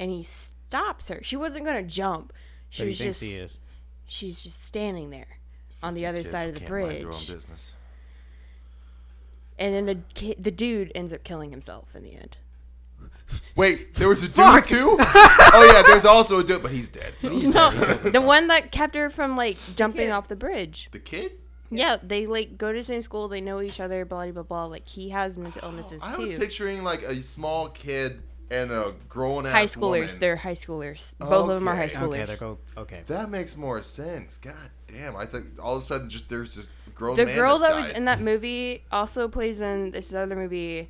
Speaker 3: and he stops her. She wasn't gonna jump. She
Speaker 2: So you
Speaker 3: was
Speaker 2: think
Speaker 3: just
Speaker 2: he is?
Speaker 3: she's just standing there on the other
Speaker 1: Kids
Speaker 3: side of the
Speaker 1: can't mind their own
Speaker 3: bridge.
Speaker 1: business.
Speaker 3: And then the ki- the dude ends up killing himself in the end.
Speaker 1: Wait, there was a dude too? oh yeah, there's also a dude, but he's dead. So
Speaker 3: No, the one that kept her from like jumping off the bridge.
Speaker 1: the kid?
Speaker 3: Yeah, they like go to the same school, they know each other, blah blah blah. blah. Like he has mental illnesses
Speaker 1: Oh, I was
Speaker 3: too.
Speaker 1: picturing like a small kid and a grown ass
Speaker 3: High schoolers,
Speaker 1: Woman.
Speaker 3: they're high schoolers. Both of them are high
Speaker 1: Okay.
Speaker 3: schoolers.
Speaker 2: Okay, there go. Okay.
Speaker 1: That makes more sense. God damn! I think all of a sudden, just there's just a grown.
Speaker 3: the
Speaker 1: man
Speaker 3: girl
Speaker 1: that's
Speaker 3: that was
Speaker 1: died.
Speaker 3: in that movie also plays in this other movie.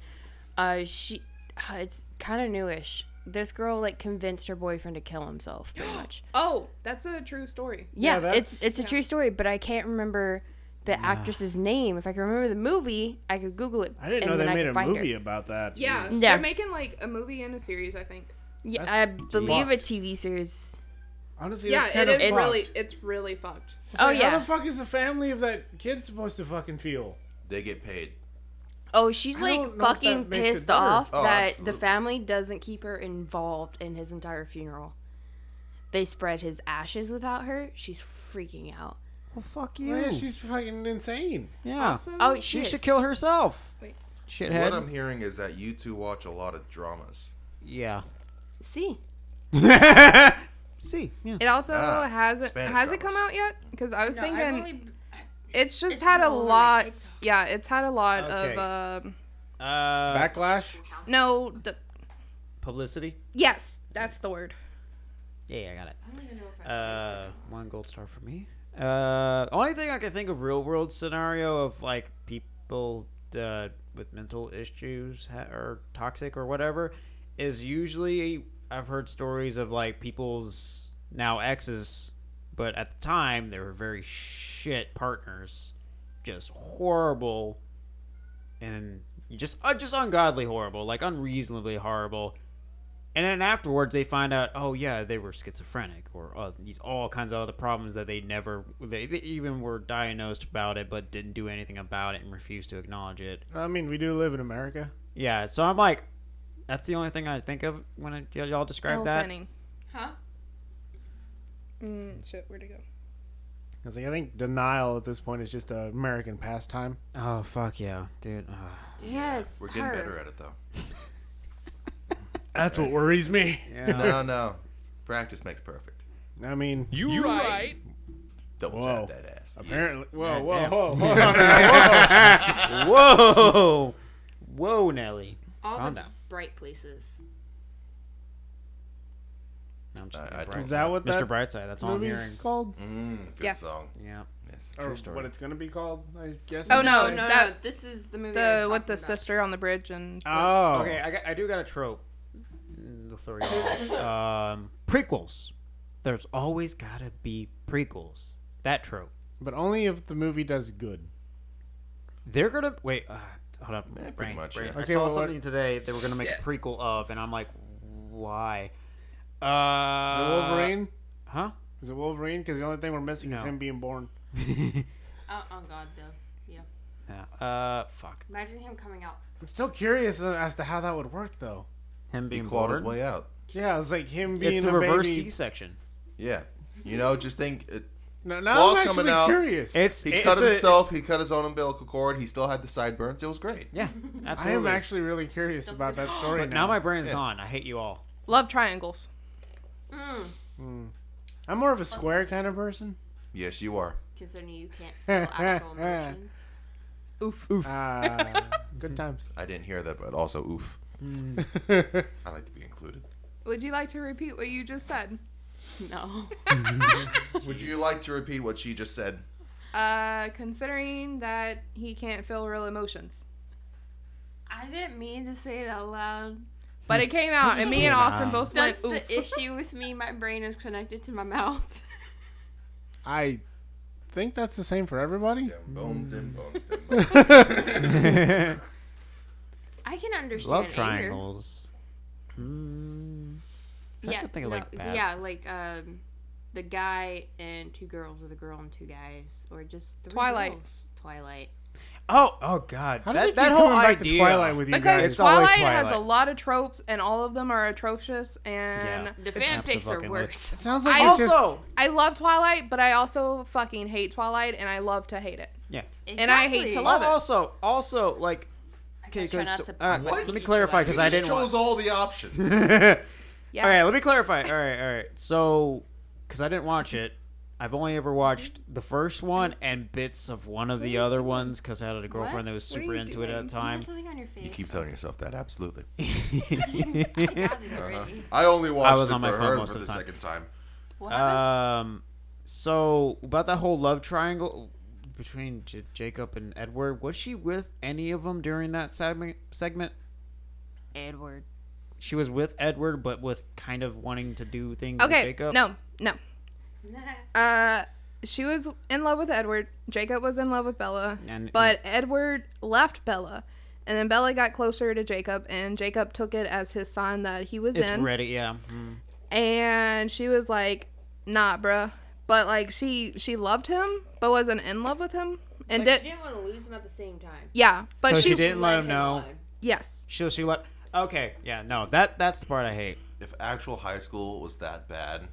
Speaker 3: Uh, she, uh, it's kind of newish. This girl like convinced her boyfriend to kill himself,
Speaker 1: <gasps>
Speaker 3: pretty much.
Speaker 5: Oh, that's a true story.
Speaker 3: Yeah,
Speaker 4: that's-
Speaker 3: it's it's a true story, but I can't remember the actress's name. If I can remember the movie, I could Google it.
Speaker 4: I didn't
Speaker 3: and
Speaker 4: know
Speaker 3: then
Speaker 4: they
Speaker 3: I
Speaker 4: made
Speaker 3: could
Speaker 4: a
Speaker 3: find her.
Speaker 4: movie about that.
Speaker 5: Yeah,
Speaker 3: Yeah.
Speaker 5: they're making like a movie and a series. I think.
Speaker 3: Yeah,
Speaker 4: That's
Speaker 3: I believe a
Speaker 4: fucked.
Speaker 3: TV series.
Speaker 4: Honestly,
Speaker 5: yeah,
Speaker 4: that's
Speaker 5: it
Speaker 4: kind
Speaker 5: is
Speaker 4: of fucked.
Speaker 5: really. It's really fucked.
Speaker 4: It's
Speaker 3: Oh
Speaker 4: like, How
Speaker 3: yeah.
Speaker 4: the fuck is the family of that kid supposed to fucking feel?
Speaker 1: They get paid.
Speaker 3: Oh, she's
Speaker 4: I don't know
Speaker 3: like
Speaker 4: if that
Speaker 3: fucking
Speaker 4: makes it
Speaker 3: pissed
Speaker 4: better.
Speaker 3: off
Speaker 1: Oh,
Speaker 3: that
Speaker 1: absolutely.
Speaker 3: the family doesn't keep her involved in his entire funeral. They spread his ashes without her. She's freaking out.
Speaker 2: Well, fuck
Speaker 4: Yeah, she's fucking insane.
Speaker 2: Yeah.
Speaker 5: Also,
Speaker 3: Oh,
Speaker 2: she
Speaker 3: she
Speaker 2: should kill herself.
Speaker 5: Wait.
Speaker 1: What
Speaker 2: Shithead.
Speaker 1: I'm hearing is that you two watch a lot of dramas.
Speaker 2: Yeah.
Speaker 3: See,
Speaker 2: See. Yeah.
Speaker 5: It also
Speaker 1: Ah,
Speaker 5: hasn't
Speaker 1: Spanish
Speaker 5: has it come
Speaker 1: dramas.
Speaker 5: out yet? Because I was thinking it's just
Speaker 3: it's
Speaker 5: had
Speaker 3: been
Speaker 5: a
Speaker 3: all over my
Speaker 5: lot.
Speaker 3: TikTok.
Speaker 5: Yeah, it's had a lot
Speaker 2: Okay.
Speaker 5: of um,
Speaker 2: Uh,
Speaker 4: Backlash.
Speaker 5: no. The,
Speaker 2: publicity.
Speaker 5: yes, that's the word.
Speaker 2: Yeah, yeah, I got it. Uh, one gold star for me. Uh, only thing I can think of real world scenario of like people uh, with mental issues ha- or toxic or whatever is usually I've heard stories of like people's now exes, but at the time they were very shit partners, just horrible, and just uh, just ungodly horrible, like unreasonably horrible. And then afterwards, they find out, oh yeah, they were schizophrenic, or uh, these all kinds of other problems that they never, they, they even were diagnosed about it, but didn't do anything about it and refused to acknowledge it.
Speaker 4: I mean, we do live in America.
Speaker 2: Yeah, so I'm like, that's the only thing I think of when I, y- y'all describe that.
Speaker 5: Elephant-ing.
Speaker 3: Huh?
Speaker 5: Mm, shit, where'd it go?
Speaker 4: I was like, I think denial at this point is just an American pastime.
Speaker 2: Oh fuck yeah, dude. <sighs> ugh.
Speaker 3: Yes.
Speaker 1: We're getting
Speaker 3: her.
Speaker 1: better at it though.
Speaker 4: That's what worries me.
Speaker 1: No, no. Practice makes perfect.
Speaker 4: I mean,
Speaker 7: You, right.
Speaker 1: Double
Speaker 4: Whoa.
Speaker 1: tap that ass.
Speaker 4: apparently. Whoa, whoa,
Speaker 2: Goddamn.
Speaker 4: whoa, hold on now, whoa.
Speaker 2: Whoa, whoa, Nelly.
Speaker 3: All
Speaker 2: Calm
Speaker 3: the
Speaker 2: down.
Speaker 3: bright places.
Speaker 2: No, I'm just
Speaker 1: I-
Speaker 2: thinking
Speaker 1: I
Speaker 2: Brightside.
Speaker 4: Is that what
Speaker 2: Mr.
Speaker 4: that
Speaker 2: Brightside? That's all I'm
Speaker 4: movie's
Speaker 2: hearing.
Speaker 4: called?
Speaker 1: Mm, good
Speaker 5: Yeah.
Speaker 1: song.
Speaker 2: Yeah.
Speaker 1: Yes.
Speaker 4: Or
Speaker 2: story.
Speaker 4: what it's going to be called, I guess.
Speaker 5: Oh,
Speaker 4: you
Speaker 5: no,
Speaker 4: could say.
Speaker 5: no, That-
Speaker 3: Uh, This is the movie.
Speaker 5: The with the sister on the bridge and
Speaker 4: Oh.
Speaker 2: Okay, I, got, I do got a trope. Mm, I'll throw you off. um, prequels. There's always gotta be prequels. That trope.
Speaker 4: But only if the movie does good.
Speaker 2: They're gonna wait. Uh, hold up.
Speaker 1: Eh, pretty
Speaker 2: brain,
Speaker 1: much,
Speaker 2: brain.
Speaker 1: yeah.
Speaker 2: I
Speaker 4: Okay,
Speaker 2: saw
Speaker 4: well, what-
Speaker 2: something today they were gonna make a prequel of, and I'm like, why? Uh,
Speaker 4: Is it Wolverine?
Speaker 2: Huh?
Speaker 4: Is it Wolverine? Because the only thing we're missing is
Speaker 2: No.
Speaker 4: him being born.
Speaker 3: Oh, oh God, though. Yeah.
Speaker 2: Yeah. Uh, fuck.
Speaker 3: Imagine him coming out.
Speaker 4: I'm still curious as to how that would work, though.
Speaker 2: Him
Speaker 1: He
Speaker 2: being
Speaker 1: clawed his
Speaker 2: born.
Speaker 1: way out.
Speaker 4: Yeah, it's like him being
Speaker 2: It's
Speaker 4: a,
Speaker 2: a reverse
Speaker 4: baby.
Speaker 2: C-section.
Speaker 1: Yeah. You know, just think. It,
Speaker 4: No, now
Speaker 1: Claws
Speaker 4: I'm
Speaker 1: coming
Speaker 4: actually
Speaker 1: out.
Speaker 4: curious.
Speaker 2: It's
Speaker 1: He
Speaker 2: it's
Speaker 1: cut
Speaker 2: a-
Speaker 1: himself. He cut his own umbilical cord. He still had the sideburns. It was great.
Speaker 2: yeah,
Speaker 4: I
Speaker 2: absolutely.
Speaker 4: am actually really curious about
Speaker 5: <gasps>
Speaker 4: that story
Speaker 2: But
Speaker 4: now.
Speaker 2: now my brain is
Speaker 1: Yeah.
Speaker 2: gone. I hate you
Speaker 4: <laughs>
Speaker 2: all.
Speaker 5: Love triangles.
Speaker 4: I'm more of a square kind of person.
Speaker 1: Yes, you are.
Speaker 3: Considering you can't
Speaker 5: Oh,
Speaker 3: <laughs> feel
Speaker 4: <laughs>
Speaker 3: actual emotions.
Speaker 5: Oof.
Speaker 4: Uh, <laughs>
Speaker 2: <laughs>
Speaker 4: good times.
Speaker 1: I didn't hear that, but also oof. I like to be included.
Speaker 5: Would you like to repeat what you just said?
Speaker 3: No.
Speaker 1: Would you like to repeat what she just said?
Speaker 5: Uh, considering that he can't feel real emotions.
Speaker 3: I didn't mean to say it out loud.
Speaker 5: But it came out, and me and
Speaker 2: came
Speaker 5: Austin
Speaker 2: out.
Speaker 5: both
Speaker 3: That's
Speaker 5: went, oof.
Speaker 3: the issue with me. My brain is connected to my mouth.
Speaker 4: I think that's the same for everybody.
Speaker 1: Dim bones, dim bones,
Speaker 2: <laughs>
Speaker 1: dim bones.
Speaker 3: <laughs> I can understand
Speaker 2: Love
Speaker 3: anger.
Speaker 2: triangles. Mm, I
Speaker 3: Yeah,
Speaker 2: could think of,
Speaker 3: no,
Speaker 2: like, bad-
Speaker 3: yeah, like um, the guy and two girls, or the girl and two guys, or just three
Speaker 5: Twilight.
Speaker 3: girls. Twilight.
Speaker 2: Oh, oh God!
Speaker 4: How does
Speaker 2: that
Speaker 4: it keep
Speaker 2: that whole
Speaker 4: coming back
Speaker 2: idea.
Speaker 4: to Twilight with you
Speaker 5: Because
Speaker 4: guys?
Speaker 2: It's always
Speaker 5: Twilight, has a
Speaker 2: Twilight.
Speaker 5: lot of tropes, and all of them are atrocious. And
Speaker 2: Yeah.
Speaker 3: The
Speaker 2: It's-
Speaker 3: fanfics are
Speaker 2: Absolutely.
Speaker 3: worse.
Speaker 4: It sounds like
Speaker 5: I
Speaker 4: it's just,
Speaker 2: also,
Speaker 5: I love Twilight, but I also fucking hate Twilight, and I love to hate it.
Speaker 2: yeah.
Speaker 5: And I hate to
Speaker 3: Exactly.
Speaker 5: love it.
Speaker 2: Also, also, like, okay,
Speaker 3: try
Speaker 2: because
Speaker 3: not to <laughs>
Speaker 2: uh,
Speaker 3: point
Speaker 2: let me
Speaker 3: each
Speaker 2: clarify
Speaker 3: other.
Speaker 2: because
Speaker 1: You
Speaker 2: I
Speaker 1: just
Speaker 2: didn't.
Speaker 1: chose
Speaker 2: Want,
Speaker 1: all the
Speaker 2: <laughs>
Speaker 1: options.
Speaker 5: Yes.
Speaker 2: all right, let me clarify. All right, all right. So, because I didn't watch it, I've only ever watched the first one and bits of one of the other ones because I had a girlfriend that was
Speaker 5: What are
Speaker 2: super
Speaker 5: you
Speaker 2: into it at the
Speaker 5: doing?
Speaker 3: You
Speaker 2: time.
Speaker 3: have something on your face.
Speaker 1: you keep telling yourself that, absolutely.
Speaker 3: I got it already.
Speaker 1: I only watched
Speaker 2: I was
Speaker 1: it
Speaker 2: on my
Speaker 1: for
Speaker 2: phone
Speaker 1: her
Speaker 2: most
Speaker 1: for
Speaker 2: of
Speaker 1: the
Speaker 2: the time.
Speaker 1: second time.
Speaker 3: What happened?
Speaker 2: Um, so about that whole love triangle between J- Jacob and Edward, was she with any of them during that segment? Segment?
Speaker 3: <laughs> Edward.
Speaker 2: She was with Edward, but with kind of wanting to do things with
Speaker 5: Okay.
Speaker 2: Jacob.
Speaker 5: No, no. Uh, she was in love with Edward. Jacob was in love with Bella.
Speaker 2: And-
Speaker 5: but Edward left Bella. And then Bella got closer to Jacob, and Jacob took it as his sign that he was
Speaker 2: it's
Speaker 5: in.
Speaker 2: ready. Yeah, mm.
Speaker 5: And she was like, "Nah, bruh." But like, she she loved him, but wasn't in love with him, and did
Speaker 3: didn't want to lose him at the same time.
Speaker 5: yeah. But
Speaker 2: So
Speaker 5: she,
Speaker 2: she didn't let him know.
Speaker 5: Yes.
Speaker 2: She she let. Okay, yeah, no, that that's the part I hate.
Speaker 1: If actual high school was that bad,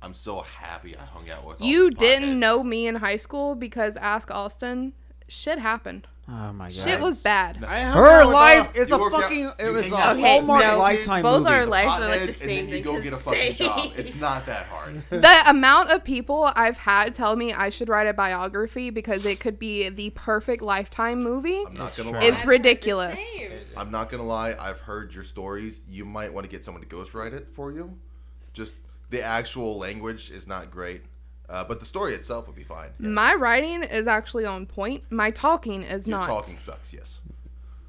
Speaker 1: I'm so happy I hung out
Speaker 4: Oh,
Speaker 1: with all
Speaker 5: You
Speaker 1: these potheads.
Speaker 5: didn't know me in high school because ask Austin, shit happened.
Speaker 2: Oh my god.
Speaker 5: Shit was bad.
Speaker 4: I hung out
Speaker 2: Her
Speaker 4: with
Speaker 2: life
Speaker 4: all-
Speaker 2: is
Speaker 1: You
Speaker 2: a
Speaker 1: work out-
Speaker 2: fucking.
Speaker 1: you
Speaker 2: It was
Speaker 1: hang
Speaker 2: a
Speaker 1: out with
Speaker 2: Hallmark
Speaker 1: all the
Speaker 2: lifetime
Speaker 1: kids,
Speaker 3: Both
Speaker 2: movie.
Speaker 3: our lives are
Speaker 1: potheads,
Speaker 3: like the
Speaker 1: and
Speaker 3: same.
Speaker 1: then you
Speaker 3: They
Speaker 1: go
Speaker 3: can
Speaker 1: get a
Speaker 3: say.
Speaker 1: fucking job. It's not that
Speaker 5: <laughs>
Speaker 1: hard.
Speaker 5: The amount of people I've had tell me I should write a biography because it could be the perfect lifetime movie.
Speaker 1: I'm not gonna
Speaker 5: It's
Speaker 1: lie.
Speaker 5: ridiculous.
Speaker 1: I'm not gonna lie. I've heard your stories. You might want to get someone to ghostwrite it for you. Just the actual language is not great, uh, but the story itself would be fine.
Speaker 5: My writing is actually on point. My talking is
Speaker 1: Your
Speaker 5: not.
Speaker 1: talking sucks. Yes.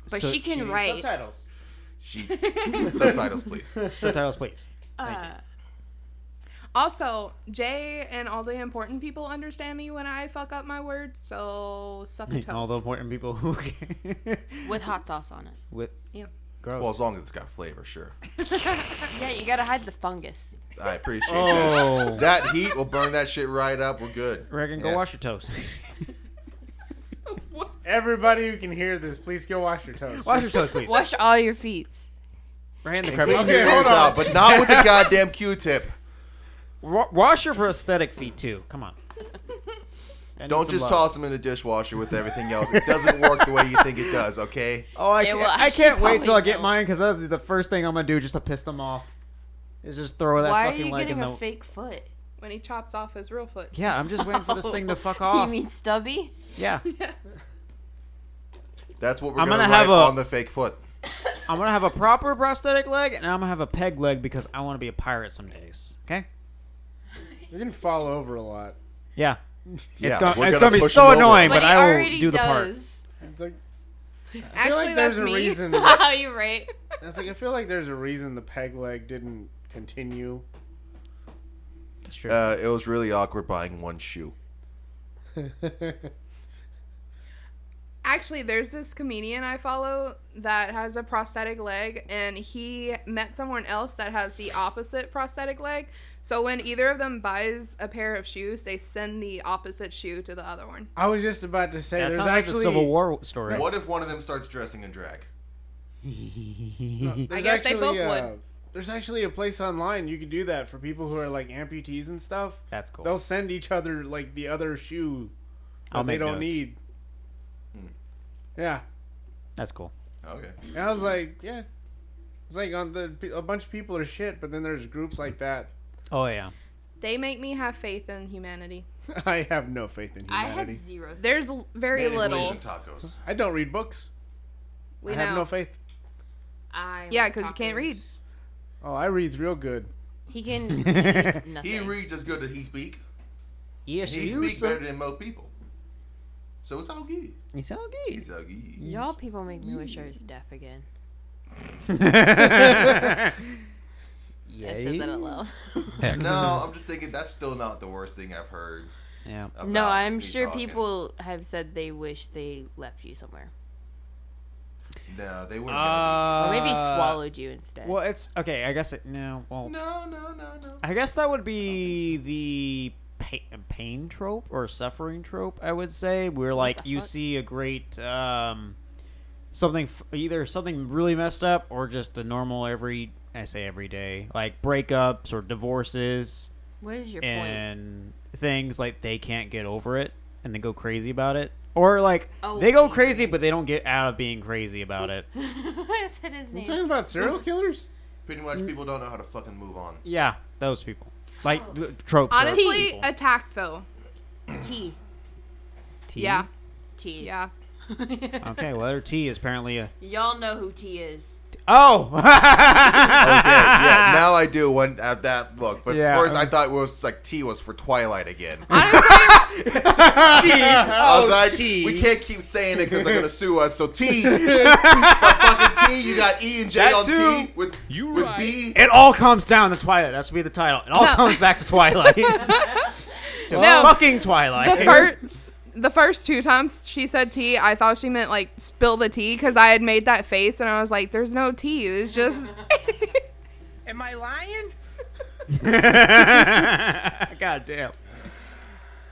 Speaker 3: But she can write. <laughs>
Speaker 2: subtitles.
Speaker 1: She subtitles, please. <laughs>
Speaker 2: Subtitles, please.
Speaker 5: Also, Jay and all the important people understand me when I fuck up my words, so suck
Speaker 2: <laughs>
Speaker 5: a toe.
Speaker 2: All the important people who.
Speaker 3: With hot sauce on it.
Speaker 2: with
Speaker 5: Yeah.
Speaker 2: gross.
Speaker 1: Well, as long as it's got flavor, sure.
Speaker 3: Yeah, you gotta hide the fungus.
Speaker 1: I appreciate that.
Speaker 2: oh.
Speaker 1: That heat will burn that shit right up. We're good.
Speaker 2: Reagan, go
Speaker 1: Yeah.
Speaker 2: wash
Speaker 1: <laughs>
Speaker 2: your toes.
Speaker 4: Everybody who can hear this, please go wash your toes.
Speaker 2: wash your toes, please.
Speaker 3: Wash all your feet.
Speaker 2: Right in the
Speaker 1: Keep
Speaker 2: crevice.
Speaker 1: your hands out, but not with the goddamn Q-tip.
Speaker 2: Wa- wash your prosthetic feet too. Come
Speaker 3: <laughs>
Speaker 2: on. I need
Speaker 1: Don't
Speaker 2: some
Speaker 1: just
Speaker 2: love.
Speaker 1: toss them in the dishwasher with everything else. It doesn't work the way you think it does. Okay.
Speaker 2: Oh, I
Speaker 3: It
Speaker 2: can't,
Speaker 3: will
Speaker 2: I
Speaker 3: actually
Speaker 2: can't
Speaker 3: <laughs>
Speaker 2: wait till I
Speaker 3: probably
Speaker 2: get
Speaker 3: will.
Speaker 2: mine because that's the first thing I'm gonna do just to piss them off. Is just throw that
Speaker 3: Why are
Speaker 2: fucking
Speaker 3: you
Speaker 2: leg in
Speaker 3: getting
Speaker 2: the.
Speaker 3: a fake foot?
Speaker 5: When he chops off his real foot.
Speaker 2: yeah, I'm just waiting for this
Speaker 3: <laughs>
Speaker 2: thing to fuck
Speaker 3: You
Speaker 2: off.
Speaker 3: mean stubby? <laughs>
Speaker 2: yeah,
Speaker 1: That's what we're
Speaker 2: I'm
Speaker 1: gonna,
Speaker 2: gonna have
Speaker 1: write
Speaker 2: a-
Speaker 1: on the fake foot.
Speaker 2: I'm gonna have a proper prosthetic leg and I'm gonna have a peg leg because I want to be a pirate some days. Okay.
Speaker 4: You're gonna fall over a lot.
Speaker 2: Yeah.
Speaker 1: Yeah,
Speaker 2: it's gonna,
Speaker 1: we're
Speaker 2: it's gonna be
Speaker 1: push
Speaker 2: so
Speaker 1: them over.
Speaker 2: annoying,
Speaker 3: But
Speaker 2: but
Speaker 3: he
Speaker 2: I will
Speaker 3: already
Speaker 2: do the part.
Speaker 3: does. <laughs>
Speaker 4: It's like I feel
Speaker 5: Actually,
Speaker 4: like
Speaker 5: that's
Speaker 4: there's a
Speaker 5: me. <laughs>
Speaker 4: reason.
Speaker 3: Wow, Oh, you're right.
Speaker 4: That's like I feel like there's a reason the peg leg didn't
Speaker 2: <laughs>
Speaker 4: continue.
Speaker 2: That's true.
Speaker 1: Uh, it was really awkward buying one shoe.
Speaker 5: Actually, there's this comedian I follow that has a prosthetic leg, and he met someone else that has the opposite prosthetic leg. So when either of them buys a pair of shoes, they send the opposite shoe to the other one.
Speaker 4: I was just about to say
Speaker 2: that
Speaker 4: there's
Speaker 2: sounds like
Speaker 4: actually
Speaker 2: the Civil War story.
Speaker 1: What if one of them starts dressing in drag?
Speaker 4: No, there's
Speaker 5: I guess they both
Speaker 4: actually, uh, there's actually a place online you can do that for people who are like amputees and stuff.
Speaker 2: That's cool.
Speaker 4: They'll send each other like the other shoe that
Speaker 2: I'll
Speaker 4: they
Speaker 2: make
Speaker 4: don't
Speaker 2: notes. Hmm.
Speaker 4: need. Yeah,
Speaker 2: That's cool.
Speaker 1: Okay.
Speaker 4: And I was like, yeah, it's like on the a bunch of people are shit, but then there's groups like that. <laughs>
Speaker 2: Oh yeah.
Speaker 5: They make me have faith in humanity.
Speaker 4: I have no faith in
Speaker 3: I had
Speaker 4: humanity.
Speaker 3: zero.
Speaker 5: There's l- very
Speaker 1: Manny believes
Speaker 5: little.
Speaker 1: in tacos.
Speaker 4: I don't read books.
Speaker 5: We
Speaker 4: I
Speaker 5: know.
Speaker 4: have no faith.
Speaker 3: I
Speaker 5: yeah,
Speaker 3: like
Speaker 5: because you can't
Speaker 3: tacos.
Speaker 5: read.
Speaker 4: Oh, I read real good.
Speaker 3: He
Speaker 5: <laughs>
Speaker 3: can. read
Speaker 1: He
Speaker 3: nothing.
Speaker 1: reads as good as he speak.
Speaker 2: Yes,
Speaker 1: He
Speaker 2: you.
Speaker 1: speaks
Speaker 2: sir.
Speaker 1: better than most people. So it's all good.
Speaker 2: It's all
Speaker 1: It's all good.
Speaker 3: Y'all people make me wish I was
Speaker 5: <laughs>
Speaker 3: deaf again.
Speaker 2: Yeah.
Speaker 3: I said that out loud.
Speaker 5: <laughs>
Speaker 3: <laughs>
Speaker 1: No, I'm just thinking that's still not the worst thing I've heard.
Speaker 2: Yeah.
Speaker 3: no,
Speaker 1: about
Speaker 3: I'm
Speaker 1: me
Speaker 3: sure
Speaker 1: talking.
Speaker 3: people have said they wish they left you somewhere.
Speaker 1: No, they wouldn't.
Speaker 2: Uh,
Speaker 3: Or maybe swallowed you instead.
Speaker 2: Well, it's okay. I guess it. No. Well,
Speaker 1: no, no, no, no.
Speaker 2: I guess that would be the pain, pain trope or suffering trope. I would say where like
Speaker 3: the
Speaker 2: you
Speaker 3: fuck?
Speaker 2: see a great um, something f- either something really messed up or just the normal every I say every day like breakups or divorces
Speaker 3: What is your <laughs> point?
Speaker 2: and things like they can't get over it and they go crazy about it or like
Speaker 3: Oh,
Speaker 2: they go
Speaker 3: okay.
Speaker 2: crazy but they don't get out of being crazy about
Speaker 3: <laughs>
Speaker 2: it.
Speaker 3: I said his
Speaker 4: You talking
Speaker 3: name.
Speaker 5: <laughs>
Speaker 4: about serial killers?
Speaker 1: Pretty much people don't know how to fucking move on.
Speaker 2: Yeah, those people. Like
Speaker 3: Oh.
Speaker 2: l- tropes. of
Speaker 5: Honestly,
Speaker 2: people.
Speaker 5: attacked though.
Speaker 3: T.
Speaker 2: T?
Speaker 5: Yeah,
Speaker 3: T.
Speaker 5: yeah.
Speaker 2: Okay, well, their T is apparently a.
Speaker 3: Y'all know who T is.
Speaker 2: Oh! <laughs>
Speaker 1: Okay, yeah. Now I do when at that look, but
Speaker 2: Yeah,
Speaker 1: first I
Speaker 2: um,
Speaker 1: thought it was like T was for Twilight again. <laughs>
Speaker 2: T!
Speaker 1: I was
Speaker 2: Oh,
Speaker 1: like,
Speaker 2: T.
Speaker 1: we can't keep saying it because they're gonna sue us. So T, But fucking T. You got E and J
Speaker 2: That
Speaker 1: on T
Speaker 2: too.
Speaker 1: with
Speaker 7: You
Speaker 1: with
Speaker 7: right.
Speaker 1: B.
Speaker 2: It all comes down to Twilight. That's be the title. It all comes back to
Speaker 5: <laughs>
Speaker 2: Twilight. to
Speaker 5: No.
Speaker 2: fucking Twilight.
Speaker 5: The first, the first two times she said tea, I thought she meant like spill the tea because I had made that face and I was like, "There's no tea. It's
Speaker 4: <laughs>
Speaker 5: just."
Speaker 6: Am I lying?
Speaker 2: God damn.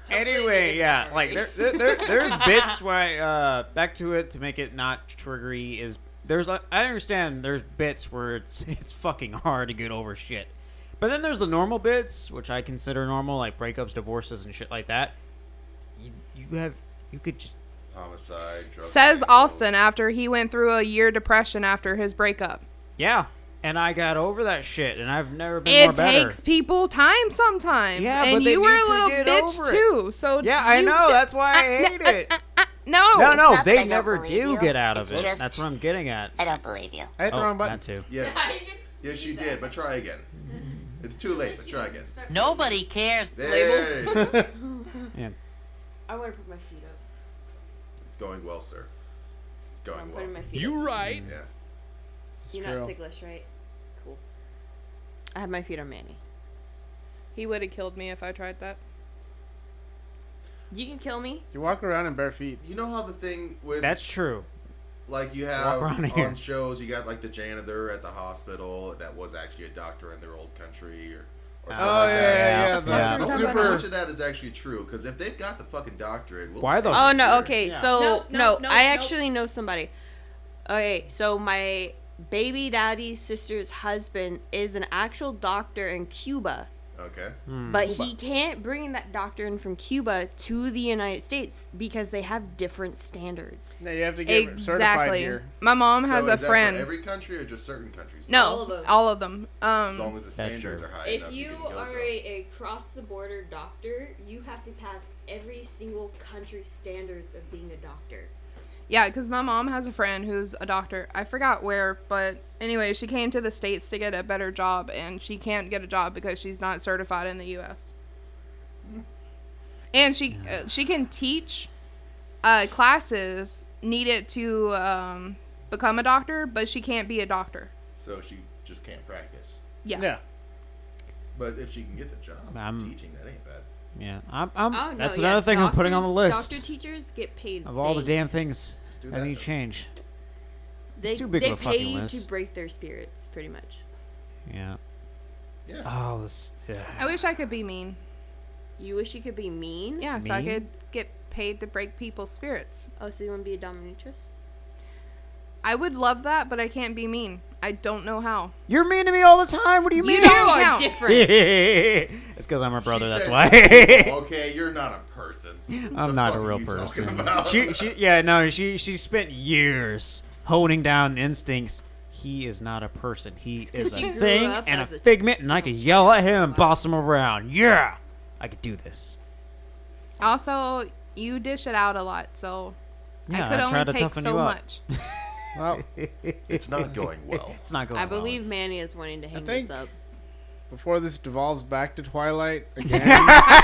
Speaker 2: Anyway, yeah, like there, there, there- there's bits where I, uh, back to it to make it not triggery is there's I I understand there's bits where it's <laughs> it's fucking hard to get over shit, but then there's the normal bits which I consider normal like breakups, divorces, and shit like that. You, you have you could just
Speaker 1: Homicide. drug
Speaker 5: Says
Speaker 1: deal.
Speaker 5: Austin after he went through a year depression after his breakup.
Speaker 2: yeah, and I got over that shit, and I've never been more
Speaker 5: It
Speaker 2: better.
Speaker 5: takes people time sometimes.
Speaker 2: Yeah,
Speaker 5: and
Speaker 2: but they
Speaker 5: you were
Speaker 2: need
Speaker 5: a
Speaker 2: to
Speaker 5: little
Speaker 2: get
Speaker 5: bitch
Speaker 2: over it.
Speaker 5: too. So
Speaker 2: yeah, I
Speaker 5: you-
Speaker 2: know that's why I
Speaker 5: uh,
Speaker 2: hate it.
Speaker 5: No,
Speaker 2: No, no,
Speaker 8: not that I
Speaker 2: they
Speaker 8: don't
Speaker 2: never
Speaker 8: believe
Speaker 2: do
Speaker 8: you.
Speaker 2: get out of
Speaker 8: It's
Speaker 2: it.
Speaker 8: just-
Speaker 2: That's what I'm getting at.
Speaker 8: I don't believe you.
Speaker 4: I hit the
Speaker 2: Oh,
Speaker 4: wrong button.
Speaker 2: that too.
Speaker 1: Yes, yes, you did. But try again. It's too late. But try again.
Speaker 9: Nobody cares.
Speaker 1: There it is.
Speaker 2: Yeah.
Speaker 3: I want to put my feet up.
Speaker 1: It's going well, sir. It's going
Speaker 3: I'm
Speaker 1: well.
Speaker 3: putting my feet up.
Speaker 7: You right.
Speaker 1: Yeah.
Speaker 3: You're
Speaker 4: Girl.
Speaker 3: not ticklish, right? Cool. I have my feet on Manny.
Speaker 5: he would have killed me if I tried that.
Speaker 3: You can kill me.
Speaker 4: You walk around in bare feet.
Speaker 1: You know how the thing with
Speaker 2: That's true.
Speaker 1: like you have
Speaker 2: around
Speaker 1: on
Speaker 2: here.
Speaker 1: shows, you got like the janitor at the hospital that was actually a doctor in their old country, or, or something
Speaker 4: Oh
Speaker 1: like
Speaker 4: yeah,
Speaker 1: that.
Speaker 4: yeah,
Speaker 2: Yeah.
Speaker 4: yeah. The,
Speaker 2: Yeah.
Speaker 4: the
Speaker 1: I wonder how much
Speaker 4: super.
Speaker 1: of that is actually true because if they've got the fucking doctorate, we'll
Speaker 2: Why the?
Speaker 3: Oh no, okay.
Speaker 2: Yeah.
Speaker 5: No,
Speaker 3: So no,
Speaker 5: no, no,
Speaker 3: I
Speaker 5: no.
Speaker 3: actually know somebody. Okay, so my baby daddy's sister's husband is an actual doctor in Cuba,
Speaker 1: Okay.
Speaker 3: but he can't bring that doctor in from Cuba to the United States because they have different standards.
Speaker 4: Yeah, you have to get certified
Speaker 5: Exactly.
Speaker 4: here.
Speaker 5: My mom has
Speaker 1: So
Speaker 5: a
Speaker 1: is that for
Speaker 5: friend.
Speaker 1: every country or just certain countries?
Speaker 5: no,
Speaker 3: All of them.
Speaker 5: all of them. Um,
Speaker 1: As long as the standards are
Speaker 2: true.
Speaker 1: high
Speaker 3: If
Speaker 1: enough,
Speaker 3: you
Speaker 1: can go
Speaker 3: are
Speaker 1: through.
Speaker 3: a, a cross the border doctor, you have to pass every single country standards of being a doctor.
Speaker 5: Yeah, because my mom has a friend who's a doctor. I forgot where, but anyway, she came to the States to get a better job, and she can't get a job because she's not certified in the U.S. And she uh, she can teach uh, classes needed to um, become a doctor, but she can't be a doctor.
Speaker 1: so she just can't practice.
Speaker 5: Yeah.
Speaker 4: Yeah.
Speaker 1: But if she can get the job
Speaker 2: I'm-
Speaker 1: teaching, that ain't bad.
Speaker 2: Yeah, I'm. I'm
Speaker 3: Oh, no,
Speaker 2: that's
Speaker 3: yeah,
Speaker 2: another thing I'm putting on
Speaker 3: doctor-
Speaker 2: the list
Speaker 3: Doctor teachers get paid
Speaker 2: of all the
Speaker 3: big.
Speaker 2: damn things
Speaker 1: do
Speaker 2: that
Speaker 1: that,
Speaker 2: need
Speaker 1: though.
Speaker 2: change.
Speaker 3: They,
Speaker 2: too big
Speaker 3: they
Speaker 2: of a
Speaker 3: pay
Speaker 2: fucking
Speaker 3: you
Speaker 2: list.
Speaker 3: to break their spirits, pretty much.
Speaker 2: Yeah.
Speaker 1: Yeah.
Speaker 2: Oh, this. Yeah.
Speaker 5: I wish I could be mean.
Speaker 3: You wish you could be mean?
Speaker 5: Yeah, so I
Speaker 2: Mean?
Speaker 5: could get paid to break people's spirits.
Speaker 3: Oh, so you want to be a dominatrix?
Speaker 5: I would love that, but I can't be mean. I don't know how.
Speaker 2: You're mean to me all the time. What do you
Speaker 5: You
Speaker 2: mean?
Speaker 5: don't
Speaker 3: are
Speaker 5: count.
Speaker 3: different.
Speaker 2: <laughs> it's because I'm her brother.
Speaker 1: She
Speaker 2: That's
Speaker 1: said, <laughs>
Speaker 2: why.
Speaker 1: okay, you're not a person.
Speaker 2: I'm not a real person. She, she, yeah, no, she, she spent years honing down instincts. He is not a person. He is
Speaker 3: she
Speaker 2: a
Speaker 3: grew
Speaker 2: thing
Speaker 3: up
Speaker 2: and a
Speaker 3: as a
Speaker 2: figment, and I could yell at him and boss him around. Yeah, I could do this.
Speaker 5: Also, you dish it out a lot, so
Speaker 2: Yeah,
Speaker 5: I could
Speaker 2: try to
Speaker 5: only take
Speaker 2: toughen
Speaker 5: so
Speaker 2: you up.
Speaker 5: much.
Speaker 4: Well,
Speaker 1: it's not going <laughs> well.
Speaker 2: It's not going.
Speaker 3: I
Speaker 2: well.
Speaker 3: believe Manny is wanting to hang
Speaker 4: think-
Speaker 3: this up.
Speaker 4: <laughs> before this devolves back to Twilight again,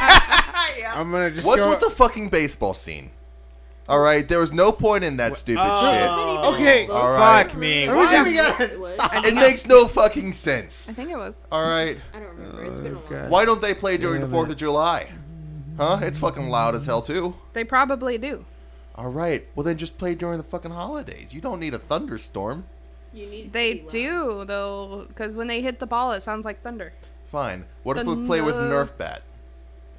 Speaker 4: I'm gonna just
Speaker 1: What's
Speaker 4: go-
Speaker 1: with the fucking baseball scene? All right, there was no point in that stupid
Speaker 2: Oh.
Speaker 4: okay,
Speaker 1: All right.
Speaker 2: Fuck me.
Speaker 4: Are we
Speaker 2: Why
Speaker 4: just-
Speaker 2: do we gotta-
Speaker 3: It was.
Speaker 1: shit. It makes no fucking sense.
Speaker 5: I think it was.
Speaker 1: All right,
Speaker 3: I don't remember. It's
Speaker 2: Oh,
Speaker 3: been a while.
Speaker 1: why don't they play during the
Speaker 2: Damn
Speaker 1: Fourth of July? Huh? It's fucking loud as hell too.
Speaker 5: They probably do.
Speaker 1: All right, well then just play during the fucking holidays. You don't need a thunderstorm.
Speaker 3: You need it to
Speaker 5: They
Speaker 3: be loud.
Speaker 5: do though, because when they hit the ball, it sounds like thunder.
Speaker 1: Fine. What if we play with Nerf bat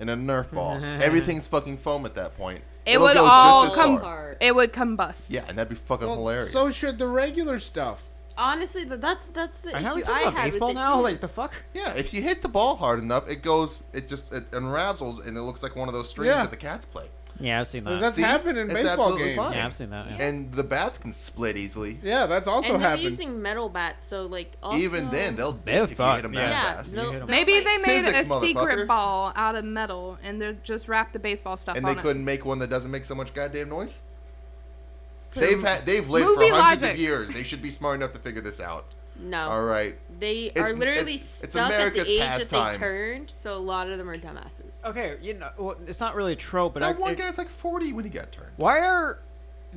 Speaker 1: and a Nerf
Speaker 2: <laughs>
Speaker 1: ball? Everything's fucking foam at that point.
Speaker 5: It
Speaker 1: It'll
Speaker 5: would
Speaker 1: go just
Speaker 5: all
Speaker 1: as
Speaker 5: come-
Speaker 1: far.
Speaker 3: Part.
Speaker 5: It would combust.
Speaker 1: Yeah, and that'd be fucking
Speaker 4: Well,
Speaker 1: hilarious.
Speaker 4: So should the regular stuff.
Speaker 3: Honestly, th- that's that's the
Speaker 2: I know we
Speaker 3: issue
Speaker 2: talking
Speaker 3: I
Speaker 2: about
Speaker 3: had with
Speaker 2: baseball
Speaker 3: it
Speaker 2: now.
Speaker 3: too.
Speaker 2: Like the fuck.
Speaker 1: Yeah, if you hit the ball hard enough, it goes, it just it unravels, and it looks like one of those strings
Speaker 4: Yeah.
Speaker 1: that the cats play.
Speaker 2: Yeah, I've seen that.
Speaker 4: That's
Speaker 1: See?
Speaker 4: happened in
Speaker 1: It's
Speaker 4: baseball
Speaker 1: absolutely
Speaker 4: games.
Speaker 1: fine.
Speaker 2: yeah, I've seen that. Yeah.
Speaker 1: And the bats can split easily.
Speaker 4: Yeah, that's also
Speaker 3: and they're
Speaker 4: happened.
Speaker 3: using metal bats, so like also,
Speaker 1: Even then, they'll dip if
Speaker 2: They're
Speaker 1: you hit them that
Speaker 2: fucked,
Speaker 3: yeah,
Speaker 1: fast.
Speaker 3: they'll-
Speaker 2: hit 'em.
Speaker 3: they'll,
Speaker 5: Maybe
Speaker 3: like-
Speaker 5: they made
Speaker 1: Physics,
Speaker 5: a
Speaker 1: motherfucker.
Speaker 5: secret ball out of metal and they just wrapped the baseball stuff
Speaker 1: And
Speaker 5: on
Speaker 1: they
Speaker 5: it.
Speaker 1: couldn't make one that doesn't make so much goddamn noise. They've had, they've lived
Speaker 5: Movie
Speaker 1: for hundreds
Speaker 5: logic.
Speaker 1: of years. They should be smart enough to figure this out.
Speaker 3: No,
Speaker 1: All right.
Speaker 3: they
Speaker 1: It's-
Speaker 3: are literally
Speaker 1: it's- it's
Speaker 3: stuck at the
Speaker 1: America's
Speaker 3: age that
Speaker 1: pastime.
Speaker 3: they turned. So a lot of them are dumbasses.
Speaker 2: Okay, you know, well, it's not really a trope, but I,
Speaker 1: That one
Speaker 2: it-
Speaker 1: guy's like 40 when he got turned.
Speaker 2: why are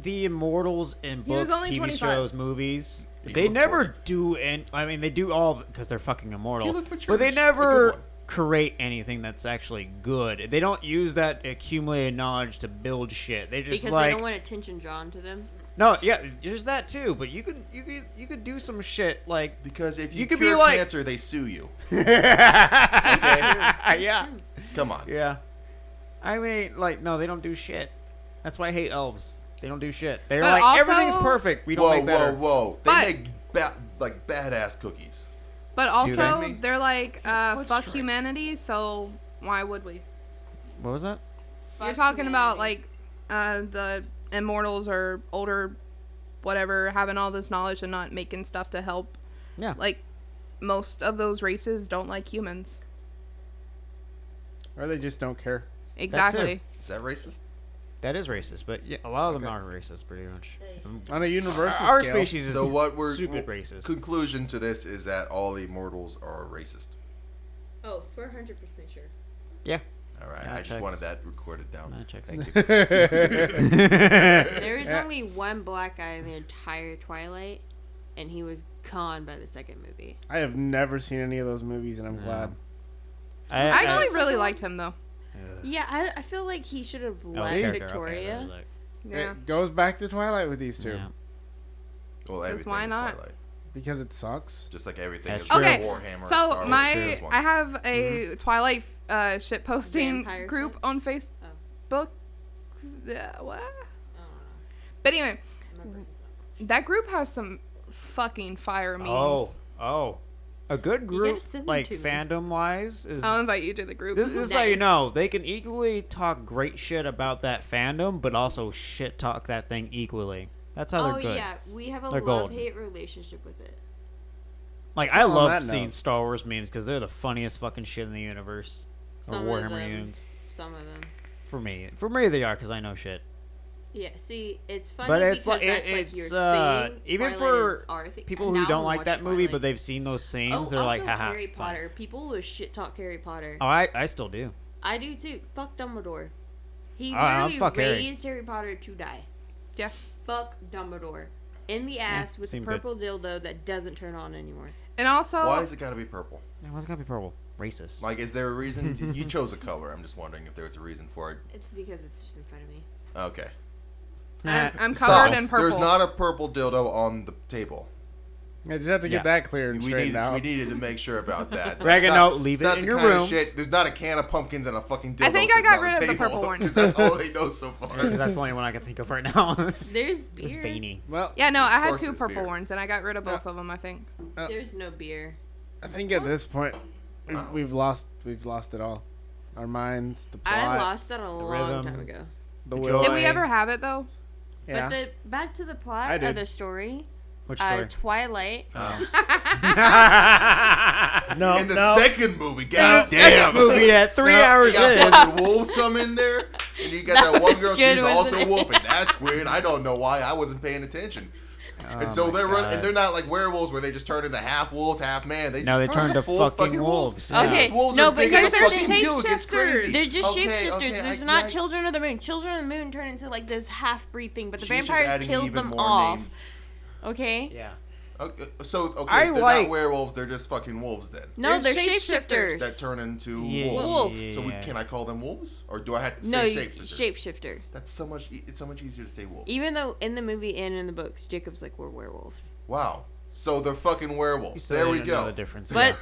Speaker 2: the immortals in
Speaker 5: was
Speaker 2: books,
Speaker 5: only
Speaker 2: TV
Speaker 5: 25.
Speaker 2: shows, movies?
Speaker 1: He
Speaker 2: They
Speaker 1: looked
Speaker 2: never
Speaker 1: forty.
Speaker 2: do, and I mean, they do all because they're fucking immortal.
Speaker 1: He looked mature.
Speaker 2: But they
Speaker 1: It's a good
Speaker 2: never
Speaker 1: one.
Speaker 2: create anything that's actually good. They don't use that accumulated knowledge to build shit. They just
Speaker 3: Because
Speaker 2: like
Speaker 3: they don't want attention drawn to them.
Speaker 2: no, yeah, there's that too. But you could you could you could do some shit like
Speaker 1: Because if you,
Speaker 2: You could be
Speaker 1: cure
Speaker 2: like-
Speaker 1: cancer, they sue you.
Speaker 2: yeah
Speaker 1: Come on.
Speaker 2: yeah. I mean, like no, they don't do shit. That's why I hate elves. They don't do shit. They're
Speaker 5: But
Speaker 2: like
Speaker 5: also-
Speaker 2: everything's perfect. We don't
Speaker 1: whoa,
Speaker 2: make better.
Speaker 1: whoa, whoa. They
Speaker 5: But-
Speaker 1: make ba- like badass cookies.
Speaker 5: But
Speaker 1: they?
Speaker 5: also,
Speaker 1: Maybe.
Speaker 5: they're like, uh,
Speaker 1: Foot
Speaker 5: fuck
Speaker 1: strikes.
Speaker 5: humanity, so why would we?
Speaker 2: What was that?
Speaker 5: You're talking about like uh, the immortals or older, whatever, having all this knowledge and not making stuff to help.
Speaker 2: Yeah.
Speaker 5: Like most of those races don't like humans.
Speaker 4: Or they just don't care.
Speaker 5: Exactly.
Speaker 1: Is that racist?
Speaker 2: That is racist, but yeah, a lot of them are racist, pretty much.
Speaker 4: On a universal
Speaker 2: Our
Speaker 4: scale.
Speaker 2: species is <laughs>
Speaker 1: So what we're
Speaker 2: stupid
Speaker 1: w-
Speaker 2: racist.
Speaker 1: Conclusion to this is that all the immortals are racist.
Speaker 3: Oh, for hundred percent sure.
Speaker 2: yeah,
Speaker 1: All right,
Speaker 2: That
Speaker 1: I just
Speaker 2: checks.
Speaker 1: wanted that recorded down.
Speaker 2: That checks.
Speaker 1: Thank you.
Speaker 3: There is only one black guy in the entire Twilight, and he was gone by the second movie.
Speaker 4: I have never seen any of those movies, and I'm glad.
Speaker 2: I,
Speaker 5: I actually really liked him though.
Speaker 3: Yeah, I, I feel like he should have
Speaker 2: oh,
Speaker 3: left Victoria.
Speaker 5: Yeah.
Speaker 4: It goes back to Twilight with these two
Speaker 2: Yeah.
Speaker 1: Well, everything
Speaker 5: why
Speaker 1: is
Speaker 5: not?
Speaker 1: Twilight.
Speaker 4: because it sucks.
Speaker 1: Just like everything
Speaker 2: That's
Speaker 1: is
Speaker 2: true.
Speaker 5: Okay,
Speaker 1: Warhammer. and Star
Speaker 5: So
Speaker 1: Wars
Speaker 5: my
Speaker 1: is one.
Speaker 5: I have a
Speaker 2: Mm-hmm.
Speaker 5: Twilight uh, shit posting
Speaker 3: Vampire
Speaker 5: group
Speaker 3: sex?
Speaker 5: on Facebook.
Speaker 1: Oh.
Speaker 5: Yeah, what? But anyway,
Speaker 3: Mm-hmm.
Speaker 5: that group has some fucking fire memes.
Speaker 2: Oh, oh, a good group,
Speaker 3: send them
Speaker 2: like
Speaker 3: to me.
Speaker 2: fandom wise, is.
Speaker 5: I'll invite you to the group.
Speaker 2: this, this is how you
Speaker 3: Nice.
Speaker 2: know they can equally talk great shit about that fandom, but also shit talk that thing equally. That's how
Speaker 3: Oh
Speaker 2: they're good.
Speaker 3: yeah, we have a
Speaker 2: They're
Speaker 3: love
Speaker 2: gold.
Speaker 3: hate relationship with it.
Speaker 2: Like I love
Speaker 4: that
Speaker 2: seeing
Speaker 4: note-
Speaker 2: Star Wars memes because they're the funniest fucking shit in the universe.
Speaker 3: Some
Speaker 2: or
Speaker 3: of
Speaker 2: Warhammer
Speaker 3: them.
Speaker 2: memes.
Speaker 3: Some of them.
Speaker 2: For me, for me they are because I know shit.
Speaker 3: Yeah, see, it's funny
Speaker 2: but
Speaker 3: because
Speaker 2: it's like
Speaker 3: that's
Speaker 2: it-
Speaker 3: like
Speaker 2: it's
Speaker 3: your
Speaker 2: uh,
Speaker 3: thing.
Speaker 2: even
Speaker 3: Twilight is
Speaker 2: for
Speaker 3: our thing.
Speaker 2: people
Speaker 3: And
Speaker 2: who
Speaker 3: now
Speaker 2: don't
Speaker 3: we
Speaker 2: like
Speaker 3: watch
Speaker 2: that movie,
Speaker 3: Twilight.
Speaker 2: but they've seen those scenes,
Speaker 3: oh,
Speaker 2: they're like,
Speaker 3: also
Speaker 2: haha.
Speaker 3: Harry
Speaker 2: fun."
Speaker 3: Potter. People will shit talk Harry Potter.
Speaker 2: Oh, I, I still do.
Speaker 3: I do too. Fuck Dumbledore. He
Speaker 2: Oh, I'll
Speaker 3: literally
Speaker 2: fuck Harry.
Speaker 3: raised Harry. Potter to die.
Speaker 5: Yeah.
Speaker 3: Fuck Dumbledore in the ass with a
Speaker 2: seemed good.
Speaker 3: purple dildo that doesn't turn on anymore.
Speaker 5: And also,
Speaker 1: Why is it gotta be purple?
Speaker 2: Yeah, why's it gotta be purple? Racist.
Speaker 1: Like, is there a
Speaker 2: <laughs>
Speaker 1: reason? you chose a color. I'm just wondering if there was a reason for it.
Speaker 3: It's because it's just in front of me.
Speaker 1: Okay.
Speaker 5: I'm, I'm covered
Speaker 1: Socks.
Speaker 5: in purple.
Speaker 1: There's not a purple dildo on the table.
Speaker 4: I just have to
Speaker 2: Yeah.
Speaker 4: get that cleared and
Speaker 1: We
Speaker 4: straightened
Speaker 1: needed,
Speaker 4: out.
Speaker 1: we needed to make sure about that.
Speaker 2: <laughs>
Speaker 1: That's
Speaker 2: Regan,
Speaker 1: not-
Speaker 2: no, leave
Speaker 1: it's
Speaker 2: it
Speaker 1: not
Speaker 2: in
Speaker 1: the
Speaker 2: your
Speaker 1: kind of
Speaker 2: room.
Speaker 1: shit. There's not a can of pumpkins and a fucking dildo.
Speaker 5: I think I
Speaker 1: sitting
Speaker 5: got
Speaker 1: on
Speaker 5: rid of the
Speaker 1: table,
Speaker 5: purple
Speaker 1: <laughs>
Speaker 5: one.
Speaker 1: 'cause that's
Speaker 2: <laughs>
Speaker 1: all they know so
Speaker 2: because
Speaker 1: far. <laughs>
Speaker 2: that's the only one I can think of right now. <laughs>
Speaker 3: There's beer.
Speaker 2: it's veiny.
Speaker 4: well,
Speaker 5: Yeah, no, I had
Speaker 1: course
Speaker 5: two
Speaker 1: it's
Speaker 5: purple
Speaker 1: beer.
Speaker 5: ones and I got rid of both of them. I think.
Speaker 3: There's no beer.
Speaker 4: I think at this point we've, we've lost we've lost it all. Our minds, the plot,
Speaker 3: I lost that a long
Speaker 2: rhythm.
Speaker 3: time ago.
Speaker 4: the
Speaker 2: the
Speaker 4: will.
Speaker 5: Did we
Speaker 2: Boy.
Speaker 5: ever have it though?
Speaker 4: Yeah.
Speaker 3: But the back to the
Speaker 4: I
Speaker 3: plot
Speaker 4: did.
Speaker 3: of the story,
Speaker 2: Which
Speaker 3: uh,
Speaker 2: story? Uh,
Speaker 3: Twilight.
Speaker 2: <laughs>
Speaker 4: no,
Speaker 1: In the
Speaker 4: no.
Speaker 1: second movie, god damn.
Speaker 2: Second movie yeah, three
Speaker 4: No,
Speaker 2: hours
Speaker 1: <laughs> You
Speaker 2: in.
Speaker 1: got fucking wolves come in there, and you got that,
Speaker 3: That
Speaker 1: one
Speaker 3: was
Speaker 1: girl.
Speaker 3: good,
Speaker 1: She's
Speaker 3: wasn't
Speaker 1: also
Speaker 3: it?
Speaker 1: wolfing. That's weird. I don't know why. I wasn't paying attention.
Speaker 2: Oh
Speaker 1: and so they're running, and they're not like werewolves where they just turn into half wolves, half man. They just
Speaker 2: No, they turn to
Speaker 1: full
Speaker 2: fucking wolves.
Speaker 1: And
Speaker 3: Okay,
Speaker 1: these wolves
Speaker 3: no,
Speaker 1: are big
Speaker 3: because
Speaker 1: as a
Speaker 3: they're
Speaker 1: fucking mule. It gets
Speaker 5: shapeshifters.
Speaker 1: crazy.
Speaker 3: They're just
Speaker 1: Okay,
Speaker 3: shapeshifters.
Speaker 1: okay, I-
Speaker 3: There's not
Speaker 1: I-
Speaker 3: Children of the Moon. Children of the Moon turn into like this half breed thing, but the
Speaker 1: she's just
Speaker 3: vampires
Speaker 1: adding
Speaker 3: killed
Speaker 1: even
Speaker 3: them
Speaker 1: more
Speaker 3: off.
Speaker 1: names.
Speaker 3: Okay.
Speaker 2: yeah.
Speaker 1: Okay, so okay,
Speaker 2: I
Speaker 1: they're
Speaker 2: like-
Speaker 1: not werewolves. They're just fucking wolves then.
Speaker 3: No, they're,
Speaker 5: They're
Speaker 3: shapeshifters.
Speaker 5: shapeshifters.
Speaker 1: That turn into
Speaker 2: Yeah.
Speaker 1: wolves.
Speaker 3: Wolves.
Speaker 1: So we,
Speaker 2: Yeah.
Speaker 1: can I call them wolves, or do I have to
Speaker 3: no,
Speaker 1: say
Speaker 3: you-
Speaker 1: shapeshifters?
Speaker 3: shapeshifter.
Speaker 1: That's so much. e- It's so much easier to say wolves.
Speaker 3: Even though in the movie and in the books, Jacob's like we're werewolves.
Speaker 1: wow. So they're fucking werewolves.
Speaker 2: So
Speaker 1: there we
Speaker 2: don't
Speaker 1: go.
Speaker 2: know the difference.
Speaker 3: But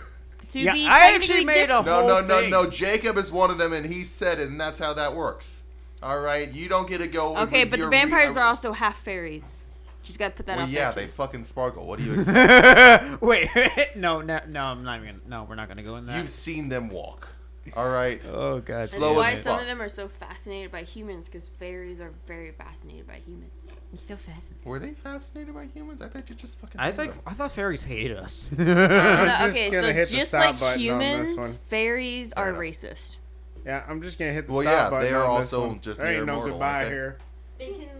Speaker 3: to
Speaker 2: yeah,
Speaker 3: be
Speaker 2: I actually
Speaker 3: technically
Speaker 2: made a
Speaker 3: diff-
Speaker 1: No,
Speaker 2: whole
Speaker 1: no, no,
Speaker 2: thing. <laughs>
Speaker 1: no. Jacob is one of them, and he said it, and that's how that works. All right, you don't get to go.
Speaker 3: Okay,
Speaker 1: with
Speaker 3: but the
Speaker 1: your
Speaker 3: vampires
Speaker 1: re- uh,
Speaker 3: are also half fairies. Just gotta put that
Speaker 1: Well,
Speaker 3: out
Speaker 1: yeah,
Speaker 3: there.
Speaker 1: they
Speaker 3: too.
Speaker 1: fucking sparkle. What do
Speaker 2: <laughs>
Speaker 1: you expect?
Speaker 2: Wait, <laughs> no, no, no, I'm not even. No, we're not gonna go in that.
Speaker 1: You've seen them walk. All right.
Speaker 2: oh god.
Speaker 1: Slow
Speaker 3: That's why
Speaker 1: as
Speaker 3: some
Speaker 1: fuck.
Speaker 3: of them are so fascinated by humans, because fairies are very fascinated by humans. You're so fascinated.
Speaker 1: Were they fascinated by humans? I thought you just fucking.
Speaker 2: I
Speaker 1: hated
Speaker 2: think
Speaker 1: them.
Speaker 2: I thought fairies hated us. <laughs>
Speaker 4: <laughs> I'm
Speaker 3: No,
Speaker 4: just
Speaker 3: okay,
Speaker 4: gonna
Speaker 3: so
Speaker 4: hit the
Speaker 3: just
Speaker 4: stop
Speaker 3: like
Speaker 4: button on this one.
Speaker 3: humans, fairies are
Speaker 1: enough.
Speaker 3: racist.
Speaker 4: Yeah, I'm just gonna hit the
Speaker 1: Well,
Speaker 4: stop
Speaker 1: yeah,
Speaker 4: button
Speaker 1: they are
Speaker 4: on this
Speaker 1: also
Speaker 4: one.
Speaker 1: just
Speaker 4: there
Speaker 1: mere
Speaker 4: ain't no
Speaker 1: mortal,
Speaker 4: goodbye
Speaker 1: aren't they?
Speaker 4: here.
Speaker 3: They can